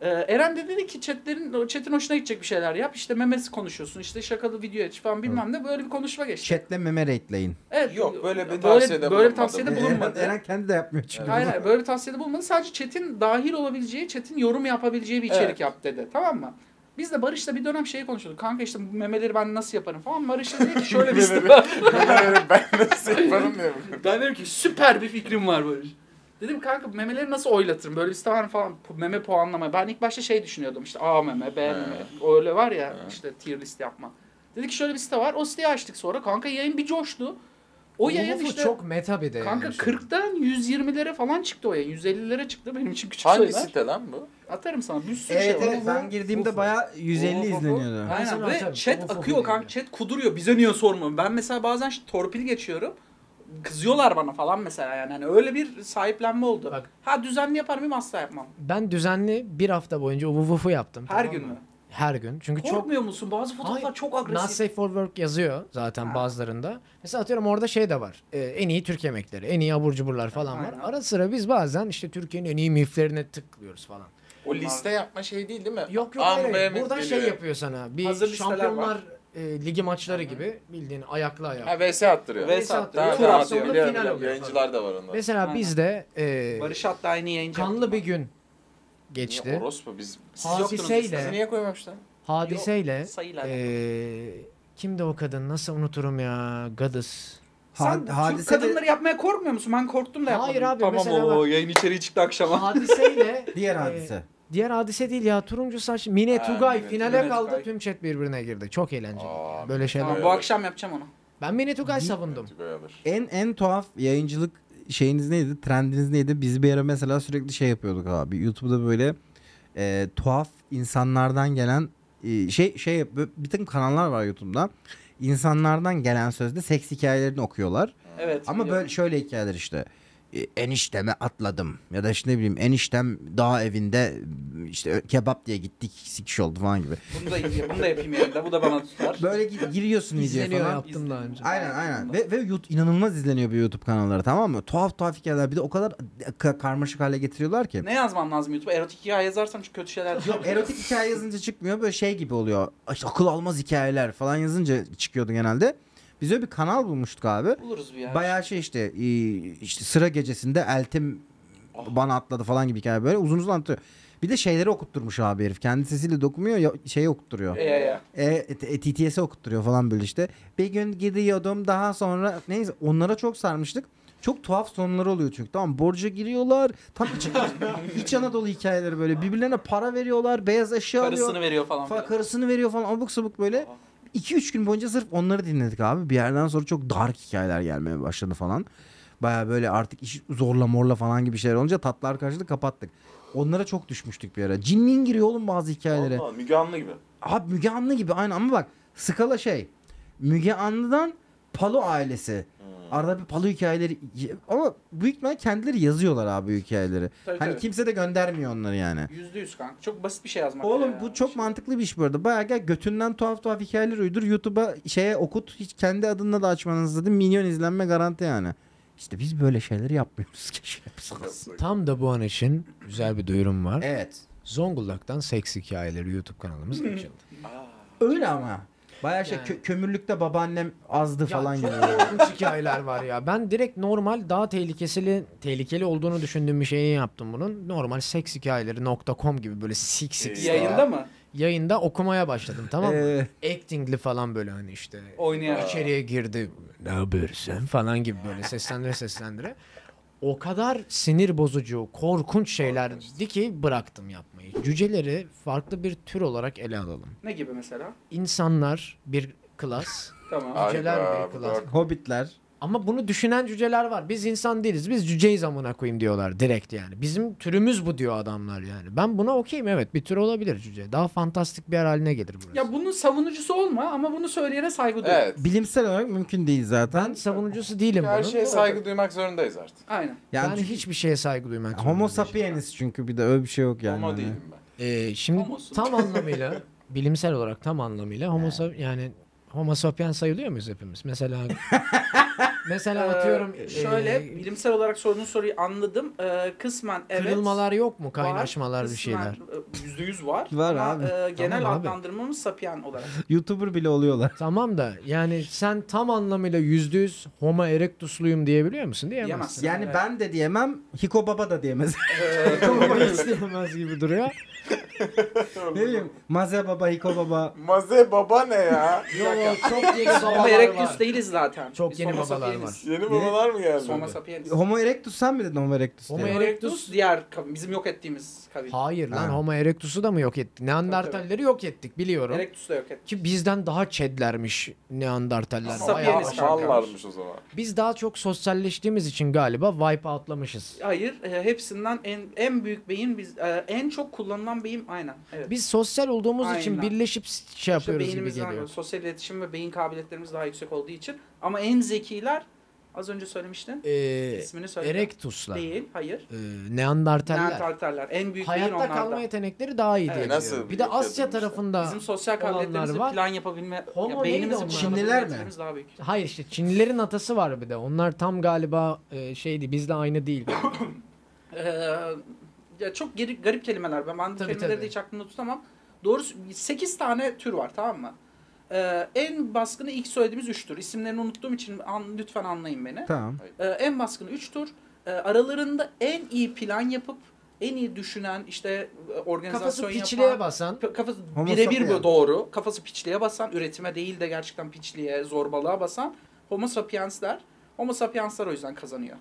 Speaker 4: Ee, Eren de dedi ki chatlerin, chatin hoşuna gidecek bir şeyler yap. İşte memesi konuşuyorsun, işte şakalı video aç falan bilmem ne. Böyle bir konuşma geçti.
Speaker 5: Chatle meme rate'leyin.
Speaker 4: Evet,
Speaker 3: Yok, böyle bir
Speaker 4: böyle,
Speaker 3: tavsiyede
Speaker 4: böyle bir
Speaker 3: bulunmadı.
Speaker 4: tavsiyede
Speaker 5: (laughs)
Speaker 4: bulunmadı.
Speaker 5: Eren kendi de yapmıyor çünkü.
Speaker 4: Hayır hayır böyle bir tavsiyede bulunmadı. Sadece chat'in dahil olabileceği, chat'in yorum yapabileceği bir içerik
Speaker 3: Evet.
Speaker 4: yap dedi. Tamam mı? Biz de Barış'la bir dönem şey konuşuyorduk. Kanka işte bu memeleri ben nasıl yaparım falan. Barış da dedi ki
Speaker 3: (laughs)
Speaker 4: şöyle bir istek var.
Speaker 3: şey ben nasıl yaparım diye.
Speaker 4: Ben dedim ki süper bir fikrim var Barış. Dedim kanka memeleri nasıl oylatırım? Böyle bir site var mı falan Pu- meme puanlama. Ben ilk başta şey düşünüyordum işte A meme, B
Speaker 3: He.
Speaker 4: meme. Öyle var ya işte tier list yapma. Dedik ki şöyle bir site var. O siteyi açtık sonra. Kanka yayın bir coştu. O
Speaker 2: Ufo
Speaker 4: yayın
Speaker 2: Mufo
Speaker 4: işte
Speaker 2: çok meta bir de.
Speaker 4: kanka
Speaker 2: yani.
Speaker 4: 40'tan 120'lere falan çıktı o yayın. 150'lere çıktı benim için küçük
Speaker 3: Hangi
Speaker 4: sayılar.
Speaker 3: site lan bu?
Speaker 4: Atarım sana bir sürü
Speaker 5: Evet
Speaker 4: şey var.
Speaker 5: evet ben girdiğimde
Speaker 2: Ufo.
Speaker 5: baya 150
Speaker 3: Ufo.
Speaker 5: izleniyordu.
Speaker 2: Ben sana
Speaker 4: Aynen ve
Speaker 2: atarım.
Speaker 4: chat
Speaker 2: Homofobia
Speaker 4: akıyor kanka
Speaker 2: yani.
Speaker 4: chat kuduruyor bize niye sormuyor. Ben mesela bazen ş- torpil geçiyorum. Kızıyorlar bana falan mesela yani. Hani öyle bir sahiplenme oldu.
Speaker 2: Bak.
Speaker 4: Ha düzenli yaparım mıyım asla yapmam.
Speaker 2: Ben düzenli bir hafta boyunca Ufo Mufo yaptım.
Speaker 4: Her
Speaker 2: tamam
Speaker 4: gün
Speaker 2: mı?
Speaker 4: mü?
Speaker 2: Her gün. Çünkü çok
Speaker 4: Korkmuyor musun? Bazı fotoğraflar
Speaker 2: Hayır.
Speaker 4: çok
Speaker 2: Not
Speaker 4: agresif.
Speaker 2: safe for work yazıyor zaten
Speaker 4: Ha.
Speaker 2: bazılarında. Mesela atıyorum orada şey de var. Ee, en iyi Türk yemekleri, en iyi abur cuburlar falan var.
Speaker 4: Aynen.
Speaker 2: Ara sıra biz bazen işte Türkiye'nin en iyi miflerine tıklıyoruz falan.
Speaker 3: O liste yapma şey değil değil mi?
Speaker 2: Yok yok
Speaker 3: An
Speaker 2: hayır, hayır.
Speaker 3: Mehmet
Speaker 2: Buradan
Speaker 3: geliyor.
Speaker 2: şey yapıyor sana. Bir
Speaker 4: Hazır listeler var.
Speaker 2: şampiyonlar e, ligi maçları gibi bildiğin ayaklı ayak.
Speaker 3: Ha VS attırıyor.
Speaker 4: VS attırıyor.
Speaker 3: Daha
Speaker 4: Tur
Speaker 3: rahat diyor.
Speaker 2: final
Speaker 4: aslında
Speaker 3: Biliyorum, biliyorum.
Speaker 2: oluyor.
Speaker 3: Yayıncılar da var onda.
Speaker 2: Mesela
Speaker 4: Aynen.
Speaker 2: bizde e,
Speaker 4: Barış hatta aynı yayıncı.
Speaker 2: kanlı bir gün
Speaker 3: Niye
Speaker 2: geçti.
Speaker 3: orospu biz? Siz
Speaker 2: Hadiseyle-
Speaker 3: yoktunuz listede. Sizi niye koymamışlar?
Speaker 2: Hadiseyle
Speaker 4: Sayıyla.
Speaker 2: Ee,
Speaker 3: (laughs)
Speaker 2: e, kimdi o kadın nasıl unuturum ya Gadis.
Speaker 4: Sen
Speaker 5: hadise
Speaker 4: hadise kadınları yapmaya korkmuyor musun? Ben korktum da yapmadım.
Speaker 2: Hayır abi
Speaker 3: Tamam
Speaker 2: mesela
Speaker 3: o
Speaker 2: bak,
Speaker 3: yayın içeriği çıktı akşama.
Speaker 2: hadiseyle
Speaker 5: Diğer
Speaker 4: Ee,
Speaker 2: e,
Speaker 5: hadise.
Speaker 2: diğer hadise değil ya turuncu saç Mine
Speaker 3: Ha,
Speaker 2: Tugay
Speaker 3: Mine-
Speaker 2: finale
Speaker 3: Mine
Speaker 2: kaldı
Speaker 3: Tugay.
Speaker 2: tüm chat birbirine girdi. Çok eğlenceli.
Speaker 3: Aa,
Speaker 2: ya, böyle şeyler.
Speaker 4: Tamam, bu
Speaker 3: Evet.
Speaker 4: akşam yapacağım onu.
Speaker 2: Ben Mine Tugay savundum.
Speaker 3: Tugay alır.
Speaker 5: En en tuhaf yayıncılık şeyiniz neydi? Trendiniz neydi? Biz bir ara mesela sürekli şey yapıyorduk abi. YouTube'da böyle e, tuhaf insanlardan gelen e, şey şey yap- böyle bir takım kanallar var YouTube'da. İnsanlardan gelen sözde seks hikayelerini okuyorlar.
Speaker 4: Evet.
Speaker 5: Ama
Speaker 4: biliyorum.
Speaker 5: böyle şöyle hikayeler işte. E, Enişteme atladım ya da işte ne bileyim eniştem dağ evinde m, işte ö- kebap diye gittik sikiş oldu falan gibi.
Speaker 2: şey-
Speaker 4: Bunu da, iyi- bunu da yapayım evde. Bu da bana tutar.
Speaker 5: Böyle gi- giriyorsun videoya
Speaker 2: İzleniyor
Speaker 5: falan.
Speaker 2: yaptım daha önce.
Speaker 5: Aynen aynen. Ve, ve YouTube, inanılmaz izleniyor bu YouTube kanalları tamam mı? Tuhaf tuhaf hikayeler. Bir de o kadar ka- karmaşık hale getiriyorlar ki.
Speaker 4: Ne yazmam lazım YouTube'a? Erotik hikaye yazarsam çünkü kötü şeyler
Speaker 5: Yok erotik hikaye yazınca çıkmıyor. Böyle şey gibi oluyor. İşte akıl almaz hikayeler falan yazınca çıkıyordu genelde. Biz öyle bir kanal bulmuştuk abi.
Speaker 4: buluruz bir yer.
Speaker 5: Bayağı şey işte e, işte sıra gecesinde eltim bana atladı falan gibi hikaye böyle uzun uzun anlatıyor. Bir de şeyleri okutturmuş abi herif. Kendi sesiyle dokumuyor ya- şeyi okutturuyor.
Speaker 4: E, e, e.
Speaker 5: E, e, TTS'i okutturuyor falan böyle işte. Bir gün gidiyordum daha sonra neyse onlara çok sarmıştık. Çok tuhaf sonları oluyor çünkü tamam mı? borca giriyorlar. Tam (laughs) iç, iç Anadolu hikayeleri böyle birbirlerine para veriyorlar. Beyaz eşya
Speaker 4: Karısını
Speaker 5: alıyor.
Speaker 4: veriyor falan.
Speaker 5: Falan,
Speaker 4: filan.
Speaker 5: karısını veriyor falan abuk sabuk böyle. 2-3 gün boyunca sırf onları dinledik abi. Bir yerden sonra çok dark hikayeler gelmeye başladı falan. Baya böyle artık iş zorla morla falan gibi şeyler olunca tatlar karşılığı kapattık. Onlara çok düşmüştük bir ara. Cinnin giriyor oğlum bazı hikayelere.
Speaker 3: Valla Müge Anlı gibi.
Speaker 5: Abi Müge Anlı gibi aynı ama bak skala şey. Müge Anlı'dan Palo ailesi. Arada bir Palo hikayeleri ama büyük ihtimalle kendileri yazıyorlar abi bu hikayeleri.
Speaker 4: Tabii,
Speaker 5: hani
Speaker 4: tabii.
Speaker 5: kimse de göndermiyor onları yani.
Speaker 4: Yüzde yüz kanka. Çok basit bir şey yazmak.
Speaker 5: Oğlum
Speaker 4: ya.
Speaker 5: bu çok
Speaker 4: Şey-
Speaker 5: mantıklı bir iş bu arada. Bayağı gel götünden tuhaf tuhaf hikayeler uydur YouTube'a şeye okut. Hiç kendi adınla da açmanız dedim. Milyon izlenme garanti yani. İşte biz böyle şeyleri yapmıyoruz (laughs) keşke. yapsanız.
Speaker 2: Tam da bu an için güzel bir duyurum var.
Speaker 5: evet.
Speaker 2: Zonguldak'tan seks hikayeleri YouTube kanalımız açıldı.
Speaker 5: Öyle ama. Bayağı şey
Speaker 2: Yani.
Speaker 5: kö- kömürlükte babaannem azdı (laughs) falan gibi.
Speaker 2: korkunç hikayeler var ya. Ben direkt normal daha tehlikeli tehlikeli olduğunu düşündüğüm bir şeyi yaptım bunun. Normal seks hikayeleri.com gibi böyle sik sik
Speaker 3: Ee,
Speaker 4: Yayında mı?
Speaker 2: yayında okumaya başladım (laughs) tamam mı?
Speaker 5: Ee,
Speaker 2: Actingli falan böyle hani işte.
Speaker 4: Oynayan.
Speaker 2: İçeriye girdi. Ne habersin falan gibi böyle seslendire seslendire. O kadar sinir bozucu, korkunç şeylerdi ki bıraktım yapmayı. Cüceleri farklı bir tür olarak ele alalım.
Speaker 4: Ne gibi mesela?
Speaker 2: İnsanlar bir klas,
Speaker 4: Tamam.
Speaker 3: Ay
Speaker 2: cüceler
Speaker 3: be,
Speaker 2: bir
Speaker 3: bu
Speaker 2: klas.
Speaker 3: da-
Speaker 5: Hobbitler.
Speaker 2: Ama bunu düşünen cüceler var. Biz insan değiliz. Biz cüceyiz amına koyayım diyorlar direkt yani. Bizim türümüz bu diyor adamlar yani. Ben buna okeyim evet. Bir tür olabilir cüce. Daha fantastik bir yer haline gelir burası.
Speaker 4: Ya bunun savunucusu olma ama bunu söyleyene saygı duy.
Speaker 3: Evet.
Speaker 5: Bilimsel olarak mümkün değil zaten.
Speaker 2: ben savunucusu değilim
Speaker 3: Her
Speaker 2: bunun.
Speaker 3: şeye saygı duymak zorundayız artık.
Speaker 4: Aynen.
Speaker 5: Yani
Speaker 2: ben
Speaker 5: çünkü-
Speaker 2: hiçbir şeye saygı duymam.
Speaker 5: Homo sapiens çünkü bir de öyle bir şey yok yani.
Speaker 3: Homo
Speaker 5: Hani.
Speaker 3: değilim ben.
Speaker 2: Ee, şimdi
Speaker 4: Homosun. (laughs)
Speaker 2: tam anlamıyla bilimsel olarak tam anlamıyla homo sap- yani homo sapiens sayılıyor muyuz
Speaker 5: (laughs)
Speaker 2: hepimiz? Mesela mesela atıyorum
Speaker 4: Ee, şöyle
Speaker 2: e,
Speaker 4: bilimsel olarak sorduğun soruyu anladım. Ee, kısmen evet.
Speaker 2: kırılmalar yok mu?
Speaker 4: var,
Speaker 2: Kaynaşmalar bir
Speaker 4: kısmen,
Speaker 2: şeyler.
Speaker 4: e, Yüzde yüz var.
Speaker 5: Var
Speaker 4: ama,
Speaker 5: abi.
Speaker 4: e, genel
Speaker 2: Tamam abi.
Speaker 4: adlandırmamız sapyan olarak.
Speaker 5: Hani Youtuber bile oluyorlar.
Speaker 2: Tamam da yani sen tam anlamıyla yüzde yüz homo erectus'luyum diyebiliyor musun? Diyemezsin.
Speaker 4: Diyemezsin.
Speaker 5: Yani
Speaker 4: Evet.
Speaker 5: ben de diyemem, Hiko Baba da
Speaker 4: (laughs)
Speaker 5: diyemez.
Speaker 2: (laughs) Hiko baba hiç diyemez gibi duruyor.
Speaker 5: ne bileyim, Maze Baba, Hiko Baba.
Speaker 3: Maze baba
Speaker 5: (laughs)
Speaker 3: ne ya?
Speaker 2: çok yeni
Speaker 4: Homo erectus değiliz zaten.
Speaker 2: Çok
Speaker 4: Biz
Speaker 2: yeni
Speaker 4: homo
Speaker 2: babalar
Speaker 4: sapieniz.
Speaker 3: Yeni babalar mı geldi?
Speaker 4: Homo sapieniz.
Speaker 5: Homo erectus sen mi dedin Homo erectus
Speaker 2: Homo
Speaker 5: diye?
Speaker 2: erectus-
Speaker 4: Homo erectus diğer kavim. Bizim yok ettiğimiz kavim.
Speaker 2: Hayır lan
Speaker 5: Ha.
Speaker 2: homo erectus'u da mı yok ettik? Neandertalleri yok ettik biliyorum.
Speaker 4: Erectus da yok ettik.
Speaker 2: Ki bizden daha çedlermiş Neandertaller.
Speaker 4: Sapiyeniz
Speaker 2: Bayağı-
Speaker 4: kanka.
Speaker 3: Mallarmış o zaman.
Speaker 2: Biz daha çok sosyalleştiğimiz için galiba wipe outlamışız.
Speaker 4: Hayır, e, hepsinden en en büyük beyin biz e, en çok kullanılan beyin aynen. Evet.
Speaker 2: Biz sosyal olduğumuz için
Speaker 4: Aynen.
Speaker 2: birleşip şey
Speaker 4: İşte
Speaker 2: yapıyoruz gibi
Speaker 4: beynimiz daha-
Speaker 2: geliyor.
Speaker 4: sosyal iletişim ve beyin kabiliyetlerimiz daha yüksek olduğu için ama en zekiler az önce söylemiştin.
Speaker 2: Ee,
Speaker 4: ismini söyle.
Speaker 2: erectus'lar.
Speaker 4: Değil, hayır.
Speaker 2: Ee, neandertaller.
Speaker 4: Neandertaller en büyük beyin
Speaker 2: Hayatta
Speaker 4: onlarda.
Speaker 2: kalma yetenekleri daha iyi
Speaker 4: Evet.
Speaker 2: diye.
Speaker 3: Nasıl
Speaker 2: biliyorum. Bir de
Speaker 3: yok
Speaker 2: Asya
Speaker 3: edilmişler?
Speaker 2: tarafında
Speaker 4: Bizim sosyal
Speaker 2: olanlar
Speaker 4: kabiliyetlerimizi
Speaker 2: var.
Speaker 4: plan yapabilme,
Speaker 2: Homo
Speaker 4: ya beynimizi
Speaker 2: neydi onlar?
Speaker 4: kullanabilme
Speaker 5: Çinliler mi?
Speaker 4: yeteneğimiz daha büyük.
Speaker 2: Hayır işte Çinlilerin atası var bir de. Onlar tam galiba e, şeydi bizle aynı değil.
Speaker 4: Ee, ya çok geri, garip kelimeler. Ben, ben bu
Speaker 2: Tabii,
Speaker 4: kelimeleri
Speaker 2: tabii.
Speaker 4: de hiç aklımda tutamam. Doğrusu 8 tane tür var tamam mı? Ee, en baskını ilk söylediğimiz 3 tür. İsimlerini unuttuğum için an- lütfen anlayın beni.
Speaker 5: Tamam.
Speaker 4: Ee, en baskını 3 tür. Ee, aralarında en iyi plan yapıp en iyi düşünen işte e,
Speaker 2: Kafası
Speaker 4: organizasyon
Speaker 2: piçliğe
Speaker 4: yapan
Speaker 2: basan.
Speaker 4: P- Kafası
Speaker 5: Homo
Speaker 4: birebir
Speaker 5: sapien.
Speaker 4: bu doğru. Kafası piçliğe basan, üretime değil de gerçekten piçliğe, zorbalığa basan homo sapiensler. Homo sapiensler o yüzden kazanıyor.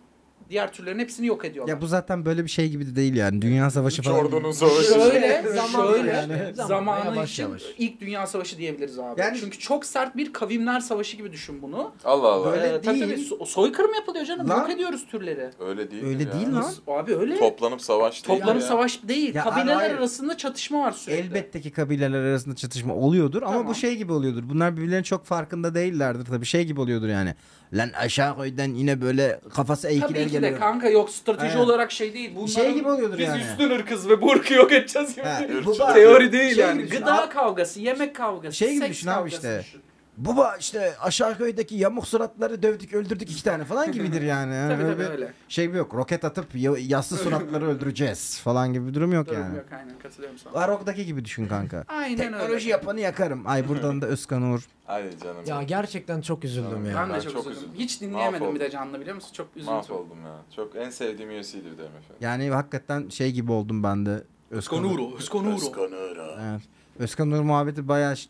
Speaker 4: Diğer türlerin hepsini yok ediyorlar.
Speaker 5: Ya bu zaten böyle bir şey gibi de değil yani. Dünya savaşı falan.
Speaker 3: Ordunun savaşı.
Speaker 4: Şöyle, şöyle.
Speaker 2: yani.
Speaker 4: Zamanı
Speaker 2: Yavaş
Speaker 4: için
Speaker 2: yavaş.
Speaker 4: ilk dünya savaşı diyebiliriz abi.
Speaker 5: Yani-
Speaker 4: Çünkü çok sert bir kavimler savaşı gibi düşün bunu.
Speaker 3: Allah Allah.
Speaker 5: Öyle
Speaker 4: Ee, tabii
Speaker 5: değil.
Speaker 4: tabii so- soykırım yapılıyor canım.
Speaker 5: Lan.
Speaker 4: Yok ediyoruz türleri.
Speaker 3: Öyle değil.
Speaker 5: Öyle
Speaker 3: ya.
Speaker 5: değil lan.
Speaker 4: Abi öyle.
Speaker 3: Toplanıp savaş değil
Speaker 4: Toplanıp
Speaker 3: ya.
Speaker 4: savaş değil.
Speaker 5: Ya,
Speaker 4: kabileler
Speaker 5: hayır.
Speaker 4: arasında çatışma var sürekli.
Speaker 5: Elbette ki kabileler arasında çatışma oluyordur ama
Speaker 4: Tamam.
Speaker 5: bu şey gibi oluyordur. Bunlar birbirlerinin çok farkında değillerdir tabii. Şey gibi oluyordur yani. Lan aşağı köyden yine böyle kafası eğkiler
Speaker 4: Tabii ki de
Speaker 5: geliyor.
Speaker 4: kanka yok strateji
Speaker 5: Aynen.
Speaker 4: olarak şey değil. Bunların,
Speaker 5: Şey gibi oluyordur
Speaker 4: biz
Speaker 5: yani.
Speaker 4: üstün ırkız ve bu ırkı yok edeceğiz gibi.
Speaker 5: Ha,
Speaker 4: değil.
Speaker 5: bu da-
Speaker 4: Teori değil
Speaker 5: Şey
Speaker 4: yani.
Speaker 5: gibi düşün,
Speaker 4: Gıda
Speaker 5: abi.
Speaker 4: kavgası, yemek kavgası,
Speaker 5: Şey gibi
Speaker 4: seks
Speaker 5: düşün abi
Speaker 4: kavgası
Speaker 5: işte.
Speaker 4: düşün.
Speaker 5: Baba işte aşağı köydeki yamuk suratları dövdük öldürdük iki tane falan gibidir
Speaker 4: (laughs)
Speaker 5: yani. Yani
Speaker 4: Tabii
Speaker 5: böyle
Speaker 4: tabii
Speaker 5: bir
Speaker 4: öyle.
Speaker 5: Şey bir yok roket atıp ya- yassı suratları öldüreceğiz falan gibi bir durum yok
Speaker 4: Doğru,
Speaker 5: yani.
Speaker 4: Yok aynen katılıyorum sana.
Speaker 5: Arok'taki gibi düşün kanka.
Speaker 4: (laughs) Aynen
Speaker 5: Teknoloji
Speaker 4: öyle.
Speaker 5: yapanı yakarım. Ay buradan da Özkan Uğur.
Speaker 3: Ay canım.
Speaker 2: Ya
Speaker 3: Ya,
Speaker 2: gerçekten çok üzüldüm ya.
Speaker 4: Ben de
Speaker 3: Ben
Speaker 4: çok,
Speaker 3: çok
Speaker 4: üzüldüm.
Speaker 3: üzüldüm.
Speaker 4: Hiç dinleyemedim
Speaker 3: Mahvoldum.
Speaker 4: bir de canlı biliyor musun? Çok üzüldüm.
Speaker 3: Mahvoldum ya. Çok en sevdiğim üyesiydi bir de efendim.
Speaker 5: Yani hakikaten şey gibi oldum ben de. Özkan Uğur.
Speaker 4: Konuro, Konuro.
Speaker 5: Evet. Özkan Uğur muhabbeti bayağı ş-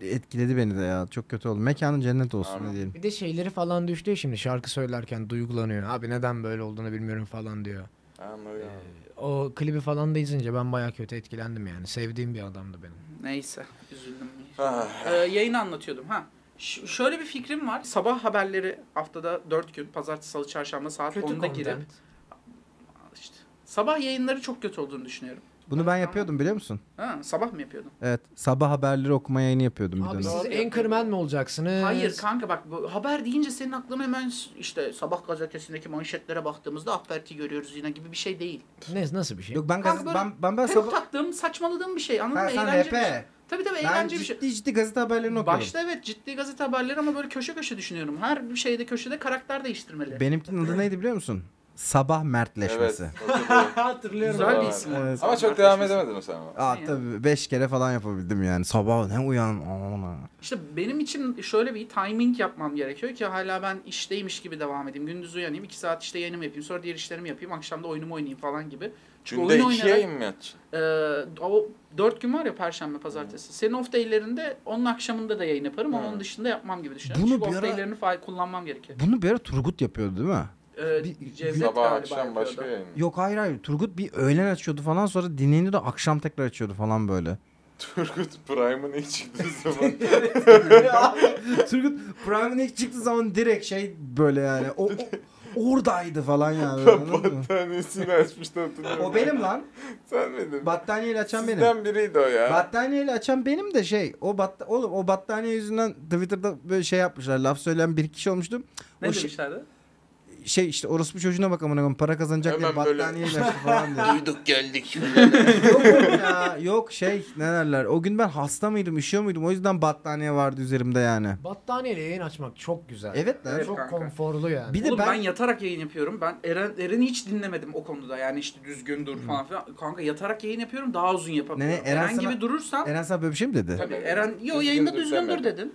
Speaker 5: etkiledi beni de ya. Çok kötü oldu. Mekanın cennet olsun
Speaker 3: Amin.
Speaker 5: ne diyelim.
Speaker 2: Bir de şeyleri falan düştü ya şimdi şarkı söylerken duygulanıyor. Abi neden böyle olduğunu bilmiyorum falan diyor.
Speaker 3: Anladım.
Speaker 2: O klibi falan da izince ben bayağı kötü etkilendim yani. Sevdiğim bir adamdı benim.
Speaker 4: Neyse üzüldüm.
Speaker 3: Ah.
Speaker 4: Ee, yayını anlatıyordum ha. Ş- şöyle bir fikrim var. Sabah haberleri haftada 4 gün pazartesi, salı, çarşamba saat 10'da girip işte. Sabah yayınları çok kötü olduğunu düşünüyorum.
Speaker 5: Bunu ben yapıyordum biliyor musun?
Speaker 4: Ha, sabah mı yapıyordun?
Speaker 5: Evet. Sabah haberleri okuma yayını yapıyordum bir
Speaker 2: Abi
Speaker 5: dönem.
Speaker 2: siz anchorman mı olacaksınız?
Speaker 4: Hayır kanka bak bu haber deyince senin aklına hemen s- işte sabah gazetesindeki manşetlere baktığımızda Akberk'i görüyoruz yine gibi bir şey değil.
Speaker 2: Ne, nasıl bir şey?
Speaker 5: Yok ben
Speaker 4: Kanka
Speaker 5: gaz-
Speaker 4: böyle
Speaker 5: ben ben, ben
Speaker 4: Hep
Speaker 5: sabah
Speaker 4: taktığım, saçmaladığım bir şey anladın
Speaker 5: Ha,
Speaker 4: mı?
Speaker 5: sen
Speaker 4: Eğlenceli
Speaker 5: RP.
Speaker 4: bir şey. Tabii tabii
Speaker 5: ben
Speaker 4: eğlenceli bir şey.
Speaker 5: ciddi ciddi gazete haberlerini okuyorum.
Speaker 4: Başta evet ciddi gazete haberleri ama böyle köşe köşe düşünüyorum. Her bir şeyde köşede karakter değiştirmeli.
Speaker 5: Benimkinin adı neydi biliyor musun? Sabah
Speaker 3: Evet.
Speaker 5: mertleşmesi.
Speaker 4: (laughs) Hatırlıyorum.
Speaker 3: Güzel
Speaker 4: Güzel bir
Speaker 3: var.
Speaker 4: isim.
Speaker 5: Evet.
Speaker 3: Ama çok devam edemedin sen ona.
Speaker 5: Aa,
Speaker 4: Ya.
Speaker 5: tabii 5 kere falan yapabildim yani. Sabah ne uyan. Aman.
Speaker 4: İşte benim için şöyle bir timing yapmam gerekiyor ki hala ben işteymiş gibi devam edeyim. Gündüz uyanayım, iki saat işte yayınımı yapayım, sonra diğer işlerimi yapayım, akşamda oyunumu oynayayım falan gibi. Çünkü
Speaker 3: Günde
Speaker 4: oyun
Speaker 3: iki
Speaker 4: oynayarak-
Speaker 3: yayın mı yatacaksın?
Speaker 4: Ee, o dört gün var ya perşembe, pazartesi. Senin off day'lerinde onun akşamında da yayın yaparım ama
Speaker 3: Hı.
Speaker 4: onun dışında yapmam gibi düşünüyorum.
Speaker 5: Bunu
Speaker 4: Çünkü
Speaker 5: bir
Speaker 4: off
Speaker 5: ara-
Speaker 4: day'lerini fa- kullanmam gerekiyor.
Speaker 5: Bunu bir ara Turgut yapıyordu değil mi?
Speaker 4: Ee,
Speaker 5: bir-
Speaker 4: Cevdet
Speaker 3: Sabah
Speaker 4: galiba
Speaker 3: akşam başka
Speaker 4: yapıyordu.
Speaker 3: yayın mı? (laughs)
Speaker 5: Yok hayır hayır. Turgut bir öğlen açıyordu falan sonra dinleniyordu da akşam tekrar açıyordu falan
Speaker 4: (laughs)
Speaker 5: böyle.
Speaker 3: Turgut Prime'ın ilk çıktığı zaman.
Speaker 5: Turgut Prime'ın ilk çıktığı zaman direkt şey böyle yani. O, o- oradaydı falan yani.
Speaker 3: (laughs)
Speaker 5: böyle, anladın mı?
Speaker 3: Battaniyesini açmıştı hatırlıyorum.
Speaker 5: o benim lan.
Speaker 3: Sen miydin?
Speaker 5: Battaniyeyle açan benim.
Speaker 3: Sizden biriydi o ya.
Speaker 5: Battaniyeyle açan benim de şey. O bat oğlum o battaniye yüzünden Twitter'da böyle şey yapmışlar. Laf söyleyen bir kişi olmuştum.
Speaker 4: Ne
Speaker 5: O şey,
Speaker 4: demişlerdi?
Speaker 5: şey işte orospu çocuğuna bak amına koyayım, para kazanacak diye
Speaker 3: Hemen böyle-
Speaker 5: battaniyeyle açtı falan diye.
Speaker 3: (laughs) Duyduk geldik.
Speaker 5: yok oğlum ya. Yok şey ne derler. O gün ben hasta mıydım, üşüyor muydum? O yüzden battaniye vardı üzerimde yani.
Speaker 2: Battaniyeyle yayın açmak çok güzel.
Speaker 5: Evet lan.
Speaker 4: Evet.
Speaker 2: Çok
Speaker 4: kanka.
Speaker 2: konforlu yani.
Speaker 5: Bir de
Speaker 4: Oğlum ben...
Speaker 5: ben-
Speaker 4: yatarak yayın yapıyorum. Ben Eren Eren'i hiç dinlemedim o konuda. Yani işte düzgün dur falan filan. Kanka yatarak yayın yapıyorum daha uzun yapabiliyorum.
Speaker 5: Hmm. Ne, Eren
Speaker 4: Eren,
Speaker 5: sana-
Speaker 4: gibi durursam
Speaker 5: Eren sen böyle bir şey mi
Speaker 3: Hani
Speaker 5: dedi?
Speaker 4: Tabii Eren yo
Speaker 3: Düzgündür
Speaker 4: yayında düzgündür
Speaker 3: demedim.
Speaker 4: dedin.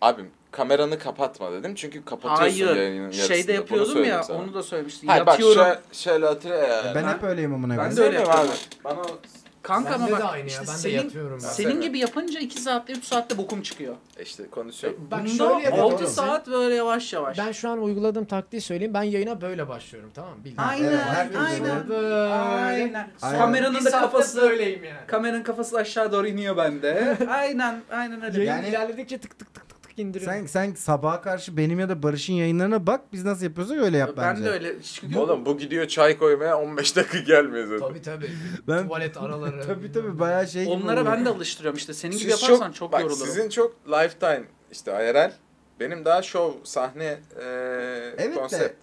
Speaker 3: Abim kameranı kapatma dedim çünkü kapatıyorsun yayının
Speaker 4: Hayır.
Speaker 3: yarısında.
Speaker 4: Şeyde
Speaker 3: Bunu
Speaker 4: yapıyordum
Speaker 3: söyledim
Speaker 4: ya
Speaker 3: sana.
Speaker 4: onu da söylemiştin.
Speaker 3: Hayır bak
Speaker 4: Yatıyorum.
Speaker 3: şöyle, şöyle hatırla ya.
Speaker 5: Ben
Speaker 4: Ben-
Speaker 5: hep öyleyim amına
Speaker 4: Ben
Speaker 5: koyayım.
Speaker 4: de öyle
Speaker 3: Söyleyeyim abi.
Speaker 4: yapıyorum.
Speaker 3: Bana o-
Speaker 4: Kanka
Speaker 2: Bende
Speaker 4: ama
Speaker 2: de
Speaker 4: bak
Speaker 2: aynı ya,
Speaker 4: işte
Speaker 2: ben de
Speaker 4: senin,
Speaker 2: yatıyorum ben.
Speaker 4: senin gibi yapınca 2 saatte 3 saatte bokum çıkıyor.
Speaker 3: işte konuşuyor.
Speaker 2: Bak şöyle
Speaker 4: Bunda
Speaker 2: yapalım.
Speaker 4: 6 saat böyle yavaş yavaş.
Speaker 2: Ben şu an uyguladığım taktiği söyleyeyim. Ben yayına böyle başlıyorum tamam mı? Bildiğin.
Speaker 4: Aynen,
Speaker 5: Evet, herkes
Speaker 4: aynen.
Speaker 2: Böyle.
Speaker 4: Aynen.
Speaker 5: Aynen.
Speaker 4: Kameranın da kafası
Speaker 2: öyleyim yani.
Speaker 4: kameranın kafası aşağı doğru
Speaker 2: (laughs)
Speaker 4: iniyor bende. aynen, aynen öyle.
Speaker 5: Yayın-
Speaker 2: Yayın
Speaker 5: Yani-
Speaker 2: ilerledikçe tık tık tık tık tık indiriyorum.
Speaker 5: Sen, sen sabaha karşı benim ya da Barış'ın yayınlarına bak. Biz nasıl yapıyorsak öyle yap
Speaker 4: ben
Speaker 5: bence.
Speaker 4: de öyle. Çünkü
Speaker 3: Oğlum bu gidiyor çay koymaya 15 dakika gelmiyor zaten.
Speaker 2: Tabii
Speaker 4: (laughs)
Speaker 2: tabii.
Speaker 5: Ben- (laughs)
Speaker 2: Tuvalet araları.
Speaker 5: Tabii tabii bayağı şey gibi
Speaker 4: onlara
Speaker 5: oluyor.
Speaker 4: ben de alıştırıyorum işte. Senin gibi
Speaker 3: Siz
Speaker 4: yaparsan çok,
Speaker 3: bak,
Speaker 4: yorulurum.
Speaker 3: Sizin çok lifetime işte IRL. Benim daha şov sahne e,
Speaker 5: Evet de.
Speaker 3: konsept.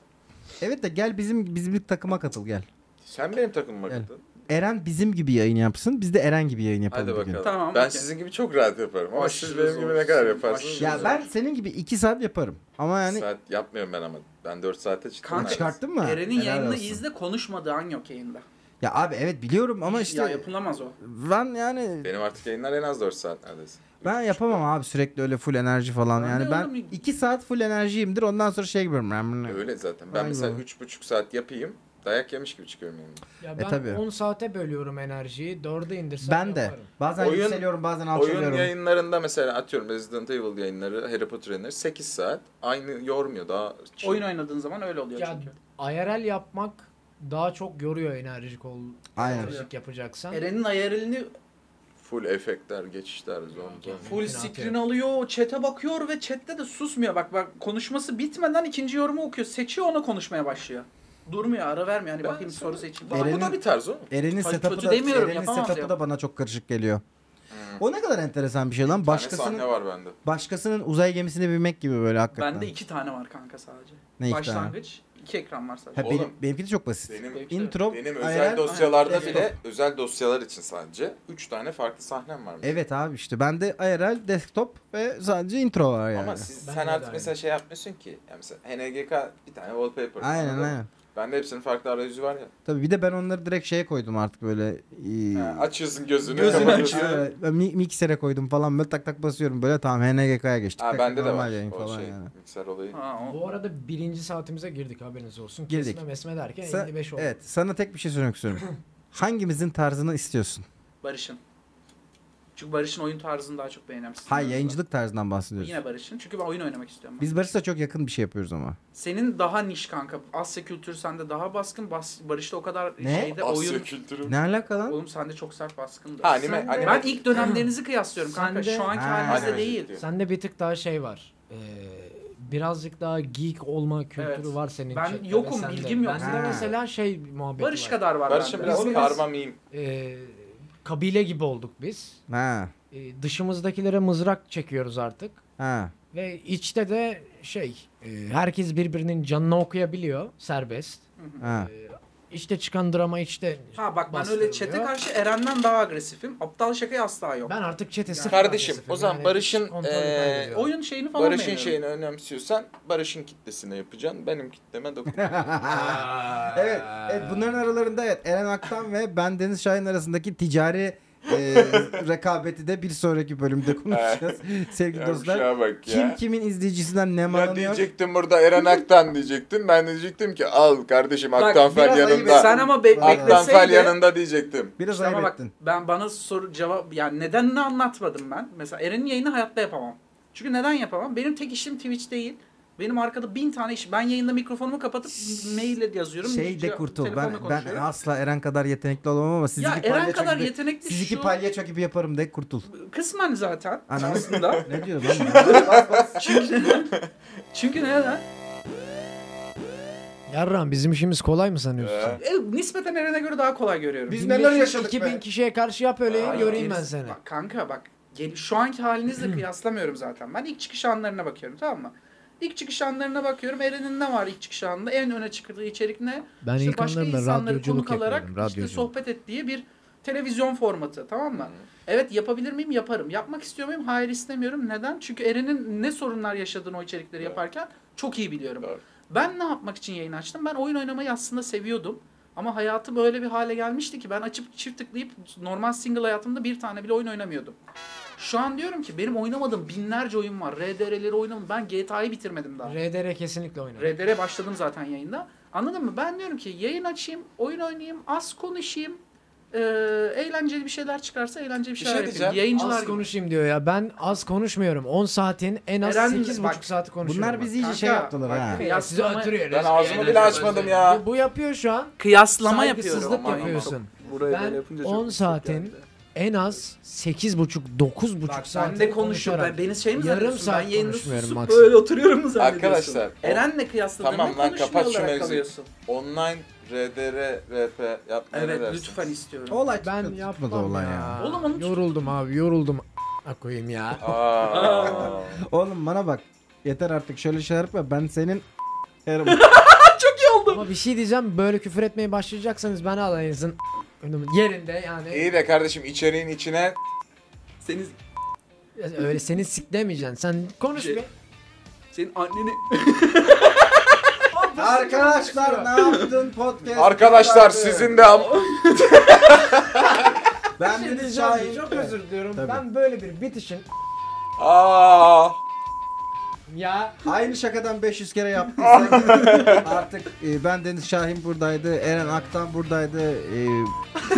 Speaker 5: Evet de gel bizim bizim takıma katıl gel.
Speaker 3: Sen benim takımıma
Speaker 5: Gel.
Speaker 3: katıldın.
Speaker 5: Eren bizim gibi yayın yapsın. Biz de Eren gibi yayın yapalım
Speaker 3: Hadi
Speaker 5: bir gün.
Speaker 3: bakalım.
Speaker 4: Tamam,
Speaker 3: ben
Speaker 4: okey.
Speaker 3: sizin gibi çok rahat yaparım ama siz
Speaker 4: Aşırı
Speaker 3: benim gibi ne
Speaker 4: zor.
Speaker 3: kadar yaparsınız?
Speaker 5: Ya ben senin gibi 2 saat yaparım. Ama yani
Speaker 3: saat yapmıyorum ben ama. Ben 4 saate çıktım.
Speaker 4: Kanka,
Speaker 3: neredeyse.
Speaker 5: çıkarttın mı?
Speaker 4: Eren'in
Speaker 5: Helal
Speaker 4: yayını
Speaker 5: olsun.
Speaker 4: izle konuşmadığı an yok yayında.
Speaker 5: Ya abi evet biliyorum ama işte
Speaker 4: ya yapılamaz o.
Speaker 5: ben yani
Speaker 3: Benim artık yayınlar en az 4 saat neredeyse.
Speaker 5: Ben yapamam abi sürekli öyle full enerji falan.
Speaker 4: Ben de
Speaker 5: yani ben
Speaker 4: oğlum-
Speaker 5: 2 saat full enerjiyimdir. Ondan sonra şey gibi.
Speaker 3: Öyle zaten. Ben
Speaker 5: Aynen.
Speaker 3: mesela 3,5 saat yapayım. Dayak yemiş gibi çıkıyorum yani.
Speaker 2: Ya
Speaker 5: E,
Speaker 2: ben
Speaker 5: tabii.
Speaker 2: 10 saate bölüyorum enerjiyi. 4'e indirsem
Speaker 5: Ben de.
Speaker 2: yaparım.
Speaker 5: Bazen
Speaker 3: Oyun-
Speaker 5: yükseliyorum bazen
Speaker 3: Oyun
Speaker 5: alçalıyorum.
Speaker 3: yayınlarında mesela atıyorum Resident Evil yayınları, Harry Potter yayınları 8 saat. Aynı yormuyor daha. chill.
Speaker 4: Oyun oynadığın zaman öyle oluyor
Speaker 2: Ya
Speaker 4: çünkü.
Speaker 2: IRL yapmak daha çok yoruyor enerjik ol.
Speaker 5: Aynen.
Speaker 2: enerjik yapacaksan.
Speaker 4: Eren'in ayarını
Speaker 3: Full efektler, geçişler, zombi.
Speaker 4: full
Speaker 2: Mümkün
Speaker 4: screen
Speaker 2: atıyorum.
Speaker 4: alıyor, chat'e bakıyor ve chat'te de susmuyor. Bak bak konuşması bitmeden ikinci yorumu okuyor. Seçiyor ona konuşmaya başlıyor. Durmuyor, ara vermiyor. Hani bakayım soru seçeyim.
Speaker 5: Eren-
Speaker 4: Falan.
Speaker 3: Bu da bir tarz oğlum.
Speaker 5: Eren'in
Speaker 4: Kötü
Speaker 5: setup'ı da,
Speaker 4: demiyorum,
Speaker 5: Eren'in
Speaker 4: yapamaz
Speaker 5: setup'ı
Speaker 4: ya.
Speaker 5: da bana çok karışık geliyor. O ne kadar enteresan bir şey lan.
Speaker 3: Başkasının...
Speaker 5: Başkasının
Speaker 3: Hmm. sahne var bende.
Speaker 5: başkasının uzay gemisine binmek gibi böyle hakikaten.
Speaker 4: Bende iki tane var kanka sadece.
Speaker 5: Ne iki tane?
Speaker 4: Başlangıç, iki ekran var sadece.
Speaker 5: Ha,
Speaker 3: Oğlum.
Speaker 5: benim, benimki de çok basit.
Speaker 3: Benim
Speaker 4: Zevkli.
Speaker 5: Intro,
Speaker 3: benim
Speaker 5: IRL
Speaker 3: özel dosyalarda
Speaker 4: aynen.
Speaker 3: bile özel dosyalar için sadece 3 tane farklı sahnem var. mesela.
Speaker 5: Evet abi işte bende IRL desktop ve sadece intro var yani.
Speaker 3: Ama siz,
Speaker 2: Ben
Speaker 3: sen
Speaker 2: de
Speaker 3: artık
Speaker 2: aynı.
Speaker 3: mesela şey yapmıyorsun ki. Yani mesela HNGK bir tane wallpaper.
Speaker 5: aynen
Speaker 3: Anladın mı?
Speaker 5: aynen.
Speaker 3: Bende hepsinin farklı arayüzü var ya.
Speaker 5: Tabii bir de ben onları direkt şeye koydum artık böyle. ee,
Speaker 3: Ha, açıyorsun gözünü.
Speaker 4: Gözünü
Speaker 3: kapatıyorsun.
Speaker 4: açıyor.
Speaker 5: Evet, ben mi- miksere koydum falan böyle tak tak basıyorum böyle tamam HNGK'ya geçtik.
Speaker 3: Ha
Speaker 5: Tak
Speaker 3: bende
Speaker 5: tak
Speaker 3: de
Speaker 5: normal
Speaker 3: var
Speaker 5: yayın
Speaker 3: o
Speaker 5: falan
Speaker 3: şey
Speaker 5: yani.
Speaker 3: mikser olayı.
Speaker 4: Ha, o-
Speaker 2: Bu arada birinci saatimize girdik haberiniz olsun.
Speaker 5: Girdik.
Speaker 2: Kesme mesme derken
Speaker 5: Sa-
Speaker 2: 55 oldu.
Speaker 5: evet sana tek bir şey söylemek istiyorum. Hangimizin tarzını istiyorsun?
Speaker 4: Barış'ın. Çünkü Barış'ın oyun tarzını daha çok beğenmişsin.
Speaker 5: Hayır yayıncılık tarzından bahsediyoruz.
Speaker 4: Yine Barış'ın. Çünkü ben oyun oynamak istiyorum. ben.
Speaker 5: Biz Barış'la çok yakın bir şey yapıyoruz ama.
Speaker 4: Senin daha niş kanka. Asya kültürü sende daha baskın. Bas, Barış'ta o kadar
Speaker 5: Ne?
Speaker 4: şeyde
Speaker 3: Asya
Speaker 4: oyun.
Speaker 3: kültürü.
Speaker 5: Ne alaka lan?
Speaker 4: Oğlum sende çok sert baskındı.
Speaker 3: Ha, anime,
Speaker 2: Sen de-
Speaker 3: anime.
Speaker 4: Ben ilk dönemlerinizi kıyaslıyorum kanka.
Speaker 2: Sende-
Speaker 4: Şu anki
Speaker 5: Ha.
Speaker 4: halinizde
Speaker 3: Anime
Speaker 4: değil.
Speaker 3: diyor.
Speaker 2: Sende bir tık daha şey var. Ee, birazcık daha geek olma kültürü
Speaker 4: Evet.
Speaker 2: var senin.
Speaker 4: Ben
Speaker 2: chatte ve
Speaker 4: yokum,
Speaker 2: sende.
Speaker 4: bilgim yok.
Speaker 2: Bende
Speaker 5: Ha.
Speaker 2: mesela şey muhabbeti
Speaker 4: Barış
Speaker 2: var.
Speaker 4: kadar var
Speaker 3: Barış'ın
Speaker 4: bende.
Speaker 3: biraz
Speaker 2: Biz-
Speaker 3: karma meme.
Speaker 2: Ee, kabile gibi olduk biz.
Speaker 5: Ha.
Speaker 2: Ee, dışımızdakilere mızrak çekiyoruz artık.
Speaker 5: Ha.
Speaker 2: Ve içte de şey, e, herkes birbirinin canını okuyabiliyor serbest.
Speaker 5: Ha.
Speaker 2: İşte çıkan drama işte.
Speaker 4: Ha bak ben
Speaker 2: bastırılıyor.
Speaker 4: öyle çete karşı Eren'den daha agresifim. Aptal şakaya asla yok.
Speaker 2: Ben artık çete sıfır
Speaker 3: Kardeşim,
Speaker 2: agresifim.
Speaker 3: o zaman Barış'ın,
Speaker 2: kontrolü
Speaker 3: ee,
Speaker 2: kaybediyor.
Speaker 4: e, Oyun şeyini falan
Speaker 3: Barış'ın
Speaker 4: beğeniyorum.
Speaker 3: şeyini önemsiyorsan Barış'ın kitlesine yapacaksın. Benim
Speaker 5: (laughs)
Speaker 3: kitleme dokun.
Speaker 5: evet, evet. Bunların aralarında evet Eren Aktan ve ben Deniz Şahin arasındaki ticari
Speaker 3: (laughs)
Speaker 5: e, rekabeti de bir sonraki bölümde konuşacağız. Sevgili dostlar.
Speaker 3: Yavşağa bak
Speaker 5: Kim
Speaker 3: ya.
Speaker 5: kimin izleyicisinden ne
Speaker 3: Ya
Speaker 5: malanıyor?
Speaker 3: diyecektim burada Eren Aktan diyecektim. Ben de diyecektim ki al kardeşim Aktanfer
Speaker 5: biraz ayıp
Speaker 3: yanında.
Speaker 4: Sen ama be-
Speaker 5: Vallahi.
Speaker 3: Aktanfer
Speaker 4: bekleseydin.
Speaker 3: yanında diyecektim.
Speaker 5: Biraz
Speaker 4: İşte ama
Speaker 5: ayıp
Speaker 4: bak
Speaker 5: ettin.
Speaker 4: ben bana soru cevap yani nedenini anlatmadım ben. Mesela Eren'in yayını hayatta yapamam. Çünkü neden yapamam? Benim tek işim Twitch değil. Benim arkada bin tane iş. Ben yayında mikrofonumu kapatıp maille yazıyorum.
Speaker 5: Şey de
Speaker 4: ce-
Speaker 5: kurtul.
Speaker 4: telefonla
Speaker 5: Ben, ben
Speaker 4: konuşuyorum.
Speaker 5: asla Eren kadar yetenekli olamam ama siz
Speaker 4: ya
Speaker 5: iki
Speaker 4: Eren
Speaker 5: palyaço
Speaker 4: kadar
Speaker 5: gibi,
Speaker 4: yetenekli
Speaker 5: siz iki
Speaker 4: şu
Speaker 5: palyaço gibi yaparım de
Speaker 4: (laughs)
Speaker 5: kurtul.
Speaker 4: kısmen zaten
Speaker 5: Anam. (laughs)
Speaker 4: aslında.
Speaker 5: Ne diyor lan? bu?
Speaker 4: çünkü çünkü neden?
Speaker 2: Yarram bizim işimiz kolay mı sanıyorsun?
Speaker 3: Ee,
Speaker 4: E, nispeten Eren'e göre daha kolay görüyorum.
Speaker 5: Biz
Speaker 2: 1500,
Speaker 5: neler yaşadık
Speaker 2: 2000
Speaker 5: be?
Speaker 2: kişiye karşı yap öyle
Speaker 3: Ay,
Speaker 2: göreyim ben
Speaker 4: gerisi-
Speaker 2: seni.
Speaker 4: Bak kanka bak. Gel, şu anki halinizle kıyaslamıyorum zaten. Ben ilk çıkış anlarına bakıyorum tamam mı? İlk çıkış anlarına bakıyorum. Eren'in ne var ilk çıkış anında? En öne çıktığı içerik ne?
Speaker 2: Ben
Speaker 4: İşte
Speaker 2: ilk
Speaker 4: başka
Speaker 2: anlarımda
Speaker 4: insanları konuk
Speaker 2: radyoculuk
Speaker 4: alarak
Speaker 2: yapıyordum.
Speaker 4: işte
Speaker 2: Radyoculuk.
Speaker 4: sohbet ettiği bir televizyon formatı tamam mı?
Speaker 3: Hı.
Speaker 4: Evet yapabilir miyim? Yaparım. Yapmak istiyor muyum? Hayır istemiyorum. Neden? Çünkü Eren'in ne sorunlar yaşadığını o içerikleri
Speaker 3: Doğru.
Speaker 4: yaparken çok iyi biliyorum.
Speaker 3: Doğru.
Speaker 4: Ben ne yapmak için yayın açtım? Ben oyun oynamayı aslında seviyordum. Ama hayatım öyle bir hale gelmişti ki ben açıp çift tıklayıp normal single hayatımda bir tane bile oyun oynamıyordum. Şu an diyorum ki benim oynamadığım binlerce oyun var. RDR'leri oynamadım. Ben GTA'yı bitirmedim daha.
Speaker 2: RDR kesinlikle oynar.
Speaker 4: RDR'e başladım zaten yayında. Anladın mı? Ben diyorum ki yayın açayım, oyun oynayayım, az konuşayım. Ee, eğlenceli bir şeyler çıkarsa eğlenceli bir
Speaker 3: şey
Speaker 4: şeyler
Speaker 3: diyeceğim.
Speaker 4: yapayım. Yayıncılar
Speaker 2: az
Speaker 4: gibi.
Speaker 2: konuşayım diyor ya. Ben az konuşmuyorum. 10 saatin en az
Speaker 4: Eren,
Speaker 2: 8,5
Speaker 4: bak,
Speaker 2: saati konuşuyorum.
Speaker 5: Bunlar
Speaker 2: ben.
Speaker 5: bizi iyice
Speaker 4: Kanka,
Speaker 5: şey yaptılar
Speaker 4: bak,
Speaker 5: ha.
Speaker 4: bir-
Speaker 2: Ya sizi
Speaker 4: Yaslama-
Speaker 2: ötürüyoruz.
Speaker 3: Ben ağzımı bile açmadım ya.
Speaker 2: Bu- Bu yapıyor şu an.
Speaker 4: Kıyaslama
Speaker 2: Saygısızlık
Speaker 4: yapıyorum. ama.
Speaker 2: yapıyorsun.
Speaker 3: Burayı
Speaker 2: Ben
Speaker 3: böyle yapınca çok
Speaker 2: 10
Speaker 3: yüksek
Speaker 2: saatin
Speaker 3: geldi.
Speaker 2: en az 8,5-9,5
Speaker 4: Bak
Speaker 2: saat.
Speaker 4: sen de konuşuyor. Ben, beni şey mi
Speaker 2: Yarım
Speaker 4: zannediyorsun? Ben
Speaker 2: saat
Speaker 4: yayında
Speaker 2: konuşmuyorum
Speaker 4: susup
Speaker 2: maksimum.
Speaker 4: böyle oturuyorum mu zannediyorsun?
Speaker 3: Arkadaşlar, o-
Speaker 4: Eren'le kıyasladığında
Speaker 3: Tamam lan,
Speaker 4: konuşmuyor
Speaker 3: kapat şu
Speaker 4: olarak
Speaker 3: mevzuyu.
Speaker 4: kalıyorsun.
Speaker 3: Online RDR, RP yapmaya ne
Speaker 4: Evet
Speaker 3: dersin?
Speaker 4: lütfen istiyorum.
Speaker 5: Olay
Speaker 2: Ben
Speaker 5: tutmadı
Speaker 2: yapmadım
Speaker 5: olay
Speaker 2: ya.
Speaker 5: ya.
Speaker 4: Oğlum onu-
Speaker 2: Yoruldum abi yoruldum. A- koyayım ya.
Speaker 4: (laughs)
Speaker 3: Aa.
Speaker 5: Oğlum bana bak. Yeter artık şöyle şey yapma. Ben senin (laughs)
Speaker 2: Ama bir şey diyeceğim böyle küfür etmeye başlayacaksanız beni alayınızın yerinde yani.
Speaker 3: İyi de kardeşim içeriğin içine
Speaker 4: Senin,
Speaker 2: Öyle seni siklemeyeceksin. Sen konuş
Speaker 4: Şey-
Speaker 2: bir.
Speaker 4: senin anneni...
Speaker 5: Arkadaşlar ne yaptın podcast?
Speaker 3: Arkadaşlar sizin de am-
Speaker 4: (laughs)
Speaker 5: Ben
Speaker 2: Şimdi
Speaker 5: Deniz
Speaker 2: diyeceğim,
Speaker 5: Şahin.
Speaker 2: Çok özür diliyorum.
Speaker 5: Tabii.
Speaker 2: Ben böyle bir bitişin
Speaker 3: Aa.
Speaker 2: Ya
Speaker 5: Aynı şakadan 500 kere yaptıysak artık e, ben Deniz Şahin buradaydı, Eren Aktan buradaydı. e, (laughs)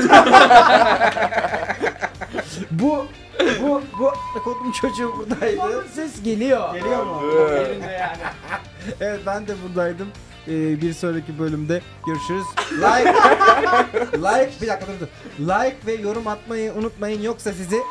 Speaker 5: bu bu bu kodum çocuğu buradaydı.
Speaker 2: ses geliyor.
Speaker 5: Geliyor mu?
Speaker 2: Yerinde yani.
Speaker 5: Evet ben de buradaydım. E, bir sonraki bölümde görüşürüz. (laughs) Like like bir dakika dur, dur. Like ve yorum atmayı unutmayın yoksa sizi